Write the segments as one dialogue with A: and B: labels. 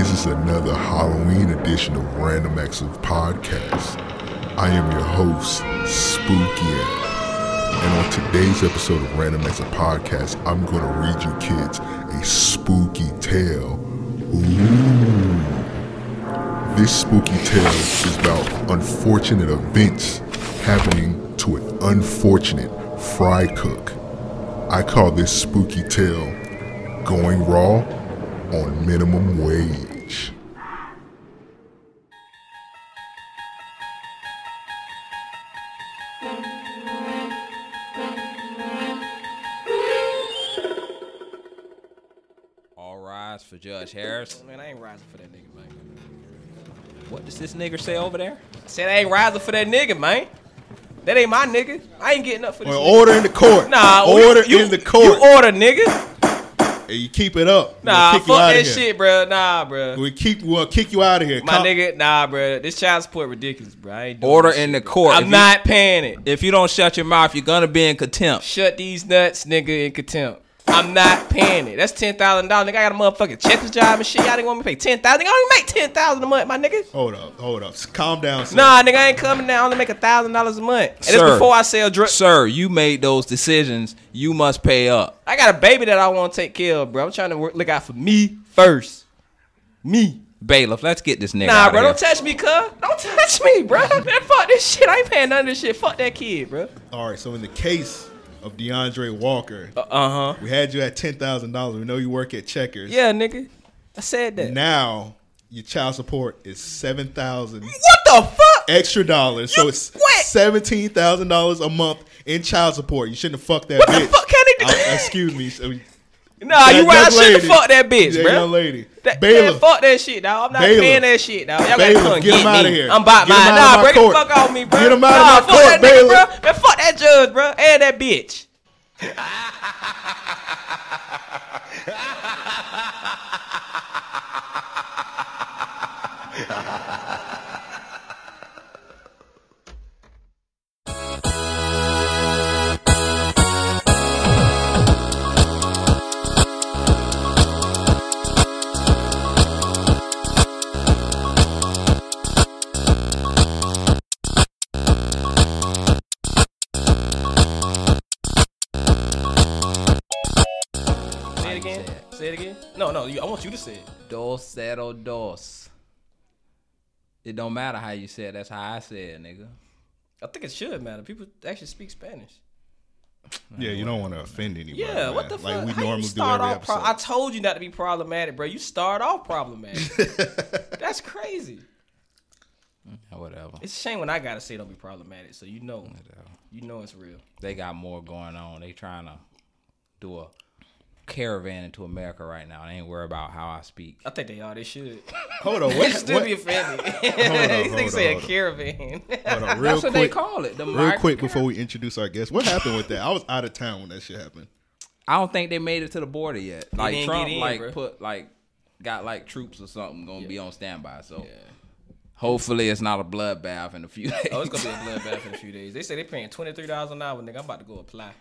A: is another Halloween edition of Random Acts of Podcast. I am your host, Spooky Ed. And on today's episode of Random Acts of Podcast, I'm going to read you kids a spooky tale. Ooh. This spooky tale is about unfortunate events happening to an unfortunate fry cook. I call this spooky tale Going Raw on Minimum Wage.
B: All rise for Judge Harris.
C: Oh, Man, I ain't rising for that nigga, man.
B: What does this nigger say over there?
C: I said I ain't rising for that nigga, man. That ain't my nigga. I ain't getting up for this.
D: Well,
C: nigga.
D: order in the court.
C: Nah,
D: order
C: you,
D: in the court.
C: You order, nigga.
D: and you keep it up.
C: Nah,
D: we'll
C: fuck
D: kick you out
C: that
D: of here.
C: shit, bro. Nah, bro.
D: We keep we'll kick you out of here.
C: My
D: Cop-
C: nigga, nah, bro. This child support ridiculous, bro. I ain't doing
B: Order
C: this shit,
B: in the
C: bro.
B: court. If
C: I'm
B: you-
C: not paying it.
B: If you don't shut your mouth, you're gonna be in contempt.
C: Shut these nuts, nigga, in contempt. I'm not paying it. That's ten thousand dollars, nigga. I got a motherfucking checkers job and shit. Y'all didn't want me to pay ten thousand. Nigga, I only make ten thousand a month, my nigga.
D: Hold up, hold up. S- Calm down, sir.
C: Nah, nigga, I ain't coming down. I only make a thousand dollars a month, and
B: Sir.
C: it's before I sell drugs.
B: Sir, you made those decisions. You must pay up.
C: I got a baby that I want to take care of, bro. I'm trying to work, look out for me first. Me.
B: Bailiff, let's get this nigga.
C: Nah,
B: out
C: bro,
B: of
C: don't
B: here.
C: touch me, cuz. Don't touch me, bro. Man, fuck this shit. I ain't paying none of this shit. Fuck that kid, bro.
D: All right. So in the case of DeAndre Walker,
C: Uh huh.
D: we had you at ten thousand dollars. We know you work at Checkers.
C: Yeah, nigga. I said that.
D: Now your child support is seven thousand
C: What the fuck?
D: extra dollars. So
C: You-
D: it's
C: what?
D: seventeen thousand dollars a month in child support. You shouldn't have fucked that
C: What the
D: bitch.
C: fuck can they do?
D: I- excuse me. So,
C: Nah, you right.
D: that
C: I
D: young
C: shouldn't
D: lady-
C: fuck that bitch,
D: that
C: bro.
D: young lady.
C: That,
D: Bailiff.
C: man, fuck that shit, dog. I'm not
D: Bailiff.
C: paying that shit, dog. Y'all
D: Bailiff,
C: gotta come
D: get
C: get
D: him
C: me.
D: outta here.
C: I'm about
D: Get him
C: mine.
D: outta
C: Nah,
D: my
C: bring
D: court.
C: the fuck off me, bro.
D: Get him outta
C: nah,
D: my
C: fuck
D: court,
C: that nigga,
D: Bailiff.
C: bro. Man, fuck that judge, bro, and that bitch. Say it again. Say it again. No, no. You, I want you to say it.
B: Dos zero dos. It don't matter how you said. That's how I said, nigga.
C: I think it should matter. People actually speak Spanish.
D: yeah, you don't want to offend anybody.
C: Yeah,
D: man.
C: what the
D: Like
C: fuck?
D: we
C: How you
D: normally do
C: start
D: every
C: off pro-
D: episode.
C: I told you not to be problematic, bro. You start off problematic. That's crazy.
B: Or Whatever.
C: It's a shame when I gotta say don't be problematic, so you know, you know it's real.
B: They got more going on. They trying to do a caravan into America right now. They ain't worried about how I speak.
C: I think they are. They should.
D: hold on.
C: They
D: What,
C: should still
D: what,
C: be offended.
D: on,
C: These
D: hold on,
C: niggas say a
D: hold on.
C: caravan.
D: hold on, real
B: That's what they
D: quick.
B: call it. The
D: Real quick before we introduce our guest, what happened with that? I was out of town when that shit happened.
B: I don't think they made it to the border yet. Like
C: didn't
B: Trump,
C: get in,
B: like
C: bruh.
B: put like got like troops or something gonna be on standby. So hopefully it's not a bloodbath in a few days.
C: oh, it's gonna be a bloodbath in a few days. They say they paying twenty three dollars an hour, nigga. I'm about to go apply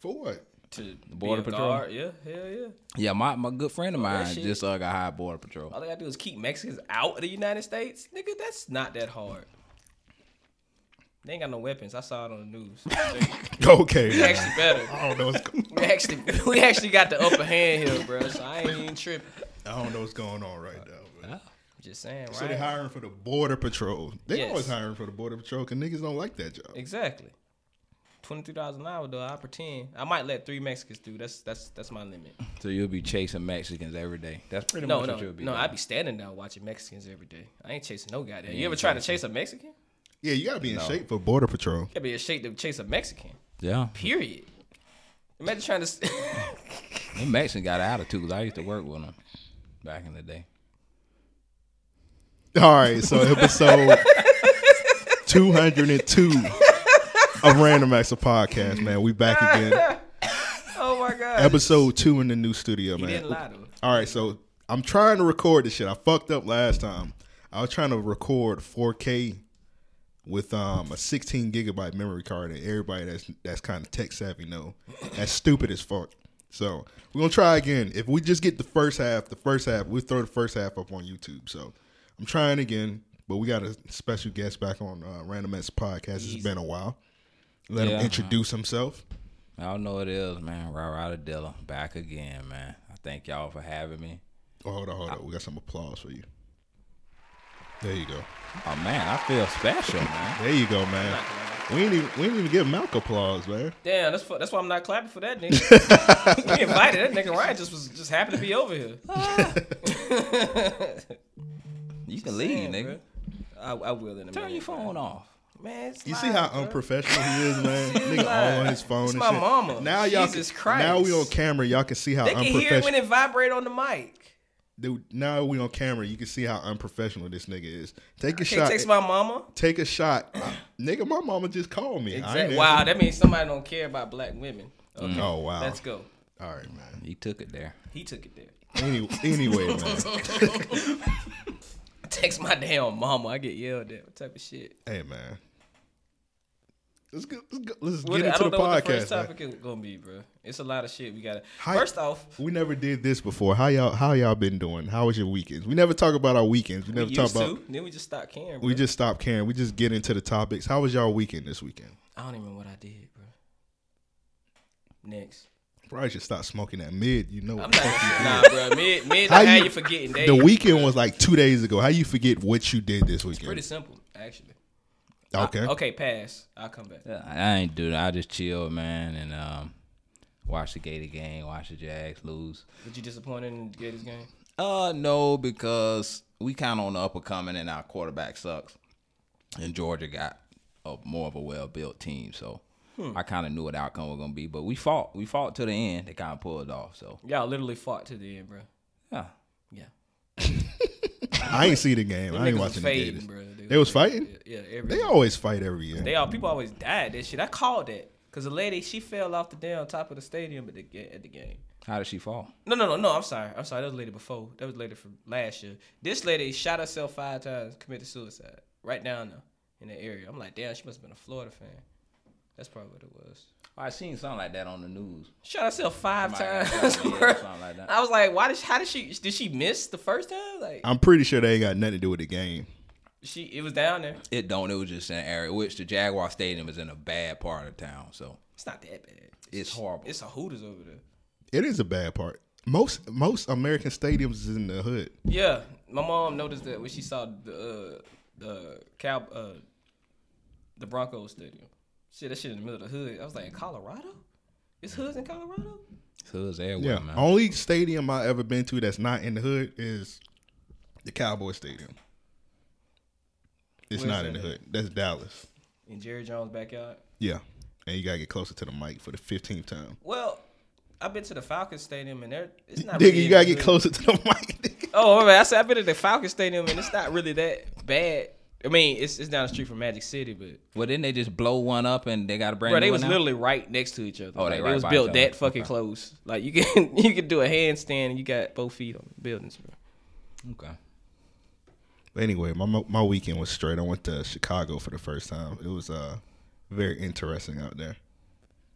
D: For what?
C: to the
B: Border Patrol?
C: Yeah, hell yeah.
B: yeah, my, my good friend of mine
C: Oh, shit.
B: just uh, got high border patrol.
C: All they gotta do is keep Mexicans out of the United States. Nigga, that's not that hard. They ain't got no weapons. I saw it on the news.
D: Okay.
C: We actually better.
D: I don't know. What's, go-
C: We actually we actually got the upper hand here, bro. So I ain't even tripping.
D: I don't know what's going on right now. man.
C: Just saying,
D: So
C: right?
D: they're hiring for the border patrol. They
C: Yes.
D: always hiring for the border patrol because niggas don't like that job.
C: Exactly. Twenty three dollars an hour though. I pretend. I might let three Mexicans do. That's that's that's my limit.
B: So you'll be chasing Mexicans every day. That's pretty
C: No,
B: much
C: no,
B: what you'll be.
C: no.
B: doing.
C: I'd be standing down watching Mexicans every day. I ain't chasing no goddamn. You
B: ain't
C: ever try to chase a Mexican?
D: Yeah, you gotta be in shape for border patrol.
C: Gotta be a shape to chase a Mexican.
B: yeah.
C: Period. Imagine trying to. s-
B: Them Mexicans got attitudes. I used to work with them back in the day.
D: All right, so episode two hundred and two of Random Acts of Podcast, man. We back again.
C: oh my god.
D: Episode two in the new studio,
C: You
D: man.
C: didn't lie though.
D: All right, so I'm trying to record this shit. I fucked up last time. I was trying to record 4K with um, a 16 gigabyte memory card, and everybody that's that's kind of tech savvy know that's stupid as fuck. So we're gonna try again. If we just get the first half, the first half, we throw the first half up on YouTube. So I'm trying again, but we got a special guest back on uh, Random X Podcast. It's been a while. Let
B: Yeah.
D: him introduce himself.
B: I don't know what it is, man. Rowrider Dilla back again, man. I thank y'all for having me.
D: Oh, hold on, hold on. We got some applause for you. There you go.
B: Oh man, I feel special, man.
D: There you go, man. We ain't even, we ain't even give Malcolm applause, man.
C: Damn, that's fu- that's why I'm not clapping for that nigga. we invited that nigga Ryan just was just happened to be over here.
B: You can leave, nigga.
C: I, I will in a
B: Turn
C: minute.
B: your phone off.
C: Man, it's
D: You
C: live,
D: see how
C: bro.
D: unprofessional he is, man. Nigga, all on his phone.
C: It's
D: and
C: my
D: shit.
C: mama.
D: Now y'all,
C: Jesus
D: can,
C: Christ.
D: now we on camera. Y'all can see how
C: They can hear it
D: unprofessional.
C: when it vibrate on the mic.
D: Dude, now we on camera. You can see how unprofessional this nigga is. Take a
C: Can't
D: shot.
C: text my mama.
D: Take a shot. Uh, nigga, my mama just called me. I ain't
C: Exactly.
D: answer-
C: Wow, that means somebody don't care about black women. Okay,
D: Oh wow.
C: let's go.
D: All right, man.
B: He took it there.
C: He took it there.
D: Any, anyway, man.
C: Text my damn mama. I get yelled at. What type of shit?
D: Hey, man. Let's go. Let's, go, let's
C: What-
D: get
C: I
D: into
C: don't
D: the
C: know what the
D: podcast.
C: first
D: man.
C: topic is gonna be, bro. It's a lot of shit we gotta.
D: Hi-
C: First off,
D: We never did this before. How y'all? How y'all been doing? How was your weekends? We never talk about our weekends. We never
C: we
D: talk
C: used
D: about.
C: to. Then we just stopped caring. Bro.
D: We just stopped caring. We just get into the topics. How was y'all weekend this weekend?
C: I don't even know what I did, bro. Next.
D: Probably should stop smoking that mid. You know
C: I'm
D: what? the fuck
C: not, nah, bro. Mid, mid. How, you, forgetting? They,
D: The weekend was like two days ago. How you forget what you did this weekend?
C: Pretty simple, actually.
D: okay.
C: Okay, pass. I'll come back.
B: Yeah, I I ain't do that. I just chill, man, and um, watch the Gator game, watch the Jags lose.
C: Was you disappointed in the Gators game?
B: Uh, no, because we kind of on the up and coming, and our quarterback sucks. And Georgia got a more of a well built team, so I kind of knew what the outcome was gonna be. But we fought, we fought to the end. They kind of pulled off, so
C: Y'all literally fought to the end, bro.
B: yeah.
C: Yeah.
D: I ain't see the game. I ain't
C: Niggas was
D: watching the Gators.
C: bro. They,
D: They was fighting.
C: yeah, every
D: They always fight every year.
C: They all people always died that shit. I called that because the lady she fell off the damn top of the stadium at the ga- at the game.
B: How did she fall?
C: No, no, no, no. I'm sorry. I'm sorry. That was a lady before. That was a lady from last year. This lady shot herself five times, committed suicide right down there in the area. I'm like, damn, she must have been a Florida fan. That's probably what it was.
B: I seen something like that on the news.
C: Shot herself five
B: Somebody got
C: times.
B: shot, yeah,
C: bro.
B: something like that.
C: I was like, why did she, how did she did she miss the first time? Like
D: I'm pretty sure they ain't got nothing to do with the game.
C: she it was down there.
B: It don't. It was just an area, which the Jaguar Stadium is in a bad part of town, so
C: It's not that bad.
B: it's horrible.
C: It's a Hooters over there.
D: It is a bad part. Most most American stadiums is in the hood.
C: Yeah, my mom noticed that when she saw the uh, the cow uh, the Broncos stadium. Shit, that shit in the middle of the hood. I was like, Colorado? It's hoods in Colorado?
B: so it's everywhere,
D: Yeah.
B: man.
D: Only stadium I ever been to that's not in the hood is the Cowboy Stadium. It's
C: Where's
D: not in
C: that
D: the hood. That's Dallas.
C: In Jerry Jones' backyard.
D: Yeah. And you gotta get closer to the mic for the fifteenth time.
C: Well, I've been to the Falcons stadium and they're it's not.
D: Nigga,
C: really
D: you gotta
C: in the hood.
D: get closer to the mic. nigga.
C: Oh, all right. I said I've been to the Falcons stadium and it's not really that bad. I mean, it's it's down the street from Magic City, but
B: Well, didn't they just blow one up and they got a brand
C: bro,
B: new
C: they
B: one
C: was
B: now?
C: literally right next to each other.
B: Oh, they
C: Like,
B: right
C: was
B: by
C: built
B: each
C: that
B: other.
C: fucking
B: Okay.
C: close. Like you can you can do a handstand and you got both feet on the buildings, bro.
B: Okay.
D: But anyway, my mo- my weekend was straight. I went to Chicago for the first time. It was uh very interesting out there.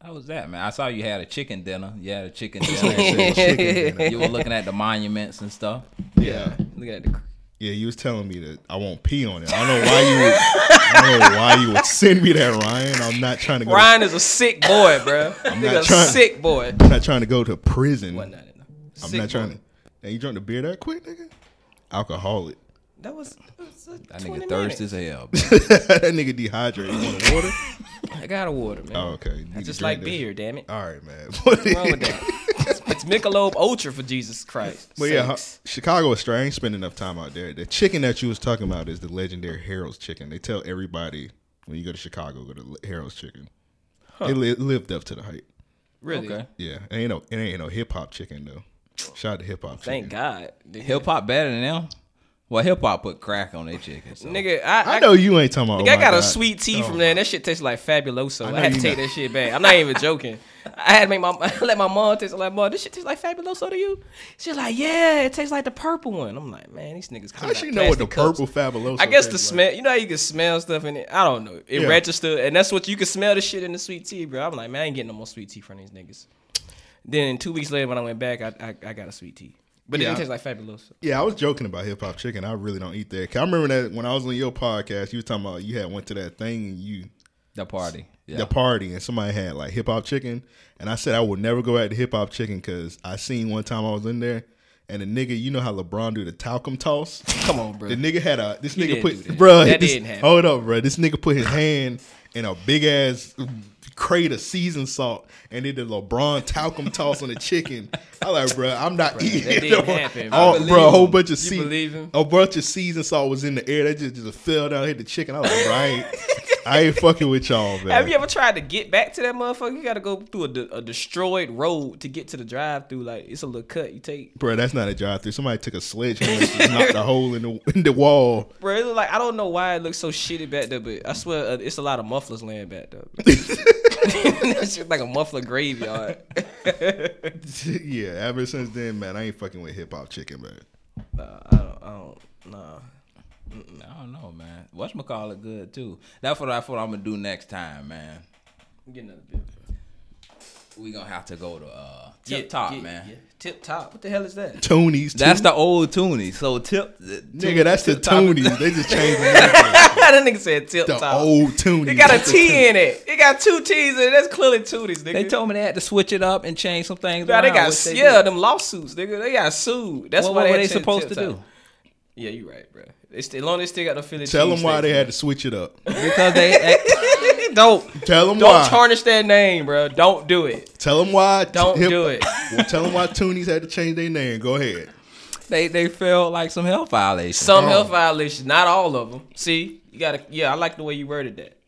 B: How was that, man? I saw you had a chicken dinner. You had a chicken
D: Chicken
B: dinner.
D: dinner.
B: you were looking at the monuments and stuff.
D: yeah.
C: Looking at the
D: Yeah, you was telling me that I won't pee on it. I don't know why you would, I don't know why you would send me that, Ryan. I'm not trying to go
C: Ryan is a sick boy, bro. I'm
D: not
C: a
D: trying-
C: sick boy.
D: I'm not trying to go to prison.
C: What not enough.
D: I'm
C: Sick
D: not trying
C: boy.
D: to. Hey, you drink the beer that quick, nigga? Alcoholic.
C: That was, that was uh,
B: That
C: 20
B: nigga thirsty as
C: minutes.
B: hell. bro.
D: that nigga dehydrated. You want water?
C: I got a water, man.
D: Oh, okay. Oh. You need to
C: Just like
D: drink this.
C: beer, damn it.
D: All right, man.
C: What's wrong with that? It's, it's Michelob Ultra for Jesus Christ.
D: But yeah,
C: Sakes.
D: hu- Chicago is strange. I ain't spend enough time out there. The chicken that you was talking about is the legendary Harold's chicken. They tell everybody when you go to Chicago, go to Harold's chicken. It, li- lived up to the hype.
C: really.
B: Okay.
D: Yeah, it ain't no, it ain't no hip hop chicken though. Shout out to hip hop.
C: Thank
D: chicken.
C: God. The
B: Hip hop better than them. Well, hip hop put crack on their chicken. So.
C: Nigga, I, I,
D: I know you ain't talking about.
C: I
D: oh
C: got
D: my
C: a
D: God.
C: sweet tea
D: Oh
C: from there, and that shit tastes like fabuloso.
D: know
C: I, had to
D: you
C: take
D: know.
C: that shit back. I'm not even joking. I had to make my let my mom taste it. like, mom, this shit tastes like fabuloso to you. She's like, yeah, it tastes like the purple one. I'm like, man, these niggas.
D: How she know what the purple fabuloso?
C: I guess the
D: tastes
C: smell. You know how you can smell stuff in it. I don't know. It
D: Yeah.
C: registered, and that's what you can smell the shit in the sweet tea, bro. I'm like, man, I ain't getting no more sweet tea from these niggas. Then two weeks later, when I went back, I I, I got a sweet tea. But it
D: Yeah.
C: didn't taste like fabuloso.
D: Yeah, I was joking about hip hop chicken. I really don't eat that. 'Cause I remember that when I was on your podcast, you were talking about you had went to that thing and you
B: The party. Yeah.
D: the party and somebody had like hip hop chicken, and I said I would never go back to hip hop chicken because I seen one time I was in there. And the nigga, you know how LeBron do the talcum toss?
C: Come on, bro.
D: The nigga had a this
C: didn't
D: nigga put
C: do that.
D: bruh,
C: That
D: this-
C: didn't happen.
D: Hold up, bruh. This nigga put his hand in a big ass crate of seasoned salt and did the LeBron talcum toss on the chicken. I like, bruh, I'm not eating.
C: that didn't happen, bruh.
D: Oh,
C: I
D: bro, a whole
C: him.
D: bunch of
C: You
D: sea-
C: believe him?
D: A bunch of seasoned salt was in the air. That just, just fell down hit the chicken. I was like, bro, I ain't, I ain't fucking with y'all, man.
C: Have you ever tried to get back to that motherfucker? You got to go through a, de- a destroyed road to get to the drive-through. Like it's a little cut you take.
D: Bro, that's not a drive through. Somebody took a sledgehammer and just knocked a hole in the in the wall.
C: Bro, it look like I don't know why it looks so shitty back there, but I swear uh, it's a lot of mufflers laying back there. That's just like a muffler graveyard.
D: yeah, ever since then, man, I ain't fucking with hip hop chicken, man.
C: nah, I don't. I don't. Nah.
B: I don't know, man. What's McCall it good too? That's what I thought I'm gonna do next time, man.
C: I'm getting another bit.
B: We gonna have to go to uh, Tip Top, man.
C: Tip top. What the hell is that?
D: Toonies.
B: That's the old Toonie. So Tip,
D: Nigga, that's the
B: Top is-
D: Toonies. They just changed the name.
C: that nigga said tip
D: The
C: top.
D: old Toonies.
C: It got a
D: That's the
C: T in it. It got two T's in it. That's clearly tooties, nigga.
B: they told me they had to switch it up and change some things.
C: Nah, they
B: around,
C: got
B: which they
C: yeah,
B: did.
C: them lawsuits, nigga. They got sued. That's
B: Well,
C: why
B: what
C: they
B: were
C: had
B: they
C: change
B: supposed to
C: tip top.
B: do?
C: Yeah, you right, bro. It's as long as they still got the Philly.
D: Tell them why they
C: cheesesteaks,
D: had to switch it up.
B: because they
C: man. don't
D: Tell them
C: Don't
D: why.
C: tarnish that name, bro. Don't do it.
D: Tell them why. t-
C: Don't do it.
D: Well, tell them why Toonies had to change their name. Go ahead.
B: they they felt like some health violations.
D: Oh.
C: Some health violations, not all of them. See, you gotta. Yeah, I like the way you worded that.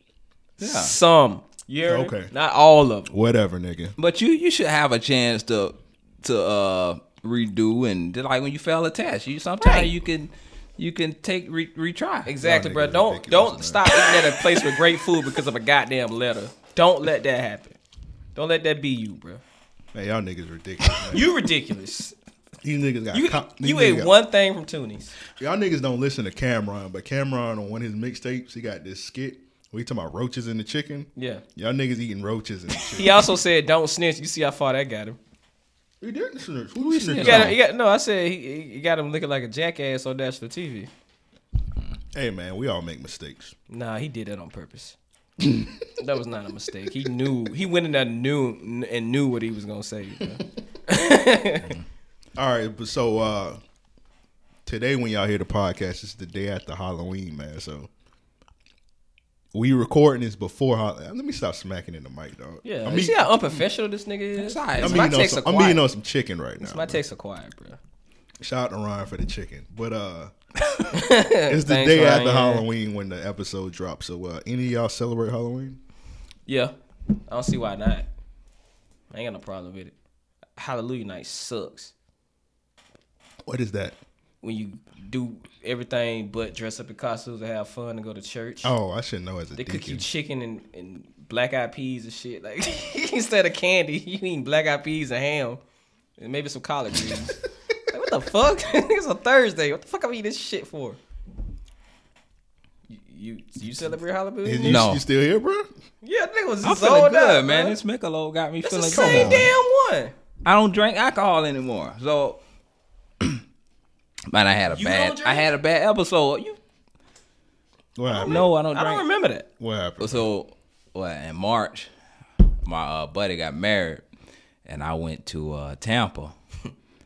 B: Yeah.
C: Some. Yeah.
D: Okay.
C: Okay. Not all of them.
D: Whatever, nigga.
B: But you you should have a chance to to uh redo and like when you fail a test, you sometimes
C: Right.
B: you can you can take re, retry.
C: Exactly,
D: Y'all
C: bro.
D: niggas
C: Don't
D: ridiculous,
C: don't
D: man.
C: stop eating at a place with great food because of a goddamn letter. Don't let that happen. Don't let that be you, bro.
D: Man, y'all niggas ridiculous. Man.
C: You ridiculous.
D: These niggas got.
C: You,
D: cop- these
C: you
D: niggas
C: ate
D: got-
C: one thing from Toonies.
D: Y'all niggas don't listen to Cameron, but Cameron on one of his mixtapes, he got this skit. We talking about roaches in the chicken.
C: Yeah.
D: Y'all niggas eating roaches in the chicken.
C: He also said, "Don't snitch." You see how far that got him.
D: we didn't snitch. Who we
B: snitched
D: snitched
C: You got,
D: on?
C: him, you got, no, I said he, he got him looking like a jackass on national TV.
D: Hey man, we all make mistakes.
C: Nah, he did that on purpose. that was not a mistake. He knew. He went in there knew and knew what he was gonna say. bro.
D: All right, but so uh today when y'all hear the podcast, it's the day after Halloween, man. So we recording this before Halloween. Let me stop smacking in the mic, dog.
C: Yeah,
D: I'm
C: you see
D: eating,
C: how unprofessional this nigga is.
B: It's all right.
D: I'm,
B: It's my
D: eating on
B: takes
D: some,
B: are
D: I'm
B: quiet.
D: eating on some chicken right now.
C: My
D: bro.
C: takes are quiet, bro.
D: Shout out to Ryan for the chicken. But uh it's the
C: Thanks,
D: day after
C: Ryan.
D: Halloween when the episode drops. So uh any of y'all celebrate Halloween?
C: Yeah, I don't see why not. I ain't got no problem with it. Hallelujah night sucks
D: What is that?
C: when you do everything but dress up in costumes and have fun and go to church.
D: Oh, I should know as a
C: They cook you
D: deacon.
C: chicken and, and black eyed peas and shit. Like instead of candy, you eat black eyed peas and ham, and maybe some collard greens. like, what the fuck? it's a Thursday. What the fuck am I eating this shit for? You you, you celebrate
D: Is-
C: Halloween?
D: you,
B: No.
D: you still here, bro?
C: Yeah, nigga was
B: I'm feeling
C: sold
B: good,
C: out,
B: man.
C: bro.
B: This Michelob got me
C: That's
B: feeling
C: the same
B: good.
C: damn one.
B: I don't drink alcohol anymore, so man, I had a
C: You don't
B: bad
C: drink?
B: I had a bad episode. You
D: What happened?
B: no, I don't
C: I
B: drink.
C: don't remember that.
D: What happened?
B: So, well, in March, my uh, buddy got married, and I went to uh, Tampa,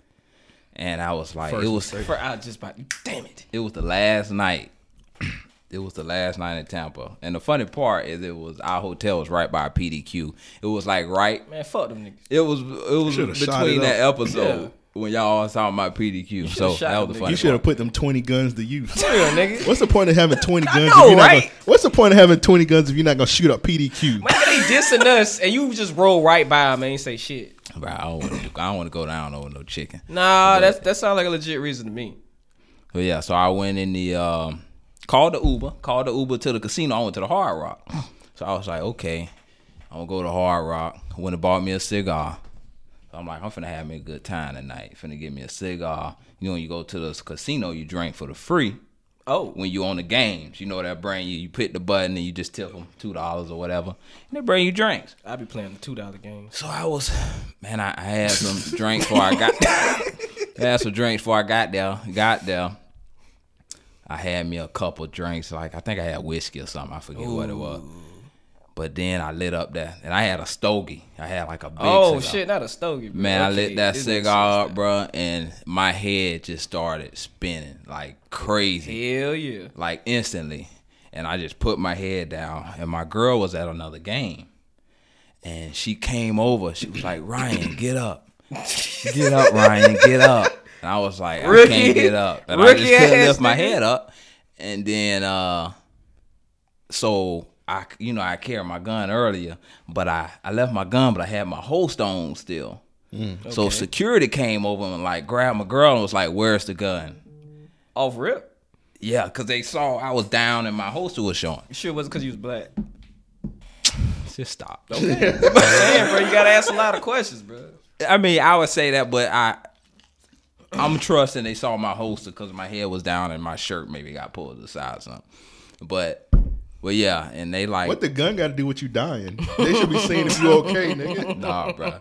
B: and I was like, it was
C: For I was just about damn it.
B: it was the last night. It was the last night in Tampa, and the funny part is, it was our hotel was right by PDQ. It was like right.
C: Man, fuck them niggas.
B: It was it
D: Should've
B: was
D: shot
B: between
D: it
B: that episode
C: Yeah.
B: when y'all was talking about PDQ. So
C: shot
B: that
C: it,
B: was the
C: nigga.
B: funny.
D: You should have
B: part.
D: put them twenty guns to use.
C: Real nigga.
D: What's the point of having twenty guns? if
C: know,
D: you're not
C: right?
D: gonna, what's the point of having twenty guns if you're not gonna shoot up PDQ?
C: Why they dissing us and you just roll right by them and ain't say shit?
B: Bruh, I don't want to. I don't want to go down over no chicken.
C: Nah, that's that sounds like a legit reason to me.
B: But yeah, so I went in the um, called the Uber, called the Uber to the casino. I went to the Hard Rock, so I was like, okay, I'm gonna go to Hard Rock. Went and bought me a cigar. So I'm like, I'm finna have me a good time tonight. Finna get me a cigar. You know, when you go to the casino, you drink for the free.
C: Oh.
B: When you on the games, you know that bring you. You hit the button and you just tip them two dollars or whatever, and they bring you drinks.
C: I be playing the two dollar games.
B: So I was, man, I, I had some drinks before I got. I had some drinks before I got there. Got there. I had me a couple drinks, like I think I had whiskey or something. I forget what it was. But then I lit up that, and I had a stogie. I had like a big.
C: Oh
B: cigar.
C: shit, not a stogie. bro.
B: Man, I
C: Okay,
B: lit that
C: this makes
B: cigar
C: sense
B: up, bro, and my head just started spinning like
C: now.
B: crazy,
C: Hell yeah.
B: like instantly. And I just put my head down, and my girl was at another game, and she came over. She was like, "Ryan, get up, get up, Ryan, get up." And I was like, "I
C: Rookie-
B: can't get up," and I
C: rookie
B: just couldn't
C: ass
B: lift my
C: nigga.
B: head up. And then, uh, so I, you know, I carried my gun earlier, but I, I left my gun, but I had my holster on still. So security came over and like grabbed my girl and was like, "Where's the gun?"
C: Off rip.
B: Yeah, because they saw I was down and my holster was showing.
C: You sure it wasn't because you was black?
B: Just stop.
C: Damn, bro, you gotta ask a lot of questions, bro.
B: I mean, I would say that, but I, I'm trusting they saw my holster because my head was down and my shirt maybe got pulled to the side or something. But, but yeah, and they like,
D: What the gun got to do with you dying? They should be saying if you okay, nigga.
B: nah, bro.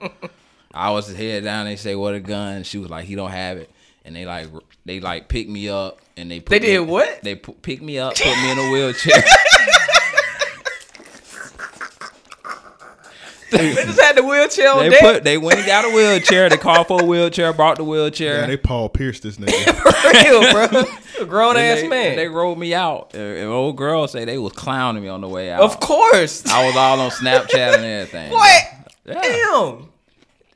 B: I was head down. They say, "What a gun!" She was like, "He don't have it." And they like, r- they like picked me up and they put
C: They
B: me-
C: did what?
B: They pu- picked me up, put me in a wheelchair.
C: they just had the wheelchair on
B: they
C: deck.
B: put, they went and got a wheelchair. They called for a wheelchair, brought the wheelchair.
D: Yeah, they Paul Pierce this nigga.
C: real, bro. A grown
B: And
C: ass
B: they,
C: man.
B: They rolled me out. And and old girl say they was clowning me on the way out.
C: of course.
B: I was all on Snapchat and everything.
C: what?
B: Yeah.
C: Damn.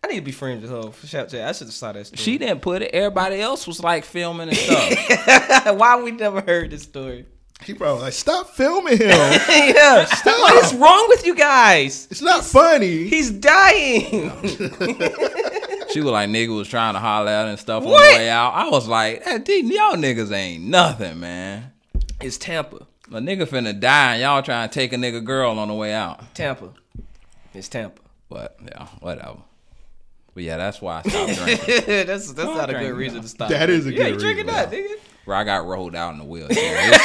C: I need to be friends with her. For shout out. I should have saw that story.
B: She didn't put it. Everybody else was like filming and stuff.
C: Why we never heard this story?
D: He probably like, stop filming him.
C: yeah. What is wrong with you guys?
D: It's not funny.
C: He's dying.
B: she was like, nigga was trying to holler at her and stuff on
C: What?
B: the way out. I was like, hey, D, y'all niggas ain't nothing, man.
C: it's Tampa.
B: A nigga finna die and y'all trying to take a nigga girl on the way out.
C: Tampa. It's Tampa.
B: But yeah, whatever. But yeah, that's why I stopped drinking.
C: that's that's not a
B: drinking
C: good reason to stop.
D: That is a
C: yeah,
D: good
C: you drinking that,
D: reason,
C: nigga.
B: Bro, I got rolled out in the wheelchair. It's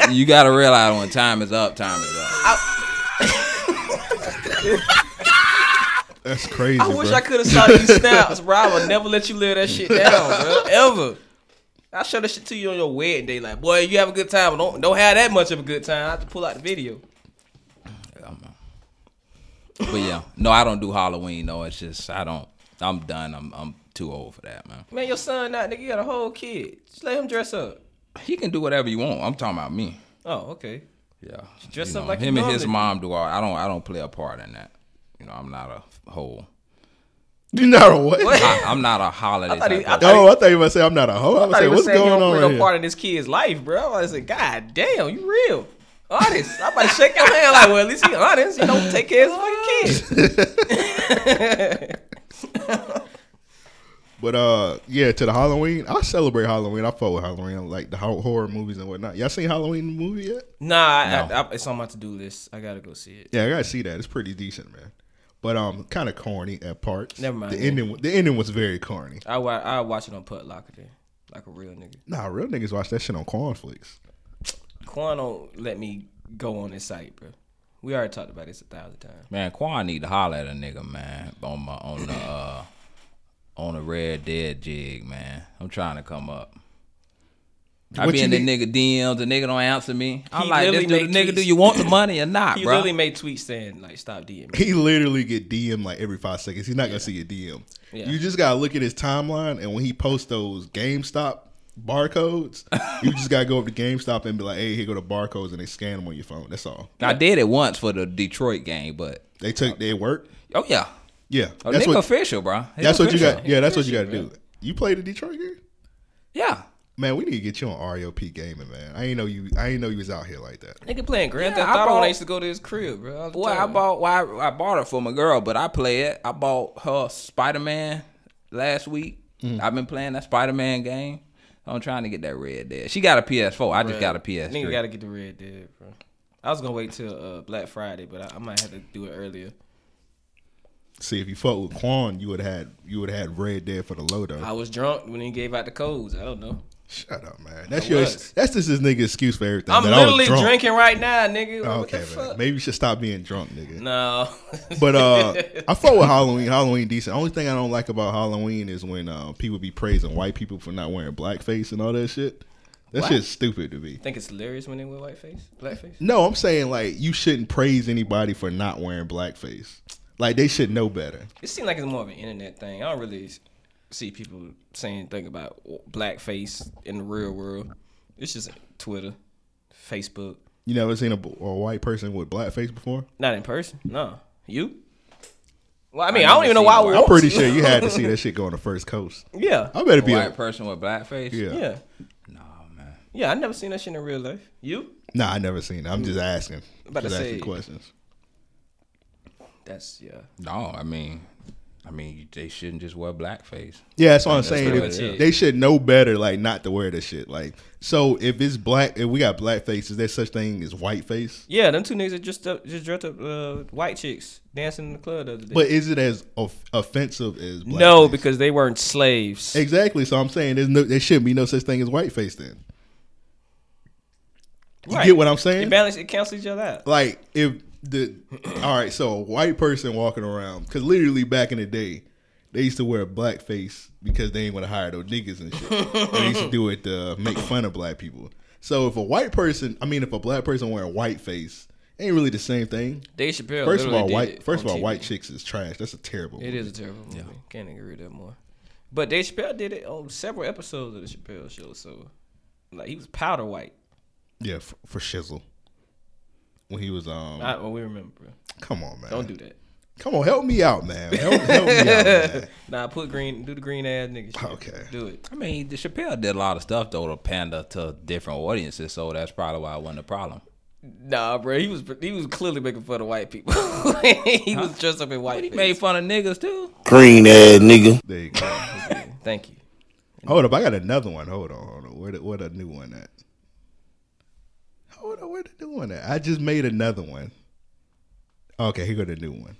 B: time- you gotta realize when time is up, time is up.
D: That's crazy,
C: I wish
D: bro.
C: I could have saw these snaps, bro. I would never let you live that shit down, bro. Ever. I show that shit to you on your wedding day, like, boy, you have a good time, but don't don't have that much of a good time. I have to pull out the video.
B: But yeah, no, I don't do Halloween. No, it's just I don't. I'm done. I'm I'm too old for that, man.
C: Man, your son not nigga, you got a whole kid. Just let him dress up.
B: He can do whatever you want. I'm talking about me.
C: Oh, okay.
B: Yeah,
C: Dress
B: You
C: up
B: know,
C: like you
B: him and his
C: normally do.
B: mom do. All I don't. I don't play a part in that. You know, I'm not a whole.
D: You're not a what?
C: What?
B: I, I'm not a holiday.
C: thought he-
B: type
C: I
B: of-
C: thought-
D: Oh, I thought you were about to say I'm not a hoe.
C: I
D: I was
C: thought
D: say,
C: he was
D: what's
C: saying he
D: going
C: don't
D: on
C: play
D: right
C: no
D: here?
C: part in this kid's life, bro. I said, God damn, you real. Honest. I'm about to shake your hand like, well, at least he honest. He don't take care of his fucking kid.
D: But uh, yeah, to the Halloween, I celebrate Halloween. I fuck with Halloween. I like the ho- horror movies and whatnot. Y'all seen Halloween movie yet?
C: Nah, I,
B: No.
C: I, I, it's on my to-do list. I gotta go see it.
D: Yeah, I gotta see that. It's pretty decent, man. But um, kind of corny at parts.
C: Never mind.
D: The ending, the ending was very corny.
C: I wa- I watch it on Put Locker then. Like a real nigga.
D: Nah, real niggas watch that shit on cornflakes.
C: Quan don't let me go on his site, bro. We already talked about this a thousand times.
B: man, Quan need to holler at a nigga, man. On my on the uh, on the red dead jig, man. I'm trying to come up. I
D: What
B: be
D: you
B: in the
D: need-
B: nigga DMs, the nigga don't answer me. I'm
C: He
B: like, this
C: literally
B: dude,
C: make
B: nigga,
C: tweets.
B: do you want the money or not,
C: He
B: bro?
C: literally made tweets saying like, "Stop DMing." me."
D: He literally get DM like every five seconds. He's not gonna see a DM.
C: Yeah.
D: You just gotta look at his timeline, and when he posts those GameStop barcodes, you just gotta go up to GameStop and be like, "Hey, here go the barcodes," and they scan them on your phone. That's all.
B: I did it once for the Detroit game, but
D: They took they work.
B: oh yeah,
D: Yeah,
B: a
D: that's
B: nigga
D: what.
B: official, bro. He
D: That's what you
B: official.
D: got. Yeah, that's what you got to do. You play the Detroit game,
B: Yeah,
D: man. We need to get you on REOP gaming, man. I ain't know you. I ain't know you was out here like that.
C: Nigga playing Grand
B: Yeah,
C: Theft
B: I
C: Auto when
B: bought-
C: I used to go to his crib, bro. all the
B: Well, I
C: time.
B: bought well, I, I bought it for my girl, but I play it. I bought her Spider Man last week. I've been playing that Spider Man game. I'm trying to get that red there. She got a PS4. I just got a PS3.
C: Nigga gotta get the red dead, bro. I was gonna wait till uh, Black Friday, but I, I might have to do it earlier.
D: See, if you fuck with Quan, you would had you would had Red Dead for the low though.
C: I was drunk when he gave out the codes. I don't know.
D: Shut up, man. That's
B: I
D: your.
B: was.
D: That's just this nigga excuse for everything.
C: I'm
D: that I was
C: literally
D: drunk.
C: drinking right now, nigga.
D: Oh,
C: what
D: okay,
C: the
D: man.
C: fuck?
D: Maybe you should stop being drunk, nigga.
C: No.
D: But uh, I fuck with Halloween. Halloween decent. Only thing I don't like about Halloween is when uh, people be praising white people for not wearing blackface and all that shit. That shit's stupid to me.
C: think it's hilarious when they wear white face, black face.
D: No, I'm saying like you shouldn't praise anybody for not wearing blackface. Like they should know better.
C: It seems like it's more of an internet thing. I don't really s- see people saying anything about blackface in the real world. It's just Twitter, Facebook.
D: You never seen a, b- a white person with blackface before?
C: Not in person. No. You? Well, I mean, I,
B: never
C: don't even know
B: seen
C: why I
B: one.
C: would
D: I'm
C: want
D: pretty
C: to.
D: sure you had to see that shit go on the first coast.
C: Yeah.
D: I better be.
B: white
D: A,
B: person with blackface.
D: yeah.
C: Yeah.
B: Nah, man.
C: Yeah, I never seen that shit in real life. You?
D: Nah, I never seen. it. I'm just asking.
C: About to
D: just
C: say-
D: asking questions.
C: That's yeah.
B: No, I mean, I mean, they shouldn't just wear blackface.
D: Yeah, that's what I'm
B: pretty
D: saying.
B: much
D: If-
B: it.
D: They should know better, like not to wear this shit. Like, so if it's black, if we got black face, is there such thing as white face?
C: Yeah, them two niggas that just up, just dressed up uh, white chicks dancing in the club the other day.
D: But is it as of- offensive as black
C: no,
D: face?
C: because they weren't slaves.
D: exactly. So I'm saying there's no, there shouldn't be no such thing as white face. Then you
C: Right.
D: get what I'm
C: It
D: saying?
C: balance it cancels each other out.
D: like if the all right, so a white person walking around because literally back in the day. They used to wear blackface because they ain't want to hire those niggas and shit. And they used to do it to make fun of black people. So if a white person, I mean, if a black person wearing white face, ain't really the same thing.
C: Dave Chappelle.
D: First of
C: literally
D: all,
C: did
D: white.
C: it
D: First
C: on
D: of all,
C: TV.
D: white chicks is trash. That's a terrible.
C: It
D: movie.
C: is a terrible movie. Can't agree with that more. But Dave Chappelle did it on several episodes of the Chappelle Show. So, like, he was powder white.
D: Yeah, for, for shizzle. When he was um,
C: I, well, we remember. bro.
D: come on man,
C: Don't do that.
D: Come on, help me out, man. Help, help me out, man.
C: Nah, put green. Do the green ass nigga. Shit.
D: Okay.
C: Do it.
B: I mean, the Chappelle did a lot of stuff though to pander to different audiences, so that's probably why it wasn't a problem.
C: Nah, bro. He was he was clearly making fun of white people. he was dressed up in white.
B: But he
C: face.
B: made fun of niggas too.
E: Green ass nigga.
D: There you go.
C: Thank you.
D: Hold up, I got another one. Hold on, hold on. Where the, where the new one at? Hold on, where the new one at? I just made another one. Okay, here go the new one.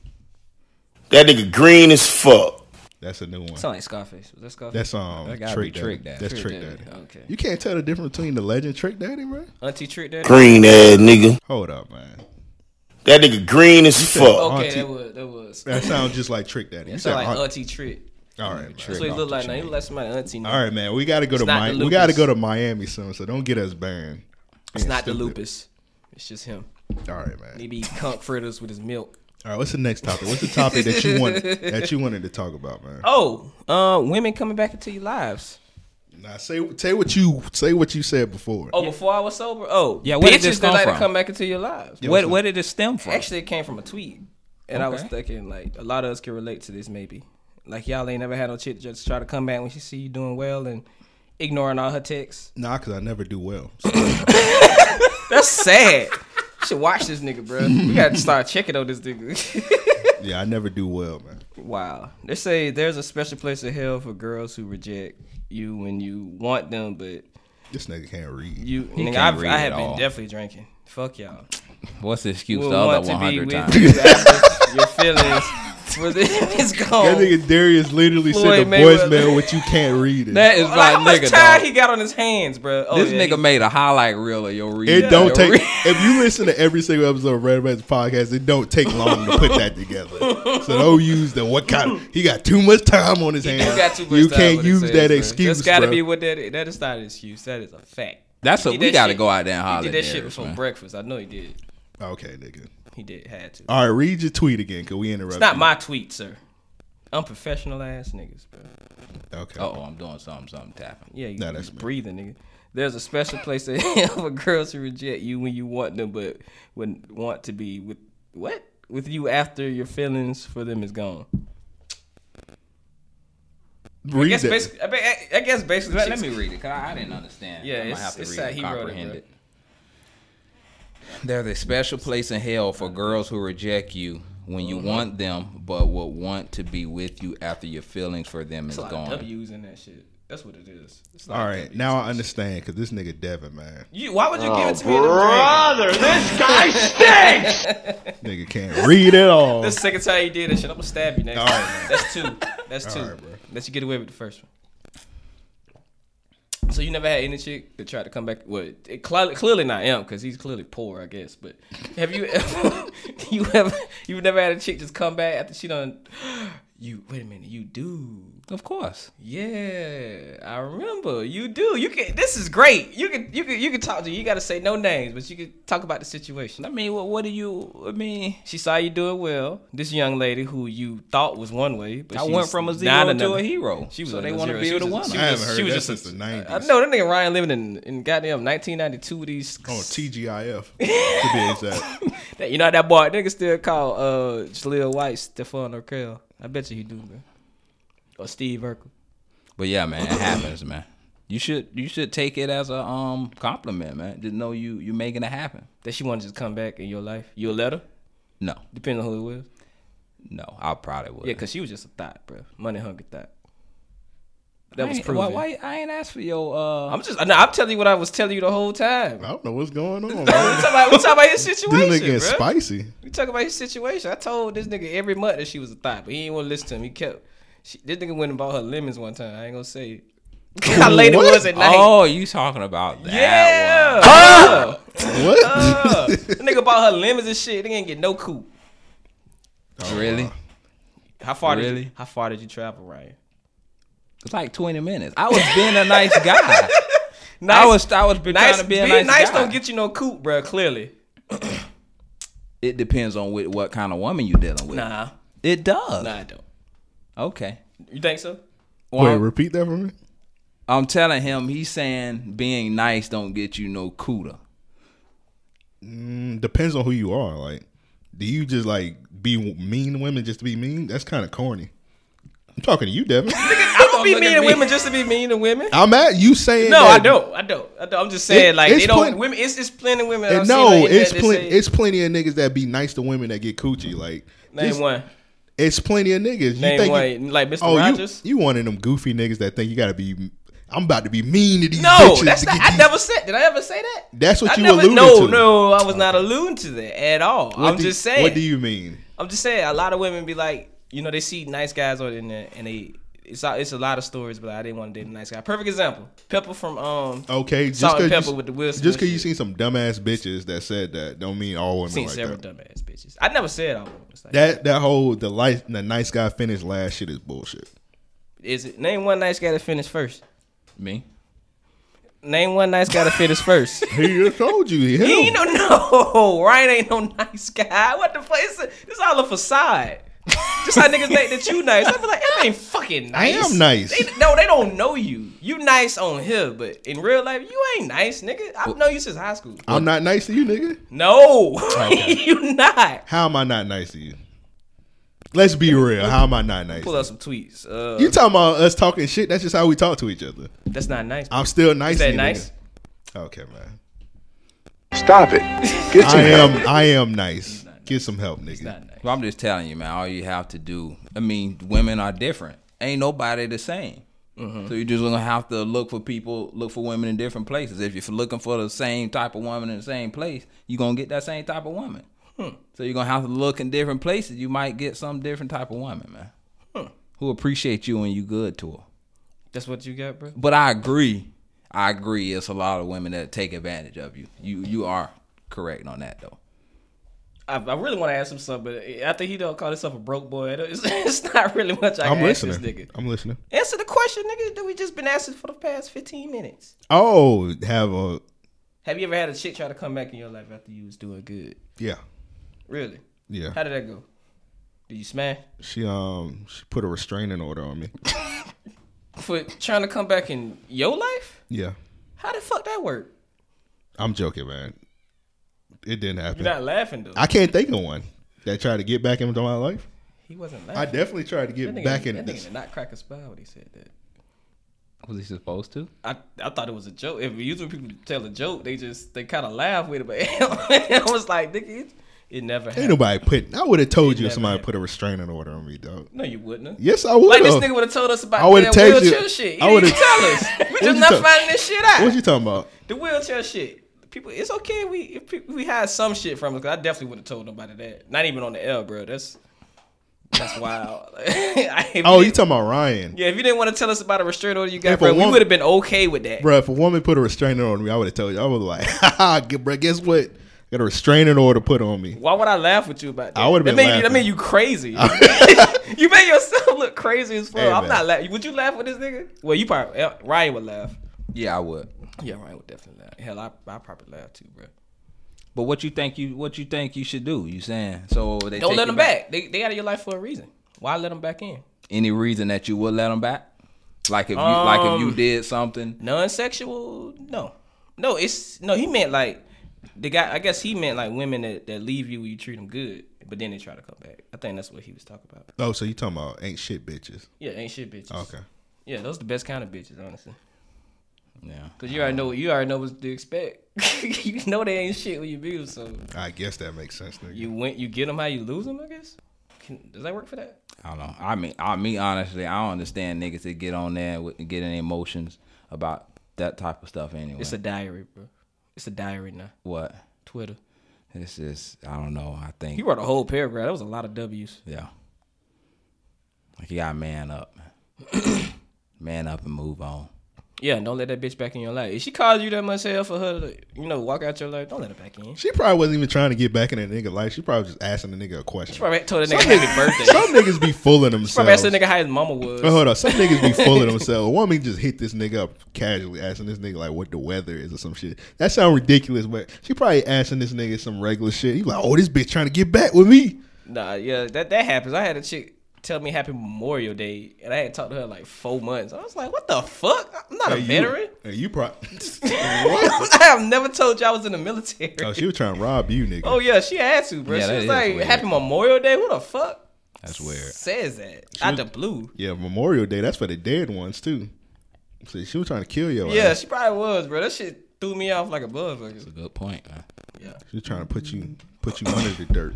E: That nigga green as fuck.
D: That's a new one.
C: Sound like Scarface. Was that Scarface?
D: That's um
B: That gotta
D: Trick
B: be
D: Daddy.
B: Trick Daddy.
D: That's Trick
C: Trick
D: Daddy.
C: Daddy, okay.
D: You can't tell the difference between the legend Trick Daddy, bro.
C: Auntie Trick Daddy.
E: Green ass nigga.
D: Hold up, man.
E: That nigga green as fuck.
C: Okay,
D: Auntie-
C: that was that was.
D: That sounds just like Trick Daddy. You
C: Sound like
D: said, "Huh."
C: Auntie Trick.
D: all right, man.
C: That's what he looked like now. He look like somebody Auntie. now.
D: All right, man. We gotta go to
C: not the
D: Miami. We
C: lupus.
D: gotta go to Miami soon, so don't get us banned.
C: It's not the
D: stupid.
C: lupus. It's just him.
D: All right, man.
C: He be eating comforters with his milk.
D: All right, what's the next topic? What's the topic that you wanted that you wanted to talk about, man?
C: Oh, uh, women coming back into your lives.
D: Now say say what you say what you said before.
C: Oh, before I was sober. Oh,
B: Yeah, where did
C: bitches
B: this
C: that
B: come
C: like to
B: from?
C: come back into your lives.
B: Where, where did it stem from?
C: Actually, it came from a tweet, and I was
B: Okay.
C: thinking like a lot of us can relate to this maybe. Like y'all ain't never had no chick just try to come back when she see you doing well and ignoring all her texts.
D: Nah, cause I never do well.
C: That's sad. you should watch this nigga, bro. We gotta start checking on this nigga.
D: yeah, I never do well, man.
C: wow. They say there's a special place in hell for girls who reject you when you want them, but
D: This nigga can't read.
C: You, nigga,
B: can't
C: I've,
B: read
C: I have
B: at
C: been
B: all.
C: definitely drinking. Fuck y'all.
B: What's the excuse?
C: Would
B: the other
C: want to
B: one
C: be
B: hundred
C: with
B: times.
C: you after your feelings for this is gone.
D: That nigga Darius literally
C: Floyd
D: sent a
C: Mayweather.
D: voicemail what you can't read. It,
B: That is
C: like, how
B: like,
C: much
B: nigga.
C: time
B: dog.
C: he got on his hands, bro? Oh,
B: this
C: yeah,
B: nigga
C: he-
B: made a highlight reel of your read.
D: it don't
B: your
D: take.
B: read.
D: if you listen to every single episode of Red Red's podcast, it don't take long to put that together. So don't use the what kind. Of, he got too much time on his hands.
C: You got too much
D: You
C: time
D: can't
C: with
D: use
C: his ass,
D: that
C: bro.
D: excuse.
C: That's gotta
D: bruh.
C: be what that is. That is not an excuse. That is a fact.
B: That's
C: He
B: a-
C: did
B: we
C: that
B: gotta
C: shit-
B: go out there and
C: He
B: holler
C: did that
B: at
C: shit
B: Darius,
C: before
B: man.
C: breakfast. I know he did.
D: Okay, nigga.
C: He did had to.
D: All right, read your tweet again, cause we interrupted.
C: It's not my tweet, sir. Unprofessional ass niggas, bro.
D: Okay.
B: Uh oh, I'm doing something. Something tapping.
C: Yeah, you,
D: Nah,
C: you
D: that's me.
C: breathing, nigga. There's a special place in hell for girls who reject you when you want them, but would want to be with what with you after your feelings for them is gone. I
D: Read
C: guess
D: that.
C: basically, I, mean, I, I guess basically,
B: Let, let
C: she's-
B: me read it because I, I didn't understand.
C: Yeah,
B: I might
C: it's-
B: have to
C: it's
B: read
C: how
B: it,
C: he wrote it,
B: comprehend
C: bro.
B: it. There's a special place in hell for girls who reject you when you want them, but would want to be with you after your feelings for them is
C: It's a lot of
B: gone.
C: W's in that shit. That's what it is. It's a lot
D: All
C: of
D: right,
C: W's.
D: now I understand because this nigga Devin, man,
C: You, why would you
B: Oh,
C: give it to me? Brother,
D: nigga can't read at all.
C: this is the second time you did this shit. I'm gonna stab you next.
D: All
C: time.
D: right, man.
C: That's two. That's two.
D: All right, bro.
C: Let you get away with the first one. So you never had any chick that tried to come back? Well, it, clearly, clearly not him because he's clearly poor, I guess. But have you ever, you ever, you've never had a chick just come back after she done? You wait a minute, you do.
B: Of course.
C: Yeah, I remember. You do. You can. This is great. You can. You can. You can talk to. You got to say no names, but you can talk about the situation.
B: I mean, what what do you? I mean,
C: She saw you do it well. This young lady who you thought was one way, but
B: I
C: she's
B: went from a
C: not
B: zero to
C: another.
B: a hero.
C: She was
B: so
C: a
B: they
C: no
B: want to
C: zero.
B: build a
C: She was
B: woman.
C: a-
D: I
C: was
D: haven't heard
C: she was
D: that
C: just a-
D: since the nineties.
C: I know that nigga Ryan living in, in goddamn 1992 with these.
D: Oh, TGIF to be exact.
C: That- you know that boy nigga still call uh Jaleel White Stephon Urkel. I bet you he do, man. Or Steve Urkel.
B: But yeah, man, it happens, man. You should you should take it as a um compliment, man. Just know you you making it happen.
C: That she want to just come back in your life. You a letter?
B: No,
C: Depending on who it was.
B: no, I probably would.
C: Yeah, cause she was just a thought, bro. Money hungry thought.
B: I
C: That was
B: ain't- why,
C: proven.
B: why I ain't asked for your uh.
C: I'm just. No, I'm telling you what I was telling you the whole time.
D: I don't know what's going on.
C: We
D: man.
C: talking about, we talking about his
D: This
C: situation,
D: nigga is
C: bro.
D: spicy.
C: We talking about his situation. I told this nigga every month that she was a thought, but he didn't want to listen to him. He kept. She, this nigga went and bought her lemons one time. I ain't gonna say how late it
D: What?
C: was at night.
B: oh, you talking about that?
C: yeah.
B: one.
C: Huh?
D: What?
C: Uh, that nigga bought her lemons and shit. They didn't get no coup.
B: really?
C: How far did you,
B: Really?
C: how far did you travel, Ryan?
B: It's like 20 minutes. I was being a nice guy. I was I was be-
C: nice.
B: trying to be a
C: being
B: nice,
C: nice
B: guy.
C: don't get you no coup, bro. Clearly,
B: it depends on what, what kind of woman you dealing with.
C: nah,
B: It does.
C: nah, I don't.
B: Okay.
C: You think so?
D: Wait,
B: Well,
D: repeat that for me.
B: I'm telling him he's saying being nice don't get you no cooter.
D: Mm, Depends on who you are. Like, do you just like be mean to women just to be mean? That's kind of corny. I'm talking to you, Devin.
C: I don't be
B: look at
C: mean to
B: me.
C: women just to be mean to women.
D: I'm at you saying
C: No, I
D: that-
C: don't. I don't. I don't. I'm just saying,
D: It-
C: like
D: it's
C: they don't.
D: plenty-
C: women, it's, it's plenty of women.
D: And
C: I've seen
D: no,
C: on the internet
D: it's
C: that
D: plenty.
C: say-
D: It's plenty of niggas that be nice to women that get coochie. Like,
C: name
D: just-
C: one.
D: It's plenty of niggas. You
C: Name
D: think
C: one.
D: you-
C: like Mr.
D: oh, you,
C: Rogers.
D: you one of them goofy niggas that think you gotta be. I'm about to be mean to these
C: no,
D: bitches.
C: that's
D: to
C: not,
D: get
C: I
D: these-
C: never said. Did I ever say that?
D: That's what
C: I
D: you
C: never,
D: alluded
C: no,
D: to.
C: No, I was not alluding to that at all.
D: What
C: I'm
D: do-
C: just saying.
D: What do you mean?
C: I'm just saying. A lot of women be like, you know, they see nice guys on the internet and they. It's a, it's a lot of stories, but I didn't want to date a nice guy. Perfect example: Pepper from um.
D: Okay, just
C: Salt and
D: cause
C: pepper
D: you,
C: with the Will Smith
D: Just cause you
C: shit.
D: seen some dumbass bitches that said that don't mean all women
C: Seen
D: like
C: several
D: that.
C: dumbass bitches. I never said I was like,
D: That that whole the life the nice guy finish last shit is bullshit.
C: is it name one nice guy that finished first?
B: Me?
C: Name one nice guy that finished first.
D: He just told you. He
C: He ain't
D: him.
C: no no. Ryan ain't no nice guy. What the fuck? It's a, this all a facade. Just how niggas think that you nice. I be like, I ain't fucking nice.
D: am nice.
C: They, no, they don't know you. You nice on here, but in real life, you ain't nice, nigga. I've known you since high school.
D: I'm not nice to you, nigga.
C: No, you not.
D: How am I not nice to you? Let's be real. How am I not nice?
C: Pull out some tweets. Uh,
D: You talking about us talking shit? That's just how we talk to each other.
C: that's not nice.
D: I'm still nice.
C: Is
D: to
C: that
D: you,
C: nice?
D: nigga. Okay, man.
F: Stop it. Get
D: I
F: some help.
D: am. I am nice. Get some help, nigga.
C: Not nice.
B: Well, I'm just telling you, man. All you have to do. I mean, women are different. Ain't nobody the same. So you're just gonna have to look for people, look for women in different places. If you're looking for the same type of woman in the same place, you're gonna get that same type of woman. So you're gonna have to look in different places. You might get some different type of woman, man, who appreciate you and you good to her.
C: That's what you got, bro.
B: But I agree. I agree. It's a lot of women that take advantage of you. You you are correct on that though.
C: I, I really want to ask him something, but after he don't call himself a broke boy, it- it's, it's not really much I can
D: I'm
C: ask
D: listening.
C: this nigga.
D: I'm listening.
C: Answer the question, nigga, that we just been asking for the past 15 minutes.
D: Oh, have a
C: Have you ever had a chick try to come back in your life after you was doing good?
D: yeah,
C: Really?
D: yeah.
C: How did that go? Did you smash?
D: She um she put a restraining order on me.
C: For trying to come back in your life?
D: Yeah,
C: How the fuck that work?
D: I'm joking, man. It didn't happen.
C: You're not laughing, though.
D: I can't think of one that tried to get back into my life.
C: he wasn't
D: I
C: laughing.
D: definitely tried to get
C: that nigga,
D: back
C: that
D: in.
C: nigga did not crack a smile when he said that.
B: Was he supposed to?
C: I, I thought it was a joke. If usually people tell a joke, they just they kind of laugh with it. But I was like, nigga, it, it never
D: Ain't
C: happened.
D: nobody put. I would have told you if
C: never
D: somebody
C: happened.
D: put a restraining order on me, dog.
C: no, you wouldn't. have.
D: Yes, I would.
C: Like this nigga would have told us about
D: Oh. I
C: the
D: would've
C: damn
D: texted you.
C: wheelchair shit. He
D: I
C: didn't
D: would've-
C: even tell us. We
D: you
C: just not
D: talk-
C: finding this shit out.
D: What you talking about?
C: the wheelchair shit. People, it's okay. We if people, we hide some shit from us. 'cause I definitely would have told nobody that. Not even on the L, bro. That's That's wild. If
D: Oh,
C: you-
D: you talking about Ryan?
C: yeah. If you didn't want to tell us about a restraint order you got,
D: If a
C: bro, we
D: woman-
C: would have been okay with that.
D: Bro, if a woman put a restraining order on me, I would have told you. I was like, "Ha bro, guess what? Got a restraining order put on me."
C: Why would I laugh with you about that?
D: I would've
C: That
D: been
C: made you- That
D: laughing.
C: made you crazy. you made yourself look crazy as fuck.
D: Hey,
C: I'm
D: man.
C: not laughing. Would you laugh with this nigga? Well, you probably eh, Ryan would laugh.
B: Yeah, I would.
C: Yeah, Ryan would definitely laugh. Hell, I I probably laugh too, bro.
B: But what you think you what you think you should do? You saying so? They
C: Don't
B: take
C: let
B: you
C: them back. They they out of your life for a reason. Why let them back in?
B: Any reason that you would let them back? Like if you like if you
C: Um,
B: did something.
C: Non-sexual? No, no. It's no. He meant like the guy. I guess he meant like women that, that leave you when you treat them good, but then they try to come back. I think that's what he was talking about.
D: Oh, so you talking about ain't shit bitches?
C: Yeah, ain't shit bitches.
D: Okay.
C: Yeah, those the best kind of bitches, honestly.
B: Yeah.
C: Cause you already know you already know what to expect. you know they ain't shit when you be with someone.
D: I guess that makes sense, nigga.
C: You went, you get them how you lose them. I guess. Can, does that work for that?
B: I don't know. I mean, I mean, honestly, I don't understand niggas that get on there with get any emotions about that type of stuff. Anyway,
C: It's a diary, bro. It's a diary now.
B: what?
C: Twitter.
B: It's just I don't know. I think
C: You wrote a whole paragraph. That was a lot of W's.
B: yeah. Like you got man up, man up and move on.
C: Yeah, and don't let that bitch back in your life. If she calls you that much hell for her to, you know, walk out your life, don't let her back in. She
D: She probably wasn't even trying to get back in that nigga life. She probably just asking the nigga a question.
C: probably told that nigga happy birthday. She
D: Some niggas be fooling
C: probably
D: themselves.
C: asked the nigga how his mama was.
D: But hold on, some niggas be fooling themselves. A woman just hit this nigga up casually, asking this nigga like what the weather is or some shit. That sound ridiculous, but she probably asking this nigga some regular shit. You like, oh, this bitch trying to get back with me.
C: Nah, yeah, that that happens. I had a chick tell me happy Memorial Day, and I had talked to her like four months. I was like, what the fuck? I'm not a
D: Hey, you-
C: veteran.
D: Hey, you probably.
C: I have never told you I was in the military.
D: oh,
C: Oh,
D: she was trying to rob you, nigga.
C: yeah, she had to, bro.
B: Yeah,
C: she
B: that
C: was
B: is
C: like,
B: weird.
C: happy Memorial Day? What the fuck
B: That's weird.
C: says that? Out the blue.
D: Yeah, Memorial Day. That's for the dead ones too. So she was trying to kill your
C: Yeah,
D: ass.
C: she probably was, bro. That shit threw me off like a motherfucker.
B: Good point, man.
D: She was trying to put you put you under the dirt.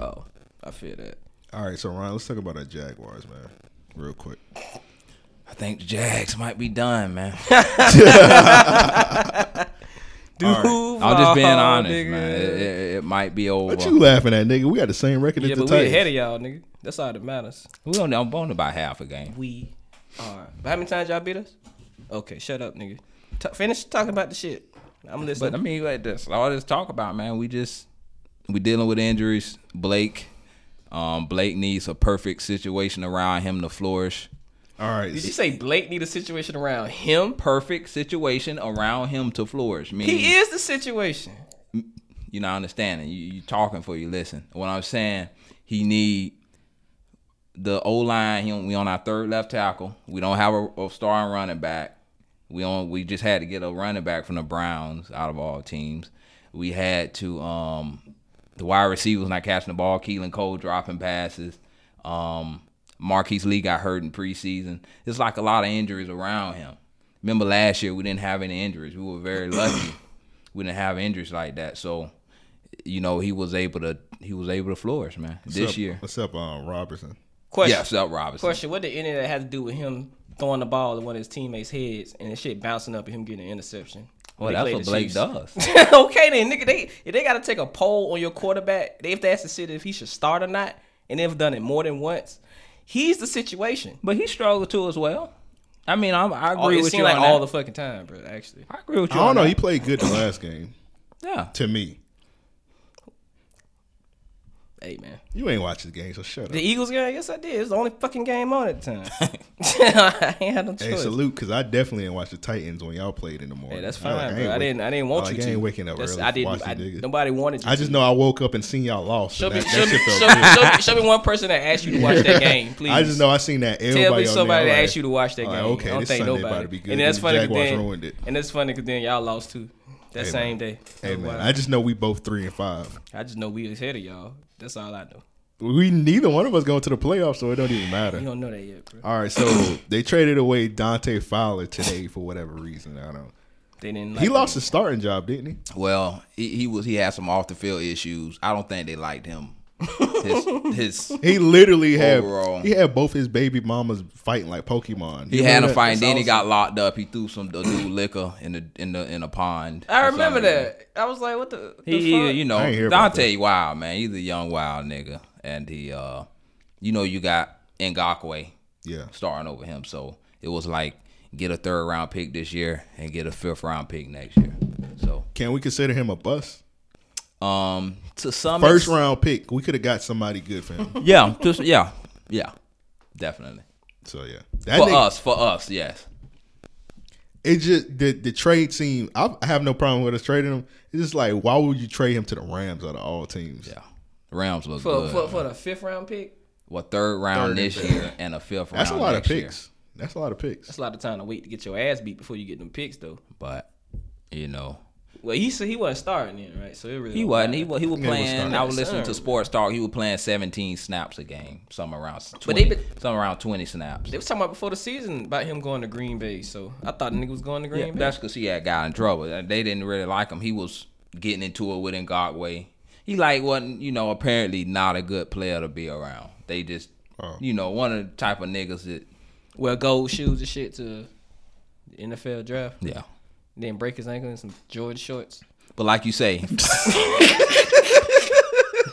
C: Oh, I feel that.
D: All right, so Ryan, let's talk about our Jaguars, man, real quick.
B: I think the Jags might be done, man.
C: Dude,
B: I'm just
C: Oh,
B: being honest, man. It, it- it might be over.
D: What you laughing at, nigga? We got the same record
C: Yeah,
D: as the
C: but we ahead
D: Titans.
C: of y'all, nigga. That's all that matters.
B: We only I'm on about half a game.
C: We are. But how many times y'all beat us? Okay, shut up, nigga. Ta finish talking about the shit. I'm listening.
B: But I mean, like this, all this talk about, man, we just we dealing with injuries. Blake, um, Blake needs a perfect situation around him to flourish.
D: All right,
C: Did you say Blake need a situation around him?
B: Perfect situation around him to flourish. Meaning,
C: He is the situation.
B: you know, understanding. You, you talking for you listen. What I'm saying, he need the O line. He on, we on our third left tackle. We don't have a, a starting running back. We on. We just had to get a running back from the Browns out of all teams. We had to. Um, the wide receivers not catching the ball. Keelan Cole dropping passes. Um, Marquise Lee got hurt in preseason. It's like a lot of injuries around him. Remember last year we didn't have any injuries. We were very lucky. we didn't have injuries like that. So, you know, he was able to he was able to flourish, man. this
D: What's up-
B: year.
D: What's up, um, Robertson?
C: Question.
B: Yeah, Seth Robinson.
C: Question. What did any of that have to do with him throwing the ball at one of his teammates' heads and the shit bouncing up and him getting an interception?
B: Well,
C: They
B: that's
C: played
B: what
C: the
B: Blake
C: Chiefs.
B: does.
C: okay then, nigga. They if they gotta take a poll on your quarterback, they have to ask the city if he should start or not, and they've done it more than once. He's the situation.
B: But he struggled too as well. I mean, I'm, I agree
C: All, it
B: with
C: seemed
B: you
C: like
B: on
C: all the
B: that.
C: fucking time, bro. Actually,
B: I agree with
D: I
B: you.
D: don't
B: on
D: know.
B: that.
D: He played good the last game
B: Yeah.
D: to me.
C: hey man,
D: You ain't watched the game, so shut up.
C: the Eagles game. Yes, I did. It was the only fucking game on at the time. I ain't had no
D: Hey,
C: choice.
D: salute, because I definitely didn't watch the Titans when y'all played in the morning.
C: Hey, that's
D: I
C: fine,
D: was like,
C: bro.
D: ain't
C: I
D: wake-
C: didn't. I didn't want
D: like,
C: you
D: I
C: to.
D: ain't waking up
C: That's-
D: early.
C: I
D: to watch
C: didn't. I,
D: the niggas.
C: nobody wanted you.
D: I just
C: to.
D: know I woke up and seen y'all lost.
C: Show
D: and
C: me,
D: that,
C: show,
D: that
C: me,
D: shit felt
C: show,
D: good.
C: me, show, me, show me one person that asked you to watch that game, please.
D: I just know I seen that.
C: Tell
D: Everybody
C: me
D: on there,
C: somebody
D: like,
C: that asked you to watch that game.
D: all right, okay,
C: I don't
D: this
C: think
D: Sunday
C: nobody.
D: about to be good.
C: And that's
D: Them
C: funny. 'cause
D: Jaguars
C: Then,
D: ruined it.
C: And that's funny because then y'all lost too. That same day.
D: Hey man, I just know we both three and five.
C: I just know we was ahead of y'all. That's all I know.
D: We neither one of us going to the playoffs, so it don't even
C: You
D: matter.
C: don't know that yet, bro.
D: All right, so they traded away Dante Fowler today for whatever reason. I don't.
C: They didn't. Like
D: He
C: it.
D: lost his starting job, didn't he?
B: Well, he, he was he had some off the field issues. I don't think they liked him. His his
D: He
C: Oh,
D: literally had
B: Overall.
D: he had both his baby mamas fighting like Pokemon.
B: he
D: You
B: had
D: remember
B: a
D: that?
B: fight. and Then he got locked up. He threw some a new liquor in the in the in a pond.
C: I
B: or
C: remember
B: something.
C: that. I was like, what the? the
B: He,
C: fuck?
B: you
D: I ain't hear
B: know,
D: about
B: Dante Wild man. He's a young wild nigga, and he uh you know you got Ngakwe
D: Yeah.
B: starting over him. So it was like get a third round pick this year and get a fifth round pick next year. So
D: Can we consider him a bust?
B: um to some
D: First
B: ex-
D: round pick. We could have got somebody good for him.
B: Yeah, just yeah. Yeah. Definitely.
D: So yeah, that
B: for
D: nigga-
B: us, for us, yes.
D: it just the the trade seem. I I have no problem with us trading him. It's just like why would you trade him to the Rams out of all teams?
B: Yeah. The Rams look
C: For,
B: good.
C: for, for the fifth round pick,
B: well, third round
D: Third
B: this
D: and fifth.
B: year and a fifth round
D: That's a lot of
B: next year.
D: picks. That's a lot of picks.
C: that's a lot of time to wait to get your ass beat before you get them picks, though.
B: But you know,
C: Well, he said he wasn't starting then, right? So it really
B: He
C: don't
B: wasn't.
C: matter.
B: He was. He was
D: was
B: playing.
D: starting.
B: I was listening
C: Sir.
B: to Sports Talk. He was playing 17 snaps a game, some around 20,
C: But they been-
B: some around 20 snaps.
C: They was talking about before the season about him going to Green Bay, so I thought the nigga was going to Green
B: yeah,
C: Bay.
B: that's because he had got in trouble. And They didn't really like him. He was getting into it with Ngakwe. He like wasn't, you know, apparently not a good player to be around. They just,
D: Oh.
B: you know, one of the type of niggas that,
C: Wear gold shoes and shit to the NFL draft.
B: yeah.
C: Then break his ankle in some Jordan shorts.
B: But like you say,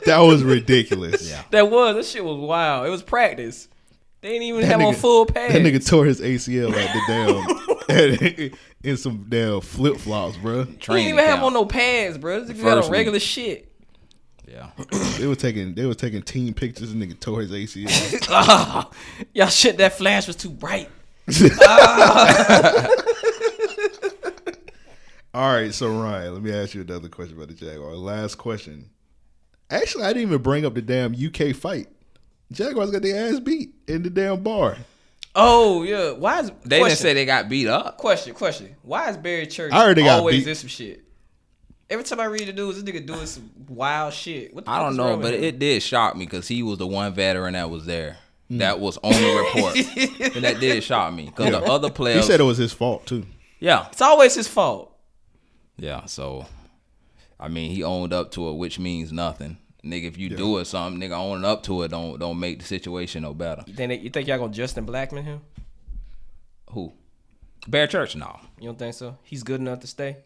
D: That was ridiculous.
B: Yeah.
C: That was that shit was wild. It was practice. They didn't even
D: That
C: have on
D: nigga-
C: full pads.
D: That nigga tore his ACL like the damn in some damn flip flops,
C: he
D: bro.
C: didn't
B: training
C: even have
B: camp.
C: on no pads, bro. This nigga got
B: First
C: on
B: week.
C: regular shit.
B: Yeah,
D: They were taking they were taking team pictures. and nigga tore his ACL.
C: Ah, y'all shit. That flash was too bright.
D: All right, so Ryan, let me ask you another question about the Jaguar. Last question. Actually, I didn't even bring up the damn UK fight. Jaguars got their ass beat in the damn bar.
C: Oh yeah. Why is
B: they
C: question,
B: didn't say they got beat up.
C: question? Question. Why is Barry Church
D: I already got
C: always
D: beat.
C: did some shit? Every time I read the news, this nigga doing some wild shit. What the
B: I
C: fuck
B: don't
C: is
B: know,
C: wrong with
B: but
C: him?
B: it did shock me because he was the one veteran that was there.
C: Mm.
B: That was on the report, and that did shock me because the other
D: He
B: players.
D: said it was his fault too.
B: yeah,
C: it's always his fault.
B: yeah. So, I mean, he owned up to it, which means nothing, nigga. If you do it, something, nigga, owning up to it don't don't make the situation no better.
C: You think, they, you think y'all gonna Justin Blackman him?
B: Who? Bear Church? No,
C: You don't think so? He's good enough to stay?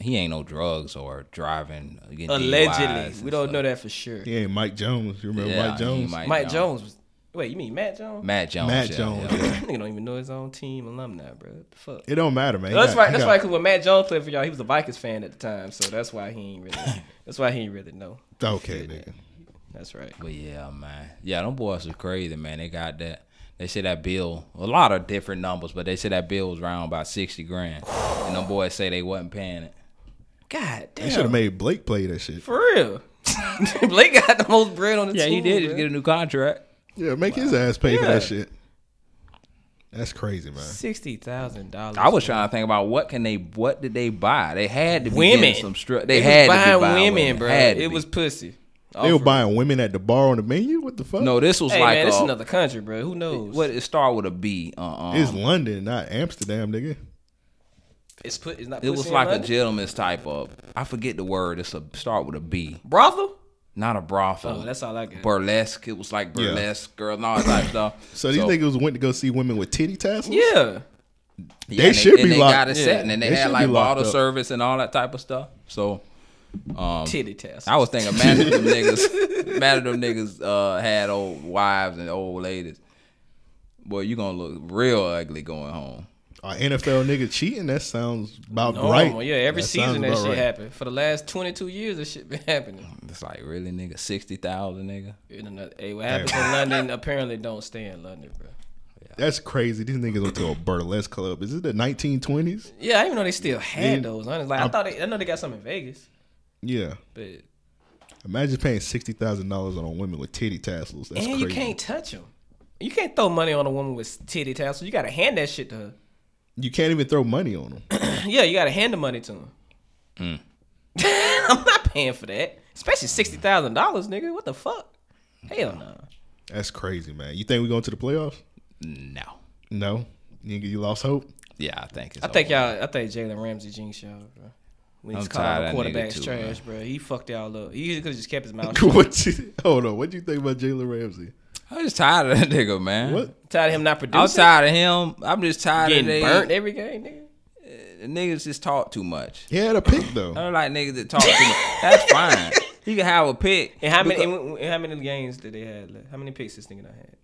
B: he ain't no drugs or driving. getting DUIs
C: Allegedly,
B: and
C: we don't
B: stuff.
C: know that for sure.
D: He ain't Mike Jones. You remember
B: Yeah,
D: Mike
B: he
D: Jones?
B: Mike,
C: Mike
B: Jones.
C: Jones was. Wait, you mean Matt Jones?
B: Matt Jones.
D: Matt
B: yeah,
D: Jones.
B: yeah.
C: That nigga don't even know his own team alumni, bro. What the fuck?
D: It don't matter, man. He
C: that's
D: got-
C: right.
D: he
C: That's
D: got-
C: right. Cause when Matt Jones played for y'all, he was a Vikings fan at the time, so that's why he ain't really. that's why he ain't really know.
D: Okay, nigga.
C: That's right.
B: But yeah, man. Yeah, them boys are crazy, man. They got that. They say that bill, a lot of different numbers, but they say that bill was around about 60 grand. And them boys say they wasn't paying it.
C: God
D: They should have
C: damn.
D: made Blake play that shit.
C: For real. Blake got the most bread on the
B: Yeah,
C: team.
B: he did just
C: bruh.
B: get a new contract.
D: Yeah, make his ass pay for
C: Yeah.
D: that shit. That's crazy, man.
C: sixty thousand dollars.
B: I was trying to think about what can they, what did they buy? They had to be
C: Women.
B: getting some strip. They, had
C: was
B: to
C: buying
B: be buying
C: women,
B: women.
C: bro.
B: Had to
C: It
B: be.
C: was pussy.
D: They
C: Oh,
D: were
C: for-
D: buying women at the bar on the menu. What the fuck?
B: no. This was
C: Hey
B: like
C: man,
B: a,
C: this is another country, bro. Who knows?
B: what it started with a B. Uh, uh
C: Um,
D: it's London, not Amsterdam, nigga.
C: It's put. It's not.
B: it
C: pussy
B: was
C: in
B: like a
C: London?
B: gentleman's type of. I forget the word. It's a start with a B.
C: brothel.
B: Not a brothel.
C: Oh, that's all I got.
B: burlesque. It was like burlesque, girl, and all that type stuff.
D: So these niggas wiggas went to go see women with titty tassels.
C: yeah.
B: yeah,
D: they
B: and
D: should
B: and
D: be
B: they
D: locked-
B: got it set,
D: yeah,
B: and then they,
D: they
B: had
D: should be
B: like
D: locked
B: bottle
D: up.
B: service and all that type of stuff. So Um,
C: Titty test.
B: I was thinking, mad at them niggas, mad at them niggas uh, had old wives and old ladies. Boy, you gonna look real ugly going home.
D: Are NFL nigga cheating? That sounds about
C: normal.
D: right.
C: Oh, Yeah, every
D: That sounds
C: season that
D: about
C: shit
D: right.
C: happened. For the last 22 years, that shit been happening.
B: It's like really, nigga, sixty thousand, nigga.
C: You know, Hey, what happens in London apparently don't stay in London, bro.
D: That's crazy. These niggas went to a burlesque club. Is it the 1920s?
C: Yeah, I didn't even know they still had
D: Yeah.
C: those. Honestly, like I thought they, I know they got some in Vegas,
D: Yeah.
C: but
D: Imagine paying sixty thousand dollars on a woman with titty tassels. That's
C: and
D: crazy.
C: you can't touch them. You can't throw money on a woman with titty tassels. You gotta hand that shit to her.
D: You can't even throw money on them.
C: Yeah, you gotta hand the money to him.
D: Mm.
C: I'm not paying for that, especially sixty thousand dollars, nigga. What the fuck? Hell no.
D: That's crazy, man. You think we going to the playoffs?
B: No,
D: No. Nigga, you lost hope.
B: yeah, I think it's.
C: I think
B: over.
C: y'all. I think Jalen Ramsey jinxed y'all, bro. When he's
B: I'm
C: calling
B: tired
C: the
B: of that nigga
C: quarterbacks
B: too,
C: trash, bro. He fucked y'all up. He could have just kept his mouth shut.
D: what you, hold on. What do you think about Jalen Ramsey?
B: I'm just tired of that nigga, man.
D: What?
C: Tired of him not producing.
B: I'm tired of him. I'm just tired
C: getting
B: of they,
C: burnt every game, nigga.
B: Niggas just talk too much.
D: He had a pick though.
C: Uh,
B: I don't like niggas that talk too much. That's fine. He can have a pick.
C: And how many and, and how many games did they had left? How many picks this nigga done had?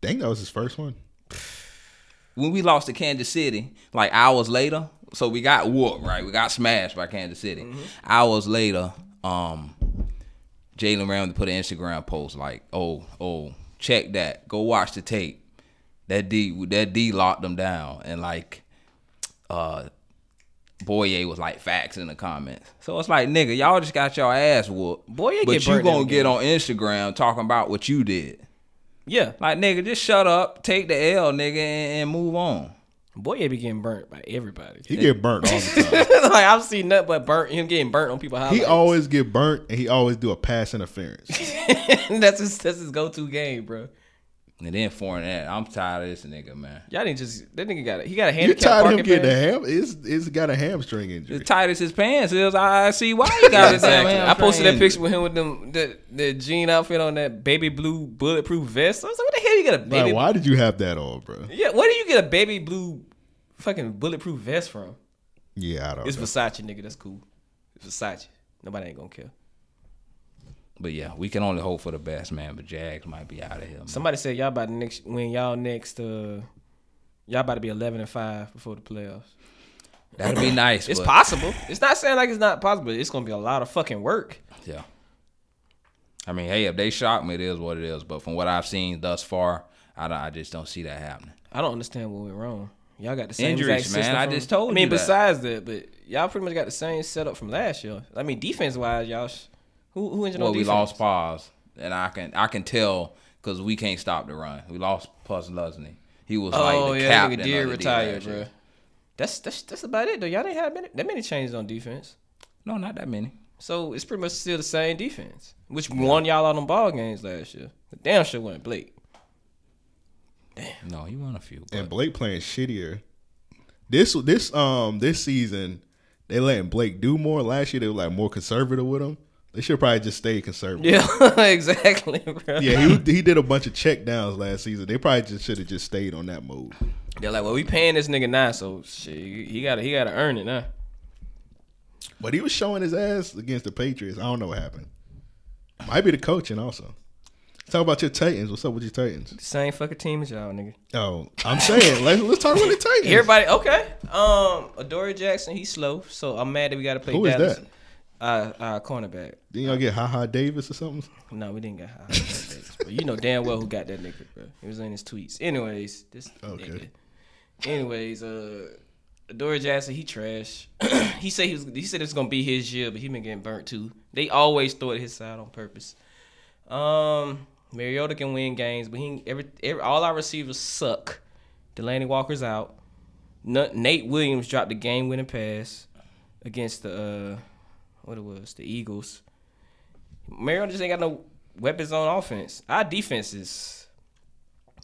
D: Dang, that was his first one.
B: when we lost to Kansas City, like hours later, so we got whooped, right? We got smashed by Kansas City.
C: Mm-hmm.
B: Hours later, um, Jalen Ramsey put an Instagram post like, "Oh, oh, check that. Go watch the tape. That D, that D locked them down." And like, uh, Boye was like facts in the comments. So it's like, nigga, y'all just got your ass whooped.
C: Boye
B: but
C: get
B: you
C: burnt in
B: gonna
C: the
B: get
C: game.
B: on Instagram talking about what you did.
C: Yeah.
B: Like, nigga, just shut up, take the L, nigga, and, and move on.
C: Boye be getting burnt by everybody.
D: He get burnt all the time.
C: like I've seen nothing but burnt him getting burnt on people.
D: He
C: highlights.
D: always get burnt, and he always do a pass interference.
C: that's his that's his go to game, bro.
B: And then foreign that, I'm tired of this nigga, man.
C: Y'all didn't just that nigga got a, he got a
D: You're
C: handicap.
D: tired of him
C: parking
D: getting a
C: pass.
D: ham. It's it's got a hamstring injury.
B: As tight as his pants is, I see why he got his damn
C: Exactly.
B: hamstring
C: I posted that
B: injury.
C: picture with him with them the the jean outfit on that baby blue bulletproof vest. I was like, what the hell you got a
D: Like,
C: baby?
D: why did you have that on, bro?
C: Yeah, where do you get a baby blue fucking bulletproof vest from?
D: Yeah, I don't.
C: It's
D: know.
C: Versace, nigga. That's cool. It's Versace. Nobody ain't gonna care.
B: But yeah, we can only hope for the best, man. But Jags might be out of here. Man.
C: Somebody said y'all about to next when y'all next uh y'all about to be eleven and five before the playoffs.
B: That'd be nice.
C: It's
B: but,
C: possible. It's not saying like it's not possible. It's gonna be a lot of fucking work.
B: Yeah. I mean, hey, if they shock me, it is what it is. But from what I've seen thus far, I, don't- I just don't see that happening.
C: I don't understand what went wrong. Y'all got the same
B: Injuries,
C: exact system
B: man. I
C: from-
B: just told
C: I mean,
B: you that.
C: besides that, but y'all pretty much got the same setup from last year. I mean, defense wise, y'all sh- who who injured
B: Well,
C: on
B: we
C: defense?
B: lost Paz, and I can I can tell because we can't stop the run. We lost Paz Lesney. He was
C: oh
B: like the
C: yeah,
B: captain.
C: nigga did
B: of the D
C: retire,
B: last
C: bro.
B: year.
C: That's that's that's about it though. Y'all didn't have many, that many changes on defense,
B: No, not that many.
C: so it's pretty much still the same defense, which won y'all all them ball games last year. But damn sure wasn't Blake.
B: No, he won a few.
D: and
B: But
D: Blake playing shittier. This this um this season they letting Blake do more. Last year they were like more conservative with him. They should probably just stay conservative.
C: Yeah, exactly, bro.
D: Yeah, he, he did a bunch of check downs last season. They probably just should have just stayed on that mode.
C: They're like, well, we paying this nigga now, so shit, he got to he got to earn it now.
D: But he was showing his ass against the Patriots. I don't know what happened. Might be the coaching also. Talk about your Titans. What's up with your Titans?
C: Same fucking team as y'all, nigga.
D: Oh, I'm saying let's, let's talk about the Titans.
C: Everybody, okay. Um, Adore Jackson, he's slow, so I'm mad that we got to play
D: Who is
C: Dallas.
D: that?
C: Uh, uh, cornerback.
D: Then y'all get Ha Ha Davis or something.
C: No, we didn't get high. but you know damn well who got that nigga, bro. It was in his tweets. Anyways, this
D: Okay.
C: nigga. Anyways, uh, Adore Jackson, he trash. he said he was. He said it's gonna be his year, but he been getting burnt too. They always throw it his side on purpose. Um, Mariota can win games, but he every, every all our receivers suck. Delaney Walker's out. Nu- Nate Williams dropped the game winning pass against the uh, what it was the Eagles. Mariota just ain't got no weapons on offense. Our defense is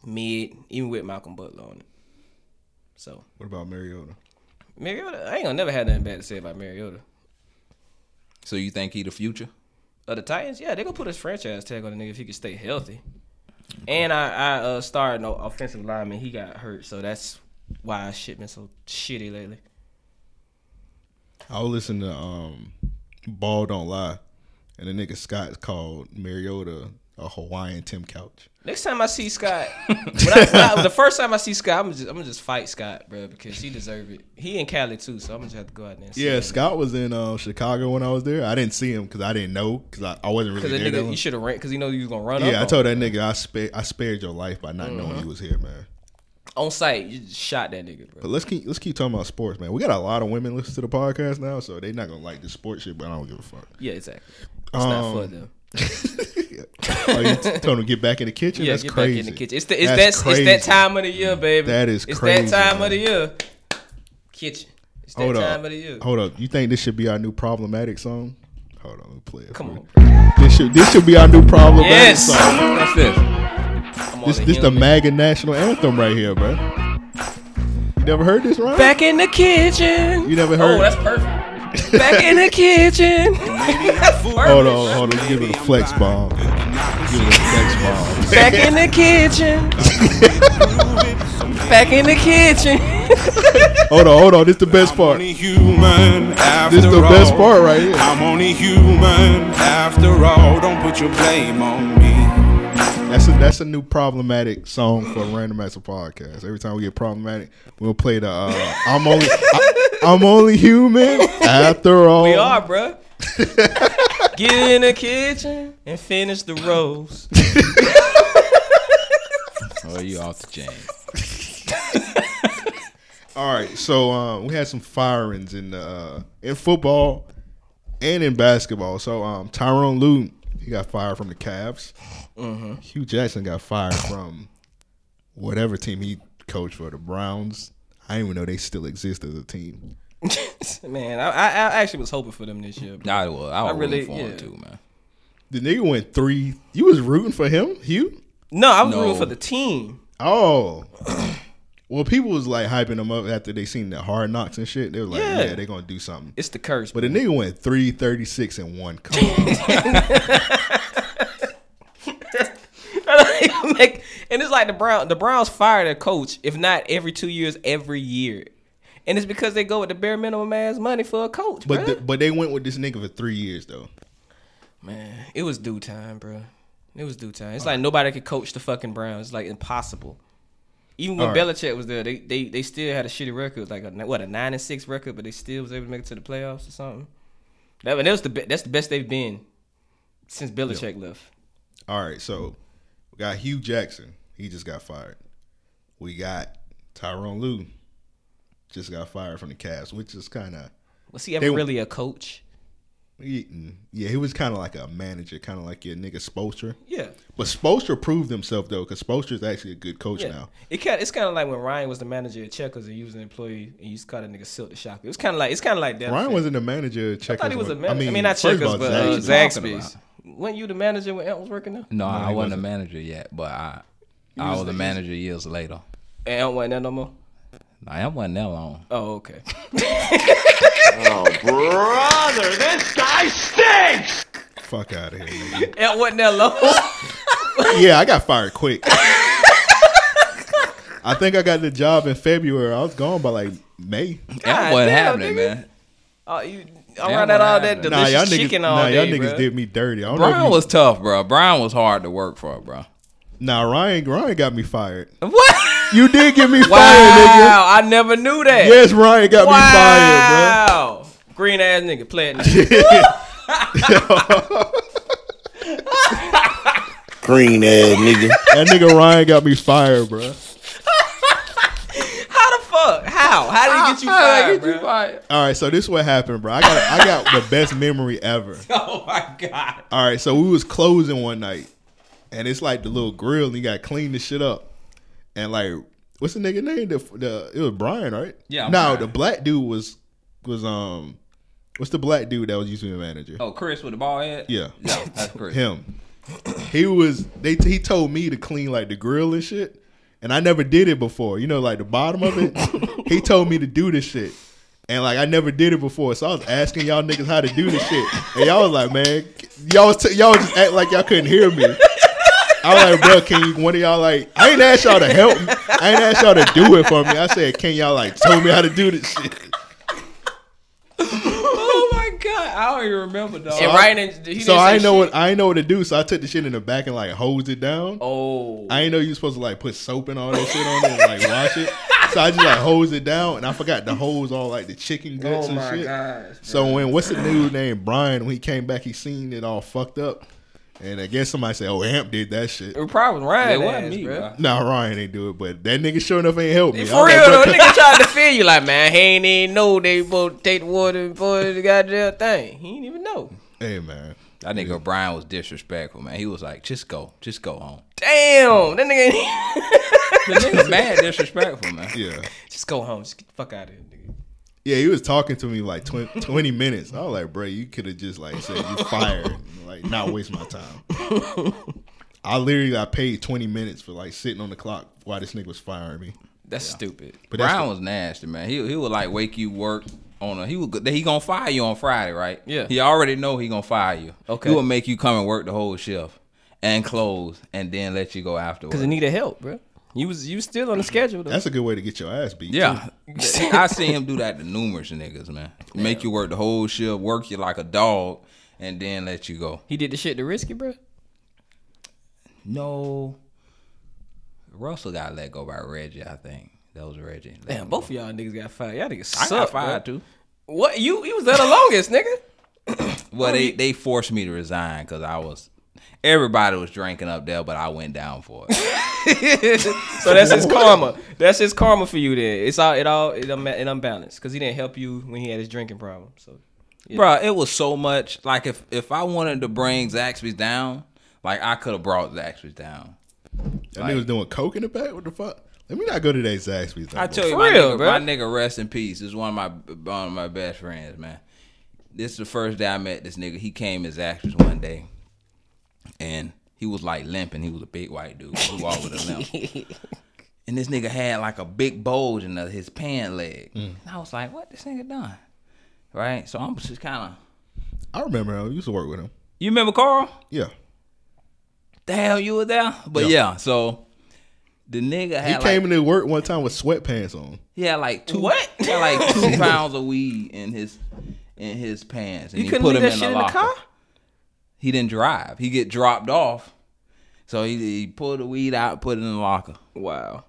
C: mid, even with Malcolm Butler on it. So
D: What about Mariota?
C: Mariota, I ain't gonna never have nothing bad to say about Mariota.
B: so you think he the future?
C: Uh, the Titans, yeah, they gonna put his franchise tag on the nigga if he can stay healthy. And I, I uh, started no offensive lineman. He got hurt, so that's why our shit been so shitty lately.
D: I was listening to um, Ball Don't Lie, and the nigga Scott called Mariota a Hawaiian Tim Couch.
C: Next time I see Scott, when I, when I- the first time I see Scott, I'm just I'm gonna just fight Scott, bro, because he deserve it. He in Cali too, so I'm gonna just have to go out there. And see
D: Yeah,
C: him.
D: Scott was in uh, Chicago when I was there. I didn't see him because I didn't know because I, I wasn't
C: Because
D: really
C: that
D: there. that
C: nigga,
D: long.
C: you should have ran because he know you was gonna run up. Mm-hmm.
D: Yeah, I
C: on
D: told that nigga I spa- I spared your life by not knowing you was here, man.
C: him. on site. You just shot that nigga, bro.
D: But let's keep let's keep talking about sports, man. We got a lot of women listen to the podcast now, so they're not gonna like the sports shit. But I don't give a fuck.
C: Yeah, exactly. It's not for
D: Um,
C: them.
D: Oh, you t- told them get back in the kitchen.
C: Yeah,
D: That's
C: get back
D: crazy.
C: in the kitchen. It's the, it's
D: That's
C: that it's
D: crazy.
C: that time of the year, baby.
D: That is
C: it's
D: crazy,
C: that time
D: man.
C: of the year. Kitchen. It's that
D: Hold
C: time
D: up.
C: of the year.
D: Hold up. You think this should be our new problematic song? Hold on, let me play it.
C: Come
D: for
C: on.
D: you. This should this should be our new problematic
C: Yes.
D: song.
B: What's this?
C: Come on,
D: This
C: the
D: this the
C: human.
D: MAGA national anthem right here, bro. You never heard this, Ryan?
C: Back in the kitchen.
D: You never
C: Oh,
D: heard?
C: that's perfect. Back in the kitchen. that's
D: hold
C: perfect.
D: on, hold on. Give it a flex bomb. Give it a flex bomb.
C: Back in the kitchen. Back in the kitchen.
D: Hold on, hold on. This the best part.
G: Only human after
D: This the
G: all.
D: best part right here.
G: I'm only human after all. Don't put your blame on me.
D: That's a that's a new problematic song for Random Acts of Podcast. Every time we get problematic, we'll play the uh, I'm only I, am only human after all.
C: We are, bruh. Get in the kitchen and finish the roast.
B: Oh, you off the chain.
D: All right, so um, we had some firings in the, uh, in football and in basketball. So um, Tyrone Lue he got fired from the Cavs.
C: Mm-hmm.
D: Hugh Jackson got fired from whatever team he coached for, the Browns. I didn't even know they still exist as a team.
C: Man, I, I, I actually was hoping for them this year. Bro.
B: Nah, it was. I was really
C: really-
B: for him
C: yeah.
B: too, man.
D: The nigga went three. You was rooting for him, Hugh?
C: No, I was
B: No.
C: rooting for the team.
D: Oh. well, people was like hyping him up after they seen the hard knocks and shit. They were like,
C: Yeah.
D: yeah, they gonna do something.
C: It's the curse.
D: But the nigga went three thirty six and one. Come on.
C: Like, and it's like the Brown the Browns fire their coach, if not every two years, every year. And it's because they go with the bare minimum ass money for a coach,
D: But
C: but
D: th- but they went with this nigga for three years though.
C: man, it was due time, bro. It was due time. It's like nobody could coach the fucking Browns. It's like impossible. Even when
D: All right.
C: Belichick was there, they, they they still had a shitty record, like a, what a nine and six record, but they still was able to make it to the playoffs or something. That, and that was the be- that's the best they've been since Belichick left.
D: All right, so we got Hugh Jackson. He just got fired. We got Tyrone Lue. Just got fired from the Cavs, which is kind of
C: Was he ever
D: They-
C: really a coach?
D: yeah. He was kind of like a manager, kind of like your nigga Spoelstra.
C: Yeah.
D: But Spoelstra proved himself though, because Spoelstra's actually a good coach
C: Yeah.
D: now.
C: It kind it's kind of like when Ryan was the manager at Checkers and he was an employee and you just called a nigga Silk the Shop. It was kind of like it's kind of like that.
D: Ryan
C: effect.
D: wasn't a manager. At
C: I
D: Checkers
C: thought he was a
D: when-
C: manager. I mean, not
D: first of
C: Checkers,
D: all,
C: but
D: Zach-
C: uh,
B: Zaxby's.
C: Zaxby's. Weren't you the manager when Ant was working there?
B: No, I wasn't
D: he
B: a
D: wasn't.
B: manager yet, but I I was a manager years later.
C: Ant wasn't there no more.
B: I wasn't that long.
C: Oh, okay.
D: fuck out of here. nigga.
C: Ant wasn't there long.
D: yeah, I got fired quick. I think I got the job in February. I was gone by like May.
B: That wasn't
C: damn,
B: happening,
C: nigga.
B: man.
C: oh, you, around that all that
B: Nah,
D: Nah,
C: delicious
D: y'all niggas,
C: chicken all
D: nah,
C: day,
D: y'all niggas
C: bruh.
D: did me dirty. I don't know if
B: Brown
D: you-
B: was tough, bro. Brown was hard to work for, bro.
D: Nah, Ryan, Ryan got me fired.
B: What?
D: You did get me fired, nigga.
C: Wow, I never knew that.
D: Yes, Ryan got me
C: wow. Green ass nigga, play it now.
E: Green ass nigga.
D: fired, bro. That nigga Ryan got me fired, bro.
C: How the fuck? How? How did he get you
B: How did I
C: fired,
B: get you
C: bruh?
B: fired?
D: All right, so this is what happened, bro. I got I got the best memory ever.
C: Oh my god.
D: All right, so we was closing one night, and it's like the little grill, and you got to clean the shit up, and like what's the nigga name? The, the it was Brian, right?
B: Yeah, I'm
D: No,
B: Brian.
D: the black dude was was um, what's the black dude that was used to be a manager?
B: Oh, Chris with the ball head.
D: Yeah.
B: yeah, that's Chris.
D: Him. He was they he told me to clean like the grill and shit. And I never did it before. You know, like the bottom of it. he told me to do this shit. And like I never did it before. So I was asking y'all niggas how to do this shit. And y'all was like, man, y'all was t- y'all just act like y'all couldn't hear me. I was like, bro, can you one of y'all like I ain't asked y'all to help me. I ain't asked y'all to do it for me. I said, can y'all like tell me how to do this shit?
B: Oh my god, I don't even remember dog.
C: And Ryan, and, he
D: So
C: didn't
D: I
C: say
D: ain't know
C: shit.
D: what I ain't know what to do. So I took the shit in the back and like hosed it down.
C: Oh,
D: I didn't know you were supposed to like put soap and all that shit on it and like wash it. So I just like hose it down and I forgot to hose all like the
C: Oh
D: chicken guts and shit. so when what's the dude named Brian when he came back he seen it all fucked up. And I guess somebody said, Oh, Amp did that shit.
C: it probably was Ryan.
B: It wasn't
C: ass,
B: me,
C: bro.
B: bro.
D: Nah, Ryan ain't do it, but that nigga sure enough ain't helped me. I
C: For
D: was
C: real
D: like,
C: though,
D: "Bro,
C: nigga tried to feed you like, man, he ain't even know they both take the water and pour the goddamn thing. He ain't even know.
D: Hey man.
B: That nigga Brian was disrespectful, man. He was like, just go, just go home.
C: Damn, that nigga. Ain't
B: The nigga mad disrespectful, man.
D: Yeah.
C: just go home. Just get the fuck out of here, nigga.
D: Yeah, he was talking to me like twen- 20 minutes. I was like, bro, you could have just like said you fired, like not waste my time. I literally got paid 20 minutes for like sitting on the clock while this nigga was firing me.
C: That's stupid.
D: But that's
B: Brown was nasty, man. He he would like wake you work on a he would he gonna fire you on Friday, right?
C: Yeah.
B: He already know he gonna fire you.
C: Okay.
B: He will make you come and work the whole shift and close and then let you go afterwards.
C: Cause it needed help, bro. You was you was still on the schedule though.
D: That's a good way to get your ass beat.
B: yeah. I seen him do that to numerous niggas, man. Make you work the whole shift, work you like a dog, and then let you go.
C: He did the shit to Risky, bro.
B: No, Russell got let go by Reggie. I think that was Reggie. Let
C: Damn,
B: him
C: both of y'all niggas got fired. Y'all niggas
B: go. I
C: suck.
B: got fired
C: bro.
B: too.
C: What you? You was there the longest, nigga.
B: Well, they they forced me to resign because I was. Everybody was drinking up there, but I went down for it.
C: So that's his karma. That's his karma for you. Then it's all it all it, un- it unbalanced because he didn't help you when he had his drinking problem. So
B: Bruh, it was so much. Like if if I wanted to bring Zaxby's down, like I could have brought Zaxby's down.
D: That nigga was doing coke in the back. What the fuck? Let me not go to that Zaxby's.
B: I tell you,
C: For
B: my,
C: real,
B: nigga,
C: bruh.
B: my nigga, rest in peace. This is one of my one of my best friends, man. This is the first day I met this nigga. He came as actress one day, and he was like limping. He was a big white dude who walked with a limp. And this nigga had like a big bulge in the- his pant leg.
C: Mm.
B: And I was like, "What this nigga done?" Right. So I'm just kind of.
D: I remember him. I used to work with him.
B: You remember Carl?
D: Yeah,
B: The hell you were there? But yeah, so the nigga
D: he
B: had like,
D: came into work one time with sweatpants on.
B: He had like two.
C: What?
B: He had like two pounds of weed in his in his pants, and
C: you
B: he
C: couldn't
B: put
C: leave
B: him
C: that
B: in
C: shit
B: the
C: in the
B: locker.
C: car.
B: He didn't drive. He get dropped off, so he, he pulled the weed out, put it in the locker.
C: Wow,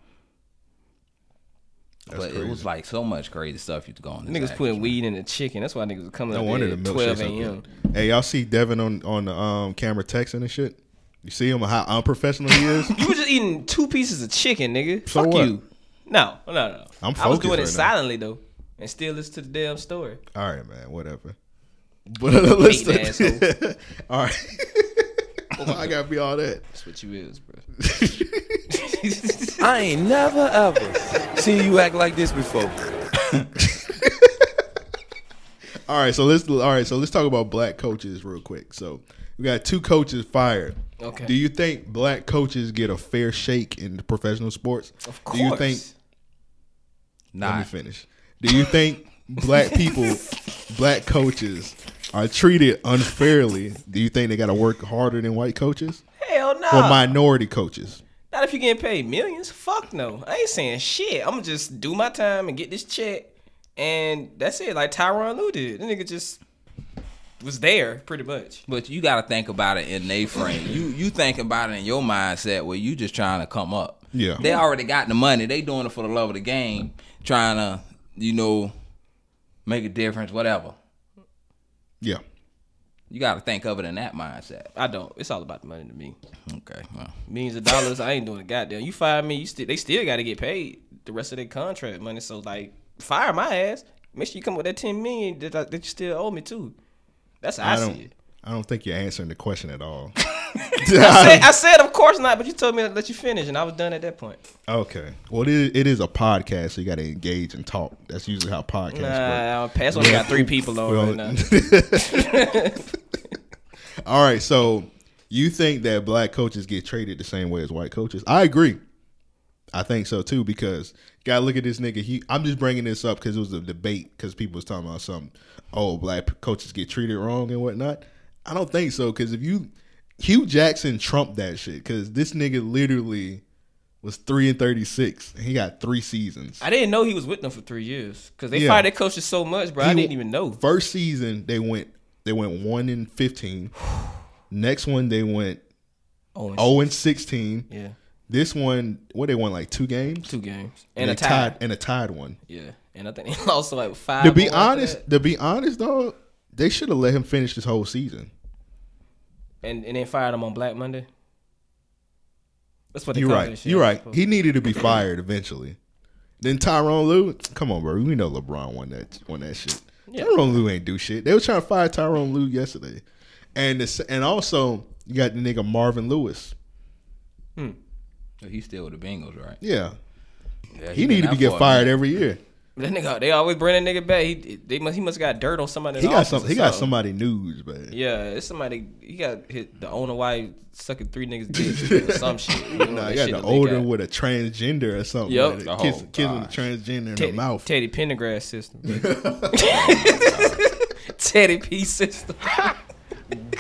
B: but it was like so much crazy stuff you could go on. this
C: niggas
B: ass.
C: putting weed in the chicken. That's why niggas was coming
D: No
C: up
D: wonder
C: there
D: the
C: at
D: milkshake's
C: twelve
D: up
C: a.m.
D: there. Hey, y'all see Devin on on the um, camera texting and shit. You see him how unprofessional he is.
C: You were just eating two pieces of chicken, nigga.
D: So
C: Fuck
D: what?
C: you. No, no, no. I
D: I'm
C: was
D: focused
C: doing it
D: right now.
C: silently though, and still listen to the damn story.
D: All right, man, whatever. But let's
C: Beating
D: all right. Why I gotta be all that.
C: That's what you is, bro.
H: I ain't never ever seen you act like this before.
D: All right, so let's all right, so let's talk about black coaches real quick. So we got two coaches fired.
C: Okay.
D: Do you think black coaches get a fair shake in the professional sports?
C: Of
D: Do you think
C: course.
D: let
B: Nah,
D: me finish. Do you think black people, black coaches are treated unfairly? Do you think they gotta work harder than white coaches?
C: Hell no.
D: Or minority coaches?
C: Not if you're getting paid millions. Fuck no. I ain't saying shit. I'm just do my time and get this check, and that's it. Like Tyron Lue did. The nigga just was there pretty much.
B: but you got to think about it in their frame. You you thinking about it in your mindset where you just trying to come up.
D: Yeah.
B: they already got the money. They doing it for the love of the game, trying to you know make a difference, whatever.
D: Yeah.
B: You got to think of it in that mindset.
C: I don't. It's all about the money to me.
B: Okay. Well,
C: Millions of dollars. I ain't doing a goddamn. You fire me. You still. They still got to get paid the rest of their contract money. So like, fire my ass. Make sure you come with that ten million that, I, that you still owe me too. That's how I,
D: I
C: see
D: don't
C: it.
D: I don't think you're answering the question at all.
C: I said, I said, of course not. But you told me to let you finish, and I was done at that point.
D: Okay. Well, it is, it is a podcast, so you got to engage and talk. That's usually how podcasts work.
C: Nah, pass only got three people on
D: Well,
C: right now.
D: All right. So you think that black coaches get traded the same way as white coaches? I agree. I think so too because gotta look at this nigga. He, I'm just bringing this up because it was a debate because people was talking about some oh black coaches get treated wrong and whatnot. I don't think so because if you Hugh Jackson trumped that shit because this nigga literally was three and thirty six and he got three seasons.
C: I didn't know he was with them for three years because they
D: Yeah.
C: fired their coaches so much, bro. I didn't even know.
D: First season they went they went one and fifteen. Next one they went
C: Oh, and
D: zero and sixteen.
C: shit. yeah,
D: This one what they won like two games
C: two games and, a
D: they
C: tie.
D: and a tied one.
C: Yeah, and I think they lost like five.
D: To be
C: more after
D: honest,
C: that.
D: to be honest though, they should have let him finish this whole season.
C: and and then fired him on Black Monday. That's what they
D: You're
C: call
D: right.
C: that shit,
D: You're
C: I
D: right.
C: suppose.
D: He needed to be fired eventually. Then Tyrone Lou, come on, bro. We know LeBron won that won that shit. Tyrone Lou ain't do shit. They were trying to fire Tyrone Lou yesterday, and the, and also you got the nigga Marvin Lewis.
B: he's still with the Bengals, right?
D: Yeah,
B: Yeah,
D: he needed to
B: been
D: get
B: out for a
D: fired
B: minute.
D: every year.
C: That nigga, they always bring that nigga back. He they must he must got dirt on somebody. in
D: He
C: the
D: got
C: office
D: some.
C: or
D: He got
C: something.
D: somebody news, but
C: Yeah, it's somebody. He got hit the owner wife sucking three niggas dick or some shit. You know,
D: nah,
C: that
D: he
C: shit
D: got
C: that
D: the
C: they
D: older with a transgender or something.
C: Yup.
D: with it.
B: Oh,
D: Kiss- kissing the
B: gosh.
D: transgender in the
C: Teddy,
D: mouth.
C: Teddy Pendergrass system. Teddy P system.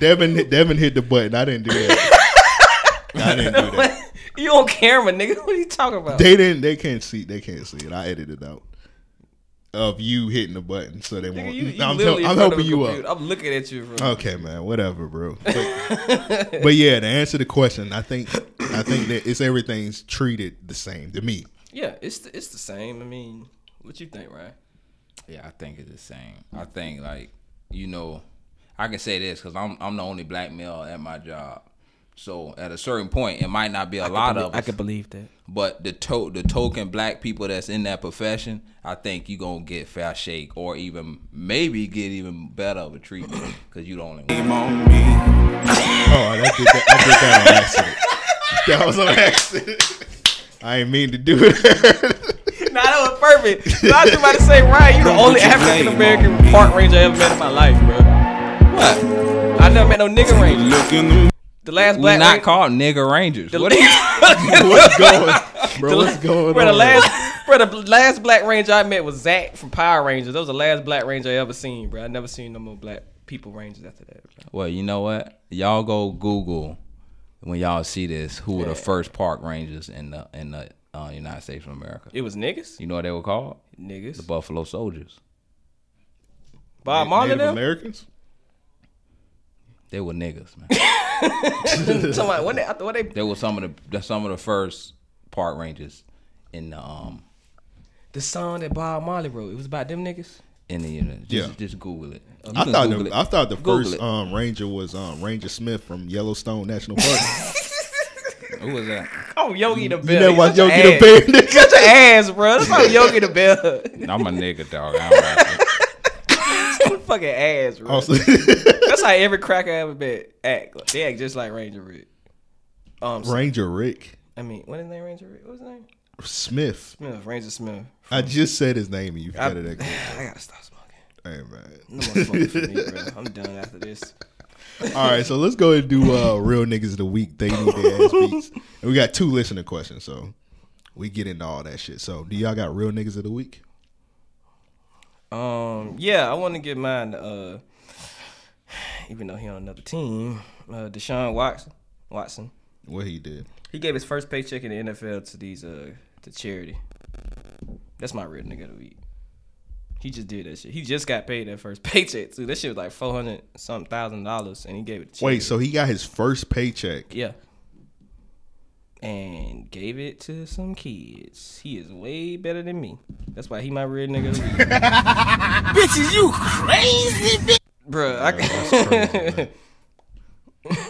D: Devin, Devin hit the button. I didn't do that. I I didn't do that.
C: you on camera, nigga. What are you talking about?
D: They didn't. They can't see. They can't see it. I edited it out of you hitting the button, so they
C: Nigga,
D: won't.
C: you, you
D: I'm,
C: literally
D: hel-
C: in
D: I'm
C: front of
D: helping
C: a
D: you
C: computer.
D: up.
C: I'm looking at you, bro.
D: Okay, man. Whatever, bro. But, but yeah, to answer the question, I think I think that it's everything's treated the same to me.
C: Yeah, it's the, it's the same. I mean, what you think, Ryan?
B: Yeah, I think it's the same. I think like you know, I can say this because I'm I'm the only black male at my job. So at a certain point, it might not be a lot of us,
I: believe that.
B: but the to- the token black people that's in that profession, I think you gonna get fair shake or even maybe get even better of a treatment because you the only one.
J: Blame on me.
D: Oh, I did that, I did that on accident. That was on accident. I ain't mean to do it.
C: Nah, that was perfect. I was about to say, Ryan, you the only
J: Don't put your
C: African
J: blame
C: American park ranger I ever met in my life, bro. What? I never met no nigga ranger.
J: Look in the
C: The last
B: We
C: black
B: not
C: ranger.
B: called nigger rangers. What are you-
D: what's going, bro? What's going
C: Bro,
D: on?
C: the last, bro, the last black ranger I met was Zach from Power Rangers. That was the last black ranger I ever seen, bro. I never seen no more black people rangers after that. Bro.
B: Well, you know what? Y'all go Google when y'all see this. Who were the first park rangers in the in the uh, United States of America?
C: It was niggas,
B: You know what they were called? The
C: niggas.
B: Buffalo Soldiers.
C: Bob Marley,
D: Native
C: them.
D: Americans.
B: They were niggas, man.
C: Somebody, what they, I thought- what they
B: they were some of the some of the first park rangers in the um
C: The song that Bob Marley wrote, it was about them niggas.
B: in the unit. Just,
D: Yeah.
B: just Google it. You
D: I
B: can
D: thought
B: Google
D: the,
B: it.
D: I thought the
B: Google
D: first
B: it.
D: um, ranger was um, Ranger Smith from Yellowstone National Park.
B: Who was that?
C: Oh, Yogi the Bear.
D: you never
C: He's
D: watched
C: such
D: Yogi
C: an
D: the
C: ass.
D: Bear?
C: He's
D: nigga?
C: Such an ass, bro. That's not Yogi the Bear.
B: I'm a nigga, dog. I don't rap.
C: Fucking ass, bro.
D: Also,
C: That's how every cracker I ever met act. Like, they act just like Ranger Rick. Um,
D: Ranger Rick
C: I mean, what is his name? Ranger Rick. What was his name?
D: Smith.
C: Smith. Ranger Smith.
D: I just said his name and you forgot it. again.
C: I gotta stop smoking.
D: Hey man.
C: No more smoking for me, bro. I'm done after this.
D: All right, so let's go and do uh, real niggas of the week. They need their ass beats. And we got two listener questions, so we get into all that shit. So do y'all got real niggas of the week?
C: Um, yeah, I want to get mine. Uh, even though he on another team, uh, Deshaun Watson. Watson.
D: What he did?
C: He gave his first paycheck in the NFL to these uh to charity. That's my real nigga of the week. He just did that shit. He just got paid that first paycheck too. That shit was like four hundred something thousand dollars, and he gave it. To
D: Wait,
C: charity.
D: so he got his first paycheck.
C: yeah, and gave it to some kids. He is way better than me. That's why he my real nigga of the week. Bitches, you crazy, bitch. Bruh, I,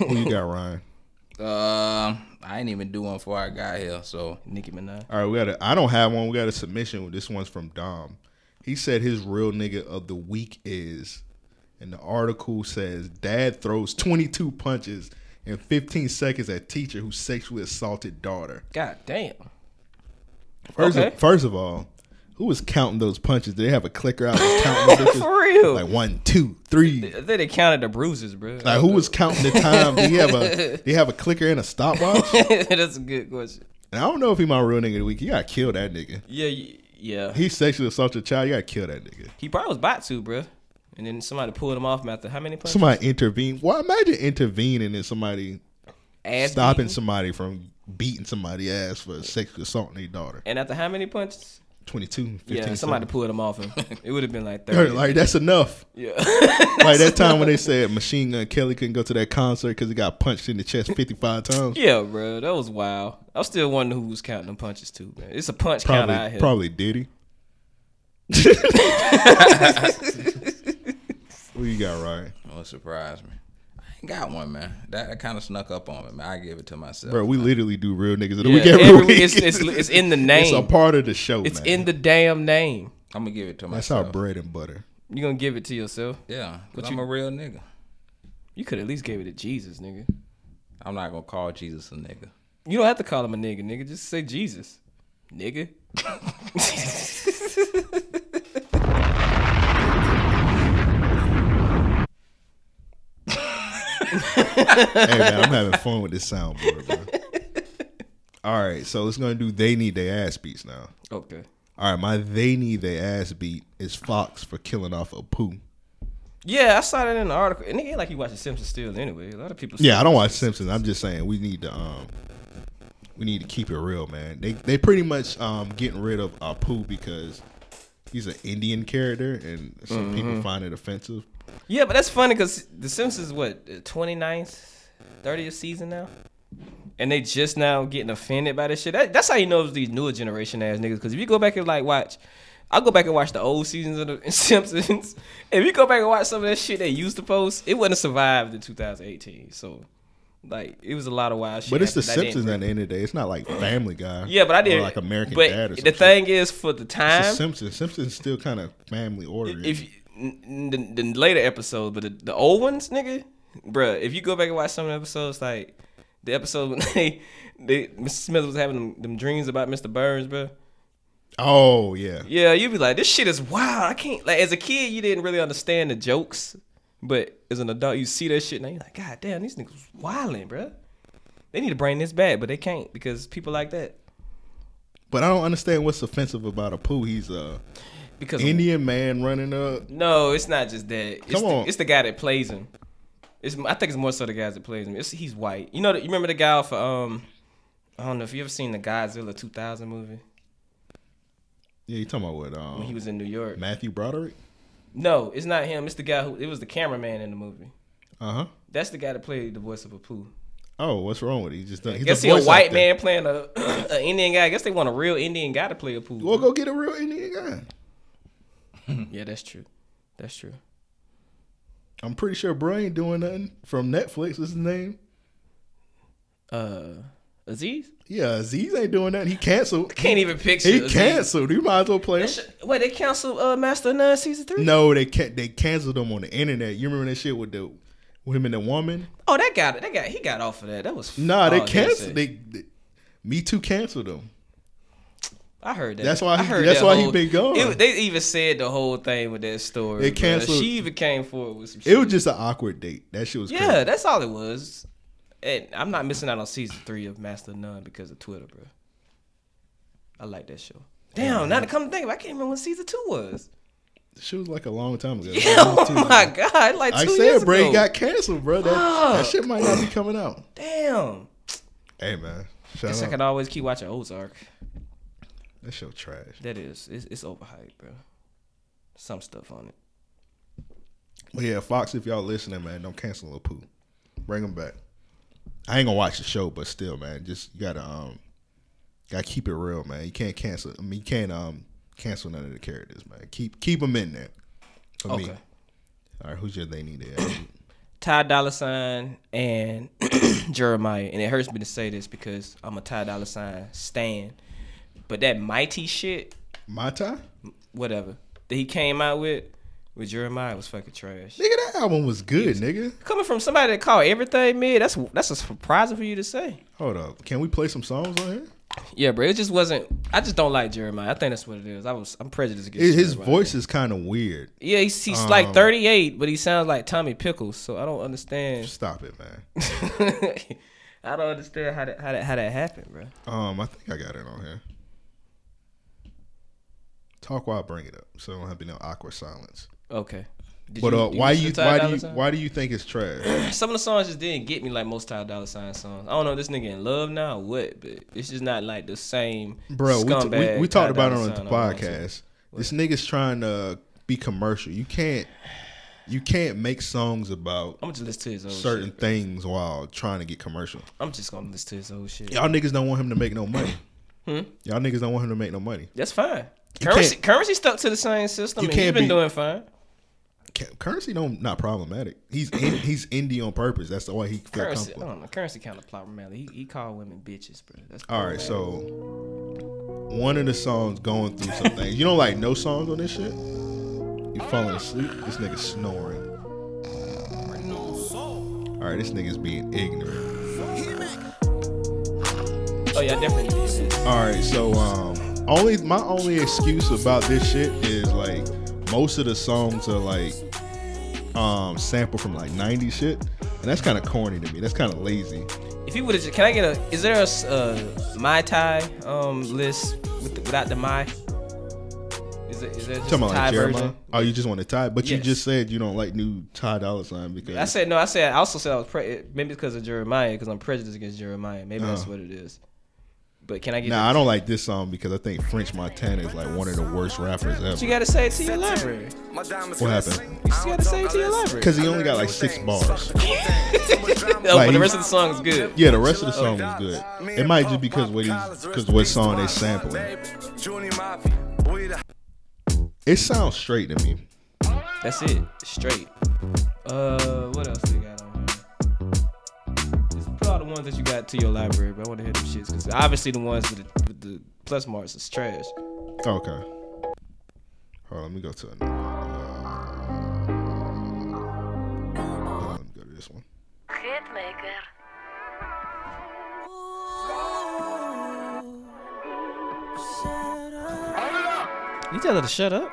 D: Who you got, Ryan?
B: Uh, I ain't even do one before I got here. So
C: Nicki Minaj.
D: All right, we got. A, I don't have one. We got a submission. This one's from Dom. He said his real nigga of the week is, and the article says, "Dad throws 22 punches in 15 seconds at teacher who sexually assaulted daughter."
C: God damn.
D: First,
C: Okay.
D: of, first of all, who was counting those punches? Did they have a clicker out there counting them bitches?
C: For real.
D: Like one, two, three.
C: I think they counted the bruises, bro.
D: Like who was counting the time? Do you have a do you have a clicker and a stopwatch? And
C: That's a good question.
D: I don't know if he my real nigga of the week. You gotta kill that nigga.
C: Yeah, y- yeah.
D: He sexually assaulted a child. You gotta kill that nigga.
C: He probably was about to, bruh. And then somebody pulled him off after how many punches?
D: Somebody intervene. Well, imagine intervening and somebody
C: Ass
D: stopping
C: beating.
D: somebody from beating somebody's ass for sexually assaulting their daughter.
C: And after how many punches?
D: 22, 15.
C: Yeah, somebody pulled him off him. It would have been like 30.
D: seconds. Like, that's enough.
C: yeah.
D: Like that time when they said Machine Gun Kelly couldn't go to that concert because he got punched in the chest 55 times.
C: yeah, bro. That was wild. I'm still wondering who was counting them punches, too, man. It's a punch count out
D: Probably,
C: here.
D: probably Diddy. what you got, Ryan?
B: don't surprise me. I ain't got one, man. That, that kind of snuck up on me, man. I give it to myself.
D: Bro, we literally do real niggas of the
C: Yeah,
D: week every,
C: every-
D: week.
C: It's, it's, it's in the name.
D: It's
C: It's,
D: a part of the show, man.
C: in the damn name.
B: I'm gonna give it to
D: That's
B: myself.
D: our bread and butter.
C: you going to give it to yourself.
B: Yeah, 'cause
C: What
B: I'm
C: you-
B: a real nigga.
C: You could at least give it to Jesus, nigga.
B: I'm not gonna call Jesus a nigga.
C: You don't have to call him a nigga, nigga. Just say Jesus. Nigga.
D: hey, man, I'm having fun with this soundboard, bro. All right, so it's going to do They Need Their Ass Beats now.
C: Okay.
D: All right, my They Need Their Ass Beat is Fox for killing off a poo.
C: Yeah, I saw that in the article. And it ain't like you watch The Simpsons still anyway. A lot of people.
D: Yeah, I don't watch Simpsons. I'm just saying we need to um we need to keep it real, man. They they pretty much um getting rid of Apu because he's an Indian character, and some people find it offensive.
C: Yeah, but that's funny because The Simpsons is what the 29th, 30th season now, and they just now getting offended by this shit. That, that's how you know it's these newer generation ass niggas. Because if you go back and like watch, I'll go back and watch the old seasons of the Simpsons. if you go back and watch some of that shit they used to post, it wouldn't have survived in 2018. So, like, it was a lot of wild shit.
D: But it's
C: after
D: the
C: that. I didn't
D: Simpsons at the end of the day. It's not like Family Guy.
C: Yeah, but I didn't
D: Or like American
C: but
D: Dad or
C: the
D: something.
C: thing is, for the
D: It's
C: time,
D: the Simpsons. Simpsons still kind of family oriented.
C: if you, n- n- the, the later episodes, but the, the old ones, nigga, bruh, if you go back and watch some of the episodes, like the episode when they, they Mr. Smith was having them, them dreams about Mr. Burns, bruh.
D: oh yeah,
C: Yeah, you'd be like, this shit is wild. I can't like as a kid, you didn't really understand the jokes, but as an adult, you see that shit and you're like, God damn, these niggas wilding, bruh. They need to bring this back, but they can't because people like that.
D: but I don't understand what's offensive about Apu. He's a
C: Because
D: Indian man running up.
C: No, it's not just that. It's
D: Come
C: the,
D: on.
C: it's the guy that plays him. It's I think it's more so the guys that plays him. It's he's white. You know, the- you remember the guy for um, I don't know if you ever seen the Godzilla 2000 movie
D: Yeah, you talking about what? Um,
C: when he was in New York.
D: Matthew Broderick.
C: No, it's not him. It's the guy who it was the cameraman in the movie.
D: Uh huh.
C: That's the guy that played the voice of Apu.
D: Oh, what's wrong with it? He just done.
C: I
D: He's
C: guess
D: a
C: he a
D: voice
C: white
D: actor.
C: man playing a, a Indian guy. I guess they want a real Indian guy to play Apu.
D: Well, go get a real Indian guy.
C: Yeah, that's true. That's true.
D: I'm pretty sure Bro ain't doing nothing from Netflix. Is his name?
C: Uh, Aziz
D: Yeah, Aziz ain't doing nothing. He canceled.
C: can't even picture.
D: He
C: Aziz.
D: canceled. You might as well play him.
C: Wait, they canceled uh, Master of None season three.
D: No, they can They canceled him on the internet. You remember that shit with the with him and the woman?
C: Oh, that got it. That got he got off of that. That was
D: Nah, they
C: oh,
D: canceled.
C: hearsay.
D: They, they Me Too canceled him.
C: I heard that.
D: That's why
C: I
D: he-
C: heard
D: that's
C: that
D: why he
C: whole,
D: been gone.
C: it- they even said the whole thing with that story.
D: They
C: bruh.
D: canceled-
C: She even came forward with some. Shit.
D: It was just an awkward date. That shit was
C: yeah.
D: crazy.
C: That's all it was. And I'm not missing out on season three of Master of None because of Twitter, bro. I like that show. Damn, now to come to think of, it, I can't remember when season two was.
D: She was like a long time ago.
C: Yeah, oh my god, like two
D: I
C: years
D: said Bray
C: ago.
D: got canceled, bro. That, that shit might not be coming out.
C: Damn,
D: Hey man, shout
C: guess I
D: out.
C: could always keep watching Ozark.
D: That show trash.
C: That is, it's, it's overhyped, bro. Some stuff on it.
D: But yeah, Fox, if y'all listening, man, don't cancel Apu. Bring him back. I ain't gonna watch the show, but still, man, just you gotta um, gotta keep it real, man. You can't cancel. I mean, you can't um cancel none of the characters, man. Keep keep them in there. For me.
C: Okay.
D: All right, who's your they need to?
C: Ty Dolla Sign and Jeremiah, and it hurts me to say this because I'm a Ty Dolla Sign stan, but that mighty shit,
D: Mata?
C: whatever that he came out with with Jeremiah was fucking trash.
D: Nigga, that album was good, nigga.
C: Coming from somebody that called everything mid, that's that's a surprising for you to say.
D: Hold up, can we play some songs on here?
C: Yeah, bro, it just wasn't. I just don't like Jeremiah. I think that's what it is. I was I'm prejudiced against
D: His, his
C: Jeremiah.
D: voice Um. is kind of weird.
C: Yeah, he's, he's like 38, but he sounds like Tommy Pickles. So I don't understand.
D: Stop it, man.
C: I don't understand how that how that how that happened, bro.
D: Um, I think I got it on here. Talk while I bring it up, so I don't have to know awkward silence.
C: Okay. Did
D: But uh, why
C: listen
D: you
C: to Ty
D: why do
C: Dolla
D: you
C: Sign?
D: why do you think it's trash?
C: some of the songs just didn't get me like most Ty Dolla Sign songs? I don't know if this nigga in love now or what, but it's just not like the same.
D: Bro, we, t- we,
C: scumbag
D: we talked
C: Ty
D: about it
C: Dolla
D: on
C: Sign
D: the
C: I want to.
D: podcast. This nigga's trying to be commercial. You can't you can't make songs about
C: I'm just listen to his old
D: certain
C: shit.
D: things while trying to get commercial.
C: I'm just gonna listen to his old shit.
D: Y'all niggas don't want him to make no money.
C: Hmm?
D: Y'all niggas don't want him to make no money.
C: That's fine.
D: You
C: Currency,
D: can't-
C: currency stuck to the same system.
D: You
C: and he's
D: can't
C: been
D: be-
C: doing fine.
D: Ca- Currency don't not problematic. He's in, he's indie on purpose. That's the way he feel
C: Currency, I
D: comfortable.
C: don't know. Currency kind of problematic. He, he called women bitches, bro. That's
D: All right, so one of the songs going through some things. You don't like no songs on this shit. You falling asleep. This nigga snoring. All right, this nigga's being ignorant.
C: Oh yeah, I definitely. did this.
D: All right, so um, only my only excuse about this shit is like most of the songs are like um sample from like '90s shit, and that's kind of corny to me. That's kind of lazy.
C: If you would have, can I get a? Is there a s- uh, my Thai um list with, without the my? Is it is that just a
D: Talking about
C: Thai
D: like Jeremiah.
C: version?
D: Oh, you just want to tie, but you
C: Yes.
D: just said you don't like new Ty Dolla Sign because
C: I said no. I said I also said I was pre- maybe because of Jeremiah because I'm prejudiced against Jeremiah. Maybe that's what it is. But can I get?
D: Oh. Nah, I don't like this song because I think French Montana is like one of the worst rappers
C: You
D: ever.
C: gotta say it to your library.
D: What happened?
C: You just gotta say it to your library.
D: Because he only got like six bars.
C: No, but
D: like,
C: the
D: he-
C: rest of the song is good.
D: Yeah, the rest of the song was good. It might just because what he's because what song they sampling. It sounds straight to me.
C: That's it. Straight. Uh, what else they got on here? Just put all the ones that you got to your library, bro. I want to hear them shits because obviously the ones with the, with the plus marks is trash.
D: Okay. Hold on, let me go to another. Uh, let me go to this one.
C: You tell her to shut up.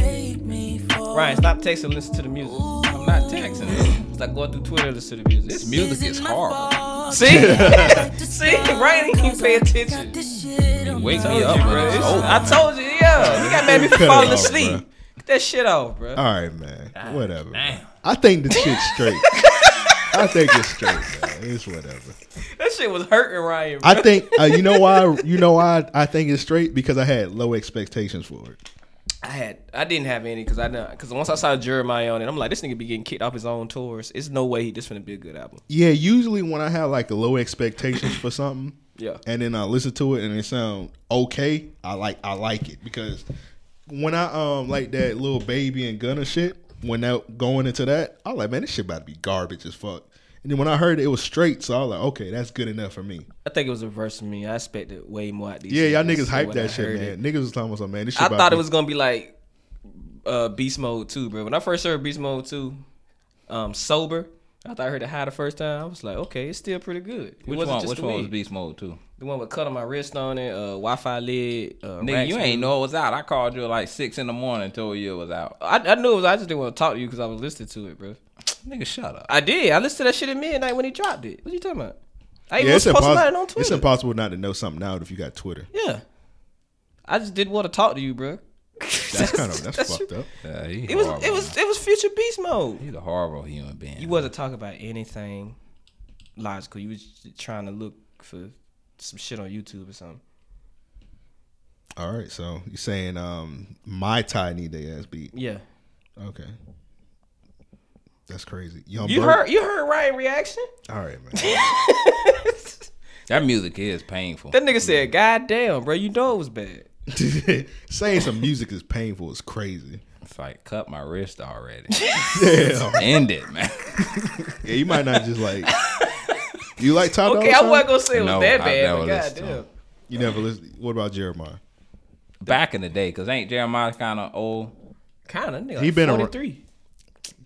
C: Ryan, stop texting. and Listen to the music.
B: I'm not texting.
C: It's like going through Twitter. to Listen to the music.
B: This music is horrible.
C: See, see, Ryan didn't pay attention.
B: You wake me
D: Oh,
B: up when it's over.
C: Oh, I told you, yeah. You got made me
D: Cut it
C: fall
D: off, Uh,
C: asleep.
D: bruh.
C: Get that shit off, bro.
D: All right, man. whatever. man. I think this shit's straight. I think it's straight, man. It's whatever.
C: That shit was hurting Ryan. Bro.
D: I think uh, you know why. You know why I think it's straight because I had low expectations for it.
C: I had, I didn't have any because I know because once I saw Jeremiah on it, I'm like, this nigga be getting kicked off his own tours. It's no way he this gonna be a good album.
D: Yeah, usually when I have like low expectations for something,
C: Yeah.
D: and then I listen to it and it sound okay, I like I like it because when I um like that little baby and gunner shit, when that going into that, I was like, man, this shit about to be garbage as fuck. And then when I heard it, it was straight, so I was like, okay, that's good enough for me.
C: I think it was a verse for me. I expected way more. Out these
D: Yeah, y'all
C: niggas
D: niggas
C: than
D: hyped
C: what I
D: that shit,
C: heard
D: man.
C: it.
D: Niggas was talking about something, man. This shit
C: I
D: about
C: thought
D: to
C: it
D: be-
C: was gonna be like uh, Beast Mode too, bro. When I first heard Beast Mode two, um, sober. I thought I heard it high the first time. I was like, okay, it's still pretty good. It
B: Which
C: wasn't
B: one?
C: just
B: Which
C: the
B: one was
C: weed.
B: Beast Mode too?
C: The one with cut on my wrist on it, uh, Wi-Fi lid. Uh,
B: Nigga,
C: racks.
B: you ain't know it was out. I called you at like six in the morning, told you it was out. Uh,
C: I, I knew it was. I just didn't want to talk to you because I was listening to it, bro.
B: Nigga, shut up.
C: I did. I listened to that shit at midnight when he dropped it. What you talking about? I even
D: Yeah,
C: yeah,
D: it's,
C: posted about it on
D: impossible.
C: Twitter.
D: it's impossible not to know something out if you got Twitter.
C: Yeah, I just didn't want to talk to you, bro.
D: That's kind of that's, fucked up.
B: Yeah, he
C: It was.
B: horrible,
C: It was. It was future beast mode.
B: He's a horrible human being.
C: You wasn't talking about anything logical. You was just trying to look for some shit on YouTube or something.
D: All right, so you saying um my tie need they ass beat?
C: Yeah.
D: Okay. That's crazy. Young
C: You
D: Bird-
C: heard. You heard Ryan reaction.
D: All right, man.
B: that music is painful.
C: That nigga said, "God damn, bro, you know it was bad."
D: Saying some music is painful is crazy.
B: It's like cut my wrist already.
D: Yeah.
B: End it, man.
D: yeah, you might not just like. You like Ty Dolla
C: Okay, I
D: Sign?
C: wasn't gonna say it was
B: No,
C: that
B: I
C: bad,
B: never
C: but
B: listened to
C: goddamn.
B: him.
D: You never listen. What about Jeremiah?
B: Back in the day, cause ain't Jeremiah kind of old?
C: Kinda, nigga.
D: He
C: He
D: been
C: been
D: a-
C: 43.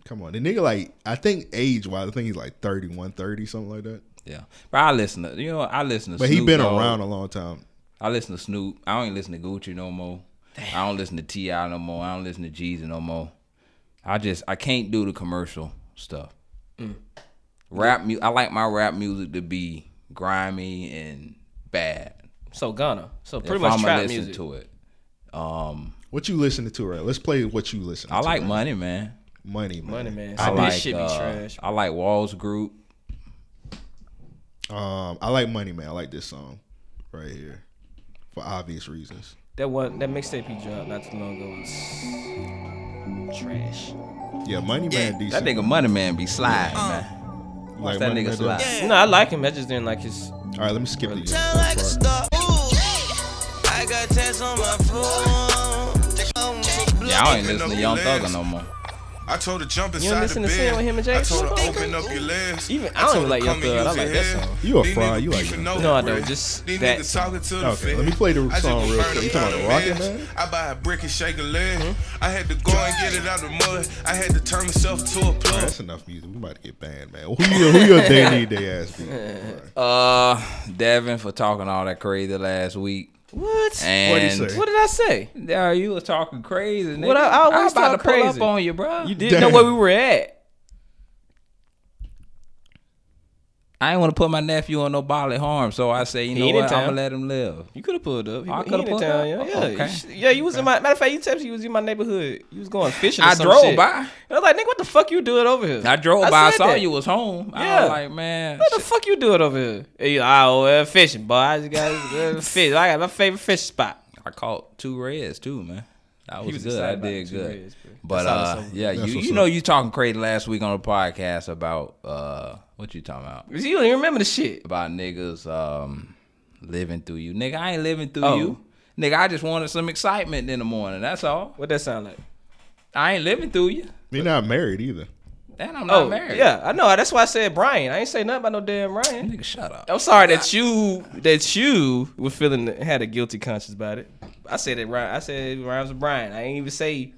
D: Come on, the nigga like I think age wise, I think he's like 31, 30, something like that.
B: Yeah, but I listen to you know I listen to.
D: But
B: Snoop
D: he been
B: Dogg.
D: around a long time.
B: I listen to Snoop. I don't even listen to Gucci no more. I don't listen to Ti no more. I don't listen to Jeezy no more. I just I can't do the commercial stuff.
C: Mm.
B: Rap mu- I like my rap music to be grimy and bad.
C: So Ghana. So pretty
B: if
C: much
B: I'ma
C: trap
B: listen
C: music.
B: to it.
D: What you listening to right? Let's play what you listen.
B: I
D: to
B: like
D: right?
B: money, man.
D: money, man.
C: Money man.
B: I
C: So
B: like
C: this shit be
B: uh,
C: trash.
B: I like Walls Group.
D: Um, I like money, man. I like this song right here for obvious reasons.
C: That one that mixtape he dropped not too long ago was trash.
D: Yeah, money man.
B: That
D: Decent.
B: nigga Money Man be sliding,
C: Uh,
B: man.
D: like
B: That
D: Money
B: nigga
D: Man,
B: slide.
D: that-
C: No, I like him. I just didn't like his
D: All right, let me skip these.
B: Yeah, I ain't listen to Young Thugger no more.
G: I told her jump
C: You don't
G: inside the
C: listen to Sin with
G: bed.
C: him and Jay?
G: I told her open up your legs.
C: Even- I don't even
G: told her
C: like Young
G: come and
C: Thug. I
G: use your
C: like that
G: head.
C: song.
D: You a
G: These
D: fraud.
G: niggas
D: You like
G: beefing
D: Young
G: over
C: No, I
G: bread.
C: don't. Just
G: These
C: that-
G: niggas talking to the
D: Okay,
G: fed.
D: let me play the
G: I just
D: song real
G: burned
D: quick.
G: a
D: You talking about
G: pound of
D: Rocket
G: meds.
D: Man?
G: I buy a brick and shake a leg.
C: Hmm?
G: I had to go and get it out the mud. I had to turn myself to a plug.
D: That's enough music. We about to get banned, man. Who your, who your day need they ass beat? All right.
B: Uh, Devin for talking all that crazy last week.
C: What?
B: And
D: say?
C: What did I say?
B: Yeah, you was talking crazy. Nigga.
C: What I- I always
B: about
C: talk
B: to pull
C: crazy.
B: up on you, bro.
C: You didn't know
D: Damn.
C: where we were at.
B: I ain't want to put my nephew on no bodily harm, so I say, you know
C: ain't in
B: what, I'm
C: town.
B: gonna let him live.
C: You could have pulled up.
B: I
C: I
B: coulda
C: could have
B: pulled
C: pulled town,
B: up?
C: up. Yeah,
B: Oh,
C: yeah.
B: okay.
C: You sh- yeah, you was in my matter of fact. You texted me. You was in my neighborhood. You was going fishing. Or
B: I
C: some
B: drove
C: shit.
B: by.
C: And I was like, nigga, what the fuck you doing over here?
B: I drove by, I
C: said
B: saw
C: that.
B: you was home. I
C: Yeah.
B: was like, man,
C: What the fuck you doing over here? And you like, oh, well, fishing, boy. I just got uh, fish. I got my favorite fish spot.
B: I caught two reds too, man. That was,
C: was
B: good.
C: excited
B: I
C: about
B: did
C: the two
B: good.
C: reds, bro.
B: but
C: That's
B: uh,
C: awesome.
B: yeah, you
D: what's
B: you know you talking crazy last week on the podcast about uh what you talking about
C: You don't even remember the shit.
B: about niggas um living through you, nigga. I ain't living through
C: Oh.
B: you, nigga. I just wanted some excitement in the morning. That's all.
C: What that sound like?
B: I ain't living through you,
D: They're not married either.
B: and I'm not
C: oh,
B: married.
C: yeah, I know. That's why I said Brian. I ain't say nothing about no damn Brian.
B: nigga, shut up.
C: I'm sorry that you that you were feeling had a guilty conscience about it. I said that Ryan. I said it rhymes with Brian. I ain't even say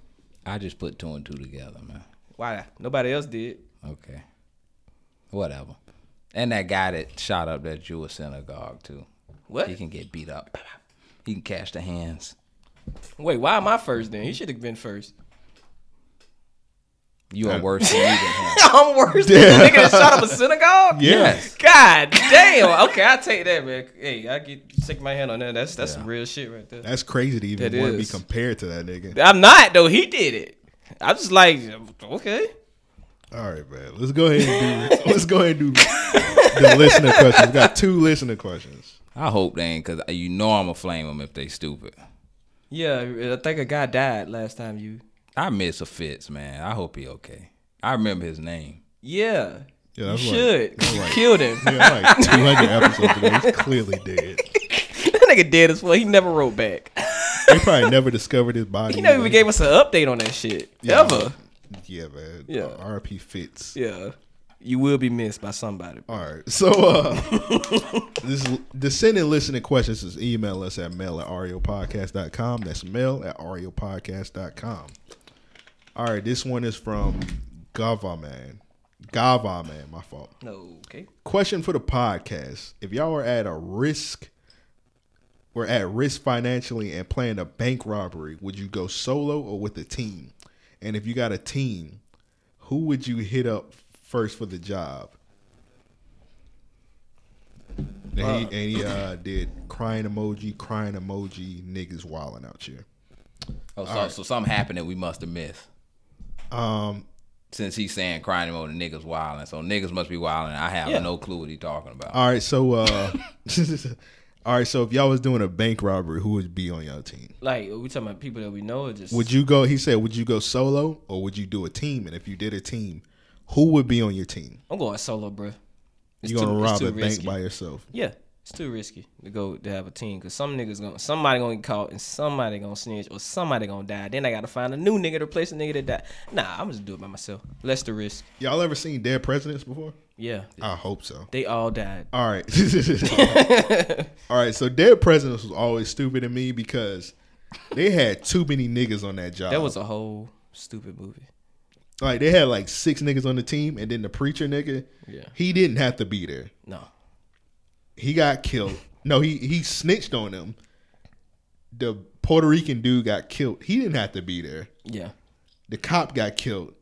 B: I just put two and two together, man.
C: why. Nobody else did.
B: Okay, whatever. And that guy that shot up that Jewish synagogue too.
C: What?
B: He can get beat up. He can catch the hands.
C: Wait, why am I first then? He should have been first.
B: You are worse than me than him.
C: I'm worse than the nigga that shot up a synagogue.
B: Yes.
C: God damn. Okay, I take that, man. Hey, I get shake my hand on that. That's that's some real shit right there.
D: That's crazy to even
C: That
D: want to be
C: is.
D: compared to that nigga.
C: I'm not though. He did it. I'm just like, okay.
D: All right, man. Let's go ahead and do. let's go ahead and do the listener questions. We got two listener questions.
B: I hope they ain't, cause you know I'ma flame them if they stupid.
C: Yeah, I think a guy died last time you.
B: I miss a Fitz, man. I hope he okay. I remember his name.
C: Yeah.
D: Yeah,
C: You
D: that's like-
C: should. You killed him.
D: Yeah, like 200 episodes ago. He's clearly dead.
C: that nigga dead as well. He never wrote back.
D: They probably never discovered his body.
C: He never even gave us an update on that shit.
D: Yeah.
C: Ever.
D: Yeah, man.
C: Yeah.
D: Uh, R.P. Fitz.
C: Yeah. You will be missed by somebody.
D: All right. So, uh, this the send and listening questions is email us at mail at ariopodcast.com. That's mail at ariopodcast.com. All right. This one is from Gava Man. Gava Man, my fault.
C: No, okay.
D: Question for the podcast. If y'all are at a risk, we're at risk financially and playing a bank robbery, would you go solo or with a team? And if you got a team, who would you hit up first for the job? And he, and he uh, did crying emoji, crying emoji, niggas wilding out here.
B: Oh, so, so something happened that we must have missed.
D: Um,
B: Since he's saying crying about the niggas wilding, so niggas must be wilding. I have no clue what he's talking about.
D: all right, so uh, all right, so if y'all was doing a bank robbery, who would be on y'all team?
C: Like, are we talking about people that we know or just.
D: Would you go? He said, "Would you go solo or would you do a team? And if you did a team, who would be on your team?
C: I'm going solo, bro. It's
D: You gonna
C: too- it's
D: rob
C: too
D: a bank
C: risky.
D: by yourself?
C: Yeah, it's too risky to go to have a team because some niggas gonna somebody gonna get caught and somebody gonna snitch or somebody gonna die. Then I gotta find a new nigga to replace the nigga that died. Nah, I'm just do it by myself. Less the risk.
D: Y'all ever seen dead presidents before?
C: Yeah,
D: I hope so.
C: they all died.
D: All right, all right. So dead presidents was always stupid to me because they had too many niggas on that job.
C: That was a whole stupid movie.
D: like they had like six niggas on the team, and then the preacher nigga,
C: Yeah.
D: he didn't have to be there.
C: No,
D: he got killed. No, he he snitched on him. The Puerto Rican dude got killed. He didn't have to be there.
C: yeah,
D: The cop got killed,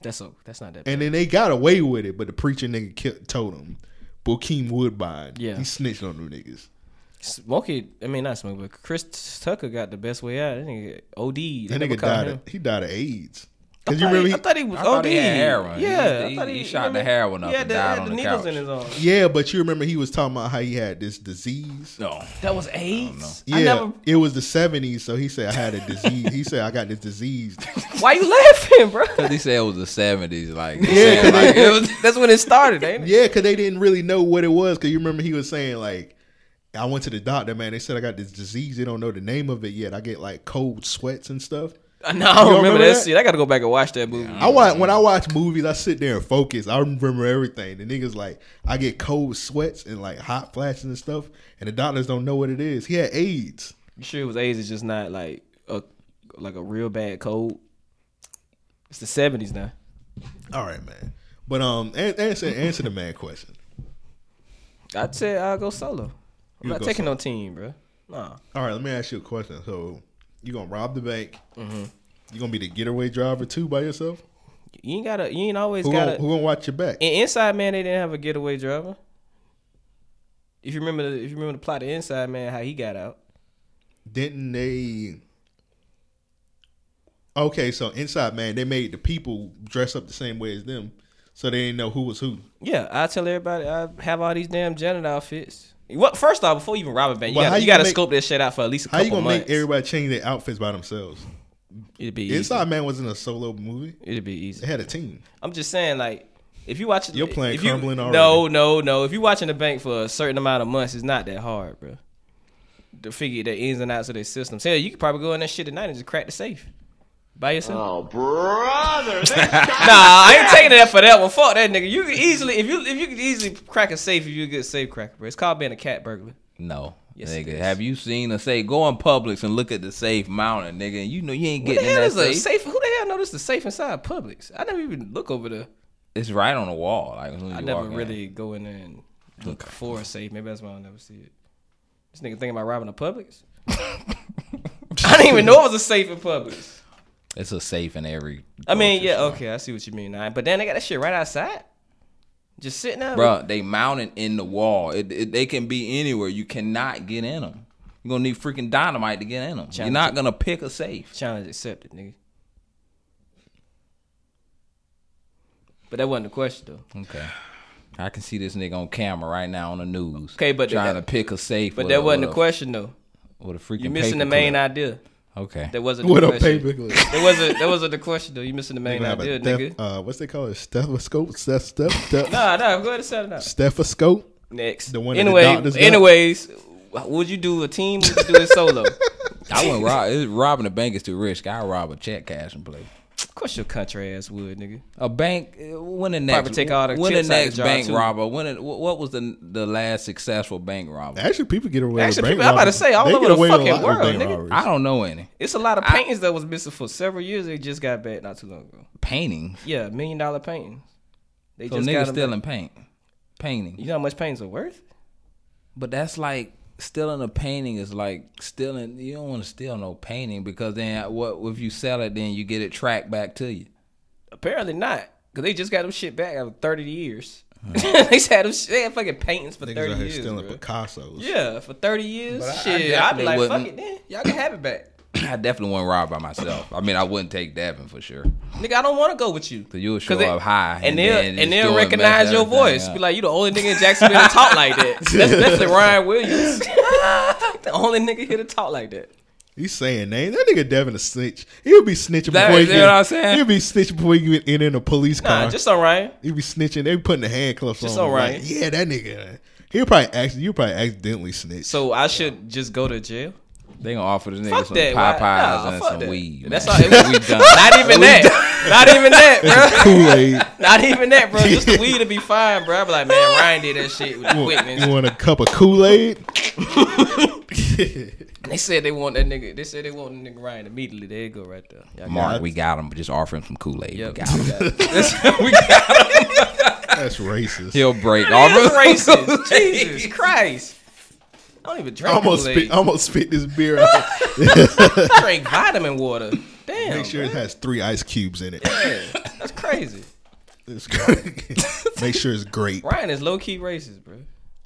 C: that's so that's not that. Bad.
D: and then they got away with it. But the preacher nigga killed, told him, Bokeem Woodbine.
C: Yeah.
D: he snitched on them niggas.
C: Smokey, I mean not Smokey, but Chris Tucker got the best way out. That nigga OD. They
D: That
C: never
D: nigga
C: caught
D: died.
C: him.
D: Of, he died of AIDS. Cause
C: I
D: you
C: thought
D: remember?
C: he- I
D: He,
C: thought he was
B: I thought
C: OD.
B: he had heroin. He-
C: Yeah, I
B: he-
C: thought
B: he shot the
C: remember-
B: heroin up
C: Yeah,
B: and
C: that-
B: died
C: had
B: on
C: the
B: the
C: needles
B: couch.
C: in his arm.
D: yeah, but you remember he was talking about how he had this disease.
B: No,
C: That was AIDS.
D: Yeah,
C: I never.
D: it was the seventies, so he said I had a disease. he said I got this disease.
C: Why you laughing, bro?
B: because he said it was the seventies. Like,
D: Yeah, 'cause
B: like, it was-
C: That's when it started, ain't it?
D: Yeah, because they didn't really know what it was. Because you remember he was saying like, I went to the doctor, man. They said I got this disease. They don't know the name of it yet. I get like cold sweats and stuff.
C: I know. I don't
D: You don't
C: remember,
D: remember
C: that,
D: that?
C: shit. I gotta go back and watch that movie.
D: I watch when I watch movies, I sit there and focus. I remember everything. The niggas like I get cold sweats and like hot flashes and stuff, and the doctors don't know what it is. He had AIDS.
C: You sure it was AIDS? It's just not like a like a real bad cold. It's the seventies now.
D: All right, man. But um, an- answer answer the man question.
C: I'd say I'll go solo. I'm
D: You
C: not
D: go
C: taking no team, bro. Nah.
D: All right, let me ask you a question. So you gonna rob the bank? You gonna be the getaway driver too by yourself?
C: You ain't gotta. You ain't always
D: Who
C: gotta.
D: gonna, who gonna watch your back?
C: In Inside Man, they didn't have a getaway driver. If you remember, the, if you remember the plot of Inside Man, how he got out.
D: Didn't they? Okay, so inside man, they made the people dress up the same way as them, so they didn't know who was who.
C: Yeah, I tell everybody I have all these damn Janet outfits. What? First off, before you even rob a bank, you
D: Well, how
C: gotta, you
D: you
C: gotta
D: gonna make-
C: scope that shit out for at least a
D: How you
C: couple
D: gonna
C: months.
D: make everybody change their outfits by themselves?
C: It'd be
D: Inside
C: easy.
D: Man wasn't a solo movie;
C: It'd be easy.
D: they had a team.
C: I'm just saying, like, if you watch,
D: You're playing
C: if you-
D: Crumbling already.
C: No, no, no. If you watching the bank for a certain amount of months, it's not that hard, bro. To figure the ins and outs of their systems. Hell, you could probably go in that shit tonight and just crack the safe by yourself.
K: brother.
C: nah, I ain't taking that for that one. Fuck that nigga. You could easily, if you if you could easily crack a safe, if you a good safe cracker, bro. It's called being a cat burglar.
B: No.
C: Yes, it
B: nigga,
C: is.
B: have you seen a safe? Go in Publix and look at the safe mountain, nigga, and you know you ain't
C: What the
B: getting in
C: hell
B: that
C: is
B: safe.
C: a safe? Who the hell noticed the safe inside Publix? I never even look over there.
B: It's right on the wall. Like as soon as
C: I
B: you
C: never
B: walk in.
C: really go in there and look for a safe. Maybe that's why I never see it. This nigga thinking about robbing a Publix. I didn't even know it was a safe in Publix.
B: It's a safe in every.
C: I mean,
B: grocery
C: yeah,
B: store.
C: okay, I see what you mean. Nah, but then they got that shit right outside, just sitting there.
B: Bruh, they mounted in the wall. It, it, they can be anywhere. You cannot get in them. You're gonna need freaking dynamite to get in them. You're
C: Challenge
B: not
C: it.
B: gonna pick a safe.
C: challenge accepted, nigga. But that wasn't the question though.
B: Okay. I can see this nigga on camera right now on the news.
C: Okay, but
B: trying
C: that-
B: to pick a safe.
C: But
B: with a-
C: that wasn't
B: with
C: the
B: a-
C: question though.
B: With a freaking.
C: You're missing the
B: paperclip.
C: main idea.
B: Okay.
C: That wasn't the
D: What a
C: question.
D: paperclip!
C: That wasn't that wasn't the question though. You're missing the
D: They
C: main
D: gonna have
C: idea,
D: a theft-
C: nigga.
D: uh, what's they call it? Stethoscope, steth, steth, steth,
C: Nah, nah, go ahead and set it up.
D: stethoscope.
C: Next.
D: The one that the
C: anyway,
D: doctors got?
C: anyways, would you do a team? Would you do it solo? of
B: I wouldn't rob. It's, robbing a bank is too risky. I rob a check cash and play.
C: course, your country ass would, nigga.
B: A bank. uh, When the next.
C: take all the
B: when the
C: chips out the
B: next
C: jar,
B: bank
C: too.
B: robber? When it, wh- what was the the last successful bank robber?
D: Actually, people get away.
C: Actually,
D: with
C: people- I'm about to say, all over the fucking world, nigga.
B: I don't know any
C: It's a lot of paintings that was missing for several years. They just got back not too long ago.
B: paintings.
C: Yeah, million dollar paintings. They
B: So
C: just got
B: niggas
C: them
B: stealing
C: back.
B: paint, painting.
C: You know how much paintings are worth?
B: But that's like stealing a painting is like stealing. You don't want to steal no painting because then what if you sell it? Then you get it tracked back to you.
C: Apparently not, because they just got them shit back after 30 years. they just had them. sh- They had fucking paintings for 30
D: Niggas out here
C: years.
D: stealing
C: bruh.
D: Picasso's.
C: Yeah, for 30 years.
B: But I- I
C: shit, I, would be
B: definitely
C: like, fuck
B: wouldn't.
C: it then. Y'all can have it back.
B: I definitely wouldn't rob by myself. I mean, I wouldn't take Davin for sure.
C: Nigga, I don't want to go with you.
B: So you'll show
C: 'Cause they-
B: up high,
C: and
B: and
C: they'll
B: then
C: and,
B: just
C: they'll
B: do it, mess
C: recognize your
B: everything
C: voice.
B: up.
C: Be like, you the only nigga in Jacksonville to talk like that. That's definitely Ryan Williams. the only nigga here to talk like that.
D: He's saying name. That nigga Devin a snitch. He'll be snitching
B: That-
D: before he
B: you
D: get,
B: know what I'm saying?
D: He'll be snitching before he get in, in a police car.
C: Nah, just on Ryan.
D: he'll be snitching. They be putting the handcuffs
C: Just
D: on. him,
C: alright.
D: like, yeah, that nigga. He'll probably actually. You probably accidentally snitch.
C: So I should just go to jail.
B: They gonna offer this nigga
C: Fuck
B: some
C: that.
B: Popeyes
C: why- nah,
B: and
C: fuck
B: some
C: that.
B: weed. Man.
C: That's all. It was,
B: we done.
C: not even that. Not even that, bro.
D: Kool Aid.
C: Not even that, bro. Just the weed to be fine, bro. I be like, man, Ryan did that shit with the
D: you
C: quickness.
D: want a cup of Kool Aid?
C: And they said they want that nigga. They said they want the nigga Ryan immediately. There you go, right there. Y'all got
B: Mark, we got him. Just offer him some Kool Aid.
C: Yep.
B: We got him.
C: it. we got
D: That's racist.
B: He'll break.
C: That's
B: Offer him some
C: racist.
B: Kool-Aid.
C: Jesus Christ. I don't even
D: I
C: drink
D: almost
C: Kool-Aid.
D: spit. I Almost spit this beer out.
C: I drink vitamin water. Damn.
D: Make sure it has three ice cubes in it.
C: man. That's crazy.
D: It's great. Make sure it's great.
C: Ryan is low key racist, bro.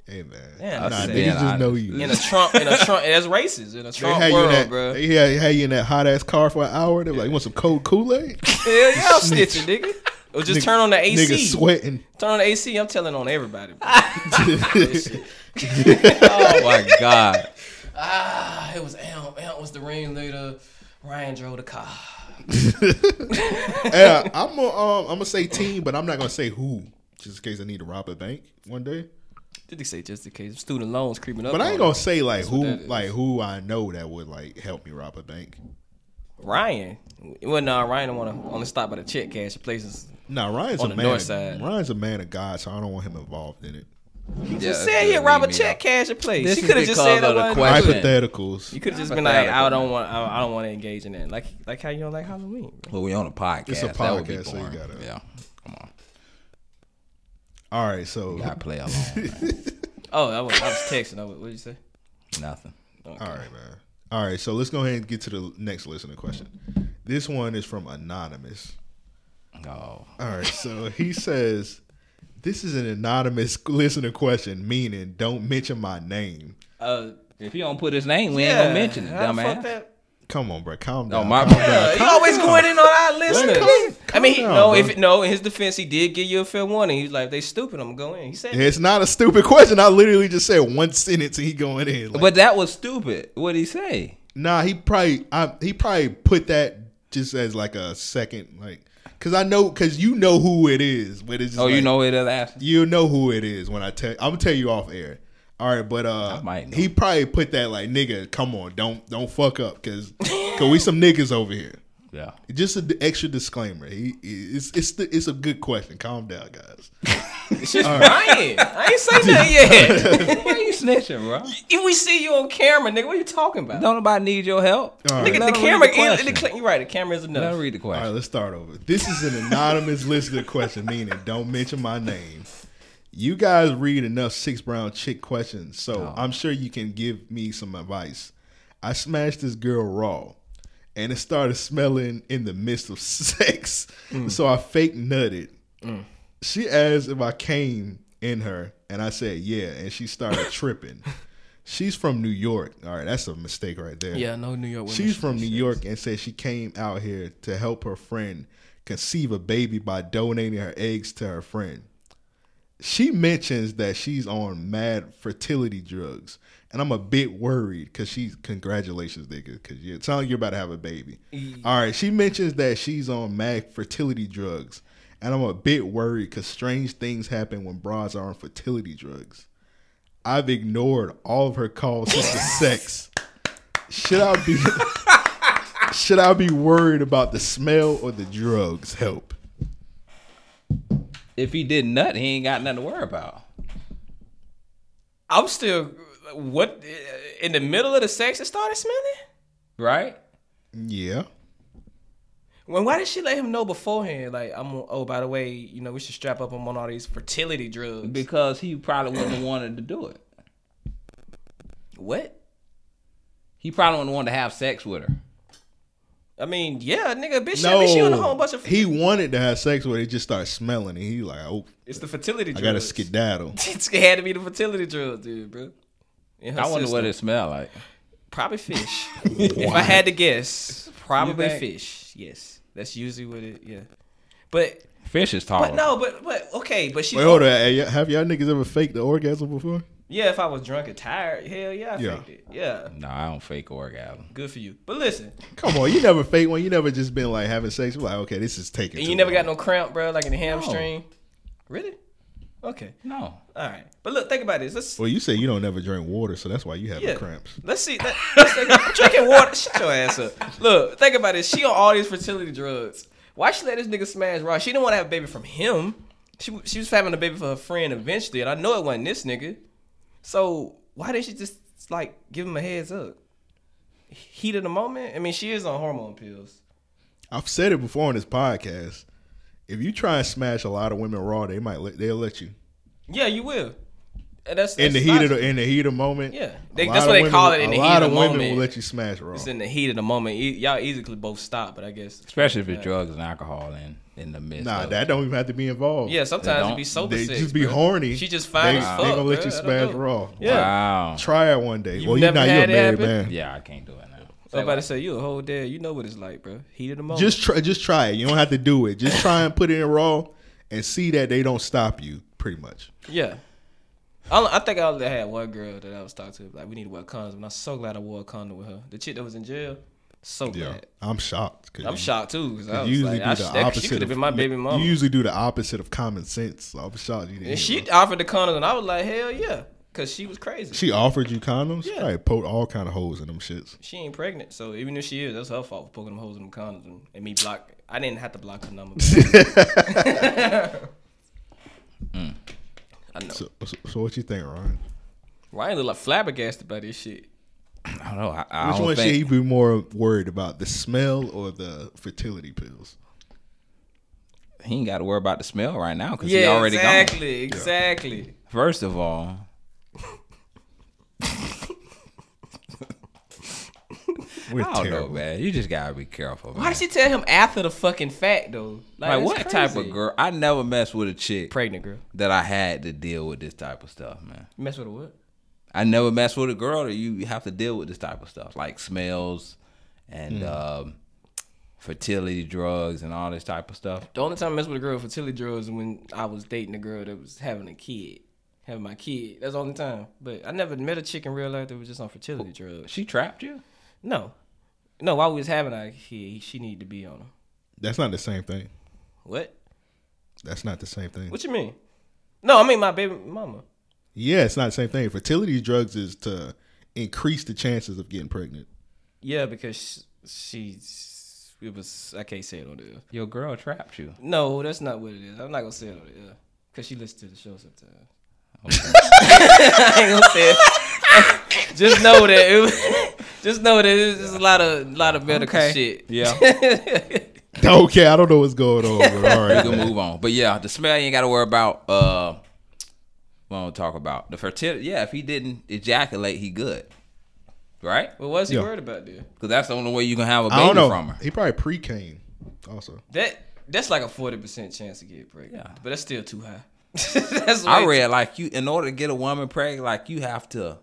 D: Hey man.
C: Damn,
D: nah,
C: that's
D: niggas
C: sad.
D: just know you.
C: In a Trump, in a Trump, that's racist. In a
D: They
C: Trump
D: had you in
C: world,
D: that.
C: bro.
D: They had, had you in that hot ass car for an hour. They were like, "You want some cold Kool Aid?"
C: Hell yeah, I'm snitching, nigga. Or just turn on the AC.
D: Nigga sweating.
C: Turn on the AC. I'm telling on everybody. Bro.
B: Oh my god.
C: ah, it was Amp. Amp was the ringleader. Ryan drove the car.
D: yeah, I'm gonna um, I'm gonna say team, but I'm not gonna say who, just in case I need to rob a bank one day.
C: Did they say just in case student loans creeping up?
D: But I
C: on
D: ain't gonna
C: us.
D: say like who
C: that is.
D: like who I know that would like help me rob a bank.
C: Ryan. Well, no, Ryan don't want to only stop by the check cash places.
D: Nah, Ryan's
C: On
D: a
C: the
D: man.
C: north side.
D: Ryan's a man of God, so I don't want him involved in it.
B: Yeah,
C: You said he
B: yeah,
C: rob a
B: leave me
C: check
B: out.
C: cash and place.
B: This
C: she
B: is
C: could have just
B: because
C: said
B: of the
C: that
B: question.
C: question.
D: Hypotheticals.
C: You could have just been like, I
B: Hypothetical,
C: don't want, I, I don't want to engage in that. Like, like how you don't like Halloween. Bro.
B: Well, we on a podcast.
D: It's a
B: That would be
D: podcast, so you
B: boring.
D: gotta-
B: Yeah. Come on.
D: All right, so
B: Gotta play along. man.
C: Oh, I was, I was texting. I was, what did you say?
B: Nothing.
D: all right, man. All right, so let's go ahead and get to the next listener question. This one is from anonymous.
B: Oh,
D: All right, so he says, "This is an anonymous listener question, meaning don't mention my name."
C: Uh,
B: if you don't put his name, we ain't gonna mention it, dumbass.
D: Come on, bro, calm
B: No,
C: Oh,
D: down.
B: my
D: calm
B: bad.
C: He Uh, always going in on our listeners.
D: calm-
C: I mean, he,
D: calm
C: no,
D: down,
C: if
D: bro.
C: no, in his defense, he did give you a fair warning. He's like, they stupid. I'm going. He said,
D: It's not a stupid question. I literally just said one sentence and he going in. Like,
B: But that was stupid. What would he say?
D: nah, he probably I, he probably put that just as like a second, like because I know because you know who it is. But it's just
B: Oh, you
D: like-
B: know it last.
D: you know who it is when I tell. I'm gonna tell you off air. All right, but uh,
B: I might know.
D: he probably put that like nigga, come on, don't don't fuck up, cause cause we some niggas over here.
B: Yeah.
D: Just an extra disclaimer. He, he- it's it's the, it's a good question. Calm down, guys.
C: it's just Ryan. I ain't say nothing yet.
B: Why you snitching, bro?
C: if we see you on camera, nigga, what are you talking about?
B: Don't nobody need your help.
D: All right.
C: Nigga,
B: Let
C: the
B: him read the
C: camera. is-
B: question.
C: the cl- you're right. The camera is
B: Let
C: enough.
B: him read the
D: All right,
B: question.
D: let's start over. This is an anonymous listener question, meaning don't mention my name. You guys read enough six brown chick questions, so I'm sure you can give me some advice. I smashed this girl raw, and it started smelling in the midst of sex, so I fake nutted. She asked if I came in her, and I said yeah, and she started tripping. She's from New York. All right, that's a mistake right there.
C: Yeah, no New York. women.
D: She's from New York and said she came out here to help her friend conceive a baby by donating her eggs to her friend. She mentions that she's on mad fertility drugs, and I'm a bit worried because she's congratulations, nigga, because you're telling you're about to have a baby. All right, she mentions that she's on mad fertility drugs, and I'm a bit worried because strange things happen when bras are on fertility drugs. I've ignored all of her calls since the sex. Should I be should I be worried about the smell or the drugs help?
B: If he did nut, he ain't got nothing to worry about.
C: I'm still. What in the middle of the sex it started smelling?
B: Right?
D: Yeah.
C: When why did she let him know beforehand? Like I'm on- oh by the way, you know we should strap up him on all these fertility drugs.
B: Because he probably wouldn't have wanted to do it.
C: what?
B: He probably wouldn't want to have sex with her.
C: I mean, yeah, nigga, bitch. No.
D: No,
C: I mean, she on a whole bunch of.
D: he wanted to have sex with it. It just started smelling, and he like, "Oh,
C: it's the fertility.
D: I
C: drugs.
D: gotta skedaddle."
C: It's- it had to be the fertility drugs, dude, bro. And her
B: I wonder what
C: sister.
B: it smelled like.
C: probably fish. if I had to guess, probably
B: You think?
C: fish. Yes, that's usually what it. Yeah, but
B: Fish is
C: but
B: taller.
C: no, but but okay, but she.
D: Oh. Wait, hold on. Hey, y- Have y'all niggas ever faked the orgasm before?
C: Yeah, if I was drunk and tired, hell yeah, I
D: Yeah.
C: faked it. Yeah,
B: No, I don't fake orgasm.
C: good for you. But listen,
D: Come on, you never faked one. You never just been like having sex. You're like, okay, this is taking.
C: and
D: too
C: you never got
D: long.
C: no cramp, bro, like in the hamstring. Really? Okay.
B: No.
C: All right. But look, think about this. Let's
D: Well, you say you don't never drink water, so that's why you having
C: Yeah.
D: cramps.
C: Let's see. Let, let's take, I'm drinking water. Shut your ass up. Look, think about it. She on all these fertility drugs. Why she let this nigga smash Ross? She didn't want to have a baby from him. She she was having a baby for her friend eventually, and I know it wasn't this nigga. So why didn't she just like give him a heads up? Heat of the moment. I mean, she is on hormone pills.
D: I've said it before on this podcast. If you try and smash a lot of women raw, they might let, they'll let you
C: Yeah, you will. And that's,
D: in the
C: that's
D: heat of
C: logical.
D: the in the heat of moment.
C: Yeah.
D: a
C: They-
D: lot
C: that's
D: of
C: what they
D: women-
C: call it in the
D: a
C: heat
D: lot
C: of
D: of women
C: moment.
D: will let you smash raw.
C: It's in the heat of the moment. E- Y'all easily both stop, but I guess
B: Especially if it's drugs and alcohol in, in the midst.
D: Nah,
B: of
D: that don't even have to be involved.
C: yeah. Sometimes it
B: don't-
C: be sober.
D: they
C: sex,
D: just be
C: bro.
D: horny.
C: She just fine
D: They,
C: as
D: they
C: fuck,
D: gonna let
C: bruh.
D: you
C: I don't
D: smash
C: know.
D: raw.
C: Yeah.
B: Wow.
D: Try it one day.
C: You've
D: well, you
C: never
D: now you're a
C: had it
D: married
C: happen?
D: man.
B: Yeah, I can't do it now.
C: I'm about to say you a whole dad. You know what it's like, bro. Heat of the moment.
D: Just try. Just try it. You don't have to do it. Just try and put it in raw, and see that they don't stop you. Pretty much.
C: yeah. I, I think I only had one girl that I was talking to. Like we need to wear condoms, and I'm so glad I wore a condom with her. The chick that was in jail, so glad.
D: I'm shocked. 'cause
C: I'm
D: you-
C: shocked too because I
D: You
C: was
D: usually
C: like, I,
D: do the
C: that,
D: opposite.
C: she could have
D: of-
C: been my baby mama.
D: You usually do the opposite of common sense. So I'm shocked you didn't.
C: and she
D: hear.
C: offered the condom, and I was like, hell yeah, because she was crazy. She,
D: she offered you condoms.
C: Yeah.
D: Yeah. Probably poked all kind of holes in them shits.
C: ain't pregnant, so even if she is, that's her fault for poking them holes in them condoms and, and me block. I didn't have to block her number. I know.
D: So, so, so what you think, Ryan?
C: Ryan look like flabbergasted by this shit.
B: I don't know. I, I
D: Which
B: don't
D: one should
B: think-
D: he be more worried about, the smell or the fertility pills?
B: he ain't got to worry about the smell right now because he
C: Yeah,
B: already gone.
C: exactly, exactly.
B: First of all,
D: We're
B: I don't
D: terrible.
B: know, man. You just gotta be careful.
C: Why
B: man.
C: did she tell him after the fucking fact though?
B: Like
C: that's
B: what type of
C: crazy.
B: girl? I never messed with a chick
C: Pregnant girl.
B: that I had to deal with this type of stuff, man.
C: You mess with a what?
B: I never messed with a girl that you have to deal with this type of stuff, like smells
D: Hmm.
B: and um, fertility drugs and all this type of stuff.
C: The only time I messed with a girl for Tilly drugs is when I was dating a girl that was having a kid. Having my kid. That's the only time. But I never met a chick in real life that was just on fertility drugs.
B: She trapped you.
C: No. No, while we was having our kid, she needed to be on him.
D: That's not the same thing.
C: What?
D: That's not the same thing.
C: What you mean? No, I mean my baby mama.
D: Yeah, it's not the same thing. Fertility drugs is to increase the chances of getting pregnant.
C: Yeah, because she, she's it was I can't say it on the air.
B: Your girl trapped you.
C: No, that's not what it is. I'm not gonna say it on the air because she listens to the show sometimes. I ain't gonna say it. just know that it was, just know that it's just a lot of lot of medical shit.
B: Yeah,
D: Okay, I don't know what's going on, but all
B: we
D: right.
B: can
D: man.
B: move on. But yeah, the smell you ain't got to worry about. Uh, we don't talk about the fertility. Yeah, if he didn't ejaculate, he good, right?
C: But what's he
D: Yeah.
C: worried about there?
B: Because that's the only way you can have a
D: I don't
B: baby
D: know.
B: from her.
D: He probably pre came also.
C: That that's like a forty percent chance to get pregnant.
B: Yeah.
C: But that's still too high. that's
B: I
C: way
B: read like you in order to get a woman pregnant, like you have to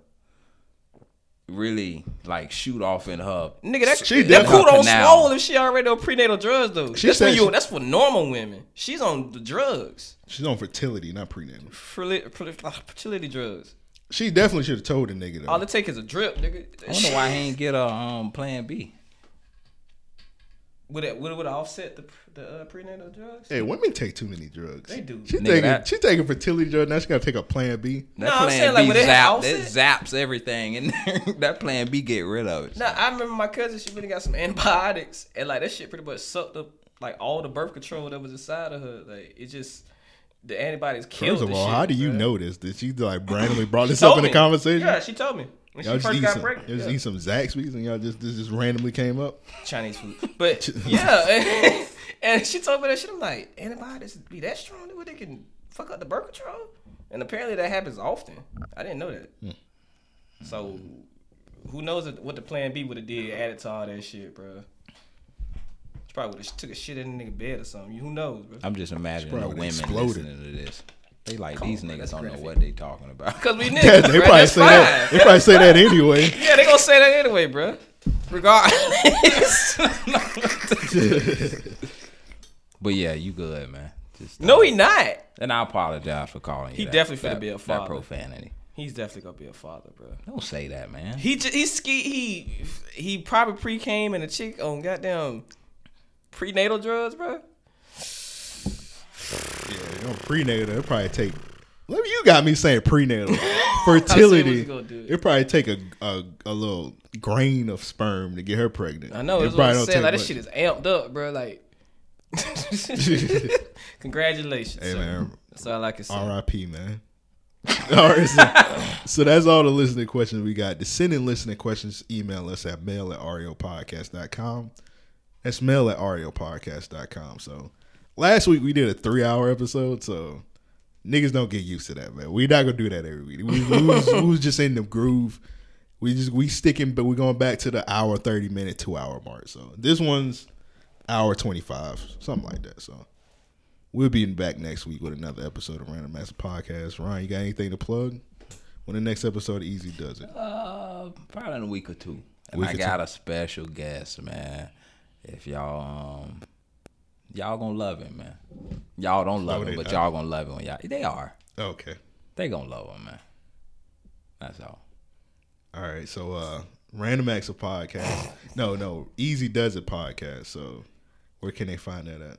B: really like shoot off in her.
C: too- Nigga, that,
D: She
C: that
D: definitely-
C: cool don't
B: Now.
C: swole if she already on prenatal drugs though.
D: She
C: that's,
D: said
C: when you,
D: she-
C: that's for normal women. She's on the drugs.
D: She's on fertility, not prenatal.
C: Ferli- ferli- uh, fertility drugs.
D: She definitely should have told the nigga
C: All
D: though.
C: it take is a drip, nigga.
B: I wonder why he ain't get a um plan B.
C: Would it would it would it offset the the uh, prenatal drugs?
D: Hey, women take too many drugs.
C: They do.
D: She
B: Nigga,
D: taking
B: that-
D: she taking fertility drug. Now she gotta take a plan B.
B: That
C: No, I'm
B: plan
C: saying, like,
B: B
C: would it
B: zap,
C: house
B: that
C: it?
B: zaps everything, and that plan B get rid of it.
C: No, I remember my cousin. She really got some antibiotics, and like that shit pretty much sucked up like all the birth control that was inside of her. Like it just the antibodies killed.
D: First of
C: the
D: all,
C: shit,
D: how do you
C: bruh.
D: know this? Did she like randomly brought this
C: Told
D: up in the
C: me.
D: conversation?
C: Yeah, she told me when
D: Y'all
C: she
D: just,
C: first
D: eat
C: got
D: some, y'all
C: pregnant.
D: just
C: yeah.
D: eat some Zaxby's and y'all just this just randomly came up.
C: Chinese food, but yeah, and she told me that shit. I'm like, antibiotics be that strong? What they can fuck up the birth control? And apparently that happens often. I didn't know that.
D: Hmm.
C: So who knows if- what the plan B would have did added to all that shit, bro? She probably would have took a shit in the nigga bed or something. You- Who knows, bro?
B: I'm just imagining
D: She
B: the
D: probably
B: women
D: exploded.
B: listening to this. They like these niggas don't know what they talking about.
C: Because we niggas,
D: Yeah,
C: bruh,
D: they probably
C: that's
D: say that.
C: fine.
D: They probably say that anyway.
C: Yeah, they gonna say that anyway, bro. Regardless.
B: But yeah, you good, man. Just
C: no, he not.
B: and I apologize for calling you.
C: He
B: that,
C: definitely finna
B: that,
C: be a
B: that
C: father.
B: profanity.
C: He's definitely gonna be a father, bro.
B: Don't say that, man.
C: He j- he ski he he probably pre came and a chick on goddamn prenatal drugs, bro.
D: Yeah, prenatal. It probably take. Look, you got me saying prenatal fertility.
C: you gonna do.
D: It probably take a, a a little grain of sperm to get her pregnant.
C: I know
D: It
C: that's what
D: probably
C: I'm
D: don't
C: saying. Like
D: take
C: this shit
D: much.
C: is amped up, bro. Like, congratulations.
D: Hey
C: sir.
D: man,
C: That's all I can say.
D: R.I.P. Man. all right, so, so that's all the listening questions we got. To send in listening questions, email us at mail at E ariopodcast.com. That's mail at E ariopodcast.com. So last week we did a three hour episode, so niggas don't get used to that, man. We're not gonna do that every week. We, we, was, we was just in the groove. We just we sticking, but we're going back to the hour thirty minute, two hour mark. So this one's hour twenty five, something like that. So we'll be back next week with another episode of Random Master Podcast. Ryan, you got anything to plug? When the next episode of Easy does it,
B: Uh, probably in a week or two. And
D: Week
B: I
D: or
B: got a special guest, man. If y'all um y'all gonna love him, man. Y'all don't love
D: No,
B: him,
D: they
B: but
D: not.
B: y'all gonna love him when y'all they are.
D: okay.
B: They gonna love him, man. That's all.
D: All right, so uh Random Acts of Podcast. No, no, Easy Does It podcast. So where can they find that at?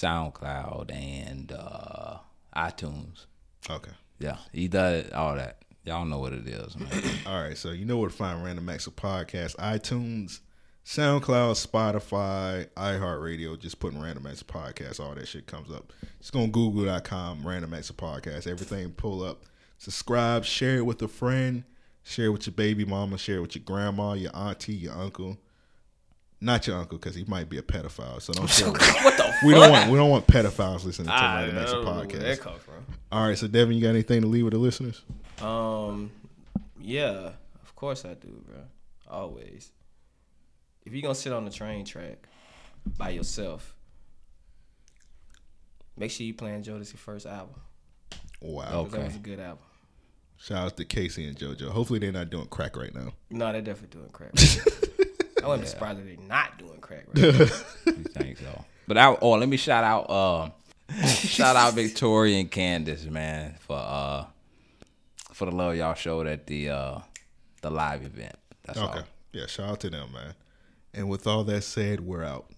B: SoundCloud and uh iTunes.
D: Okay.
B: Yeah. He does all that. Y'all know what it is, man.
D: All right, so you know where to find Random Acts of Podcast, iTunes, SoundCloud, Spotify, iHeartRadio. Just putting Random Acts of Podcast, all that shit comes up. Just go on Google.com, Random Acts of Podcast. Everything pull up. Subscribe, share it with a friend, share it with your baby mama, share it with your grandma, your auntie, your uncle. Not your uncle, because he might be a pedophile. So don't share. it.
C: What the
D: We don't want we don't want pedophiles listening to
C: I
D: Random Acts of
C: don't know where that
D: Podcast.
C: come from?
D: All right, so Devin, you got anything to leave with the listeners?
C: Um, yeah, of course I do, bro. Always. if you're gonna sit on the train track by yourself, make sure you playing Jodeci first album.
D: Wow.
C: 'cause That was a good album.
D: Shout out to Casey and JoJo. Hopefully they're not doing crack right now.
C: No, they're definitely doing crack. I wouldn't be surprised if they're not doing crack right now.
B: You think so? But I oh let me shout out uh shout out Victoria and Candace, man, for uh for the love y'all showed at the uh the live event. That's
D: Okay.
B: all.
D: Yeah, shout out to them, man. And with all that said, we're out.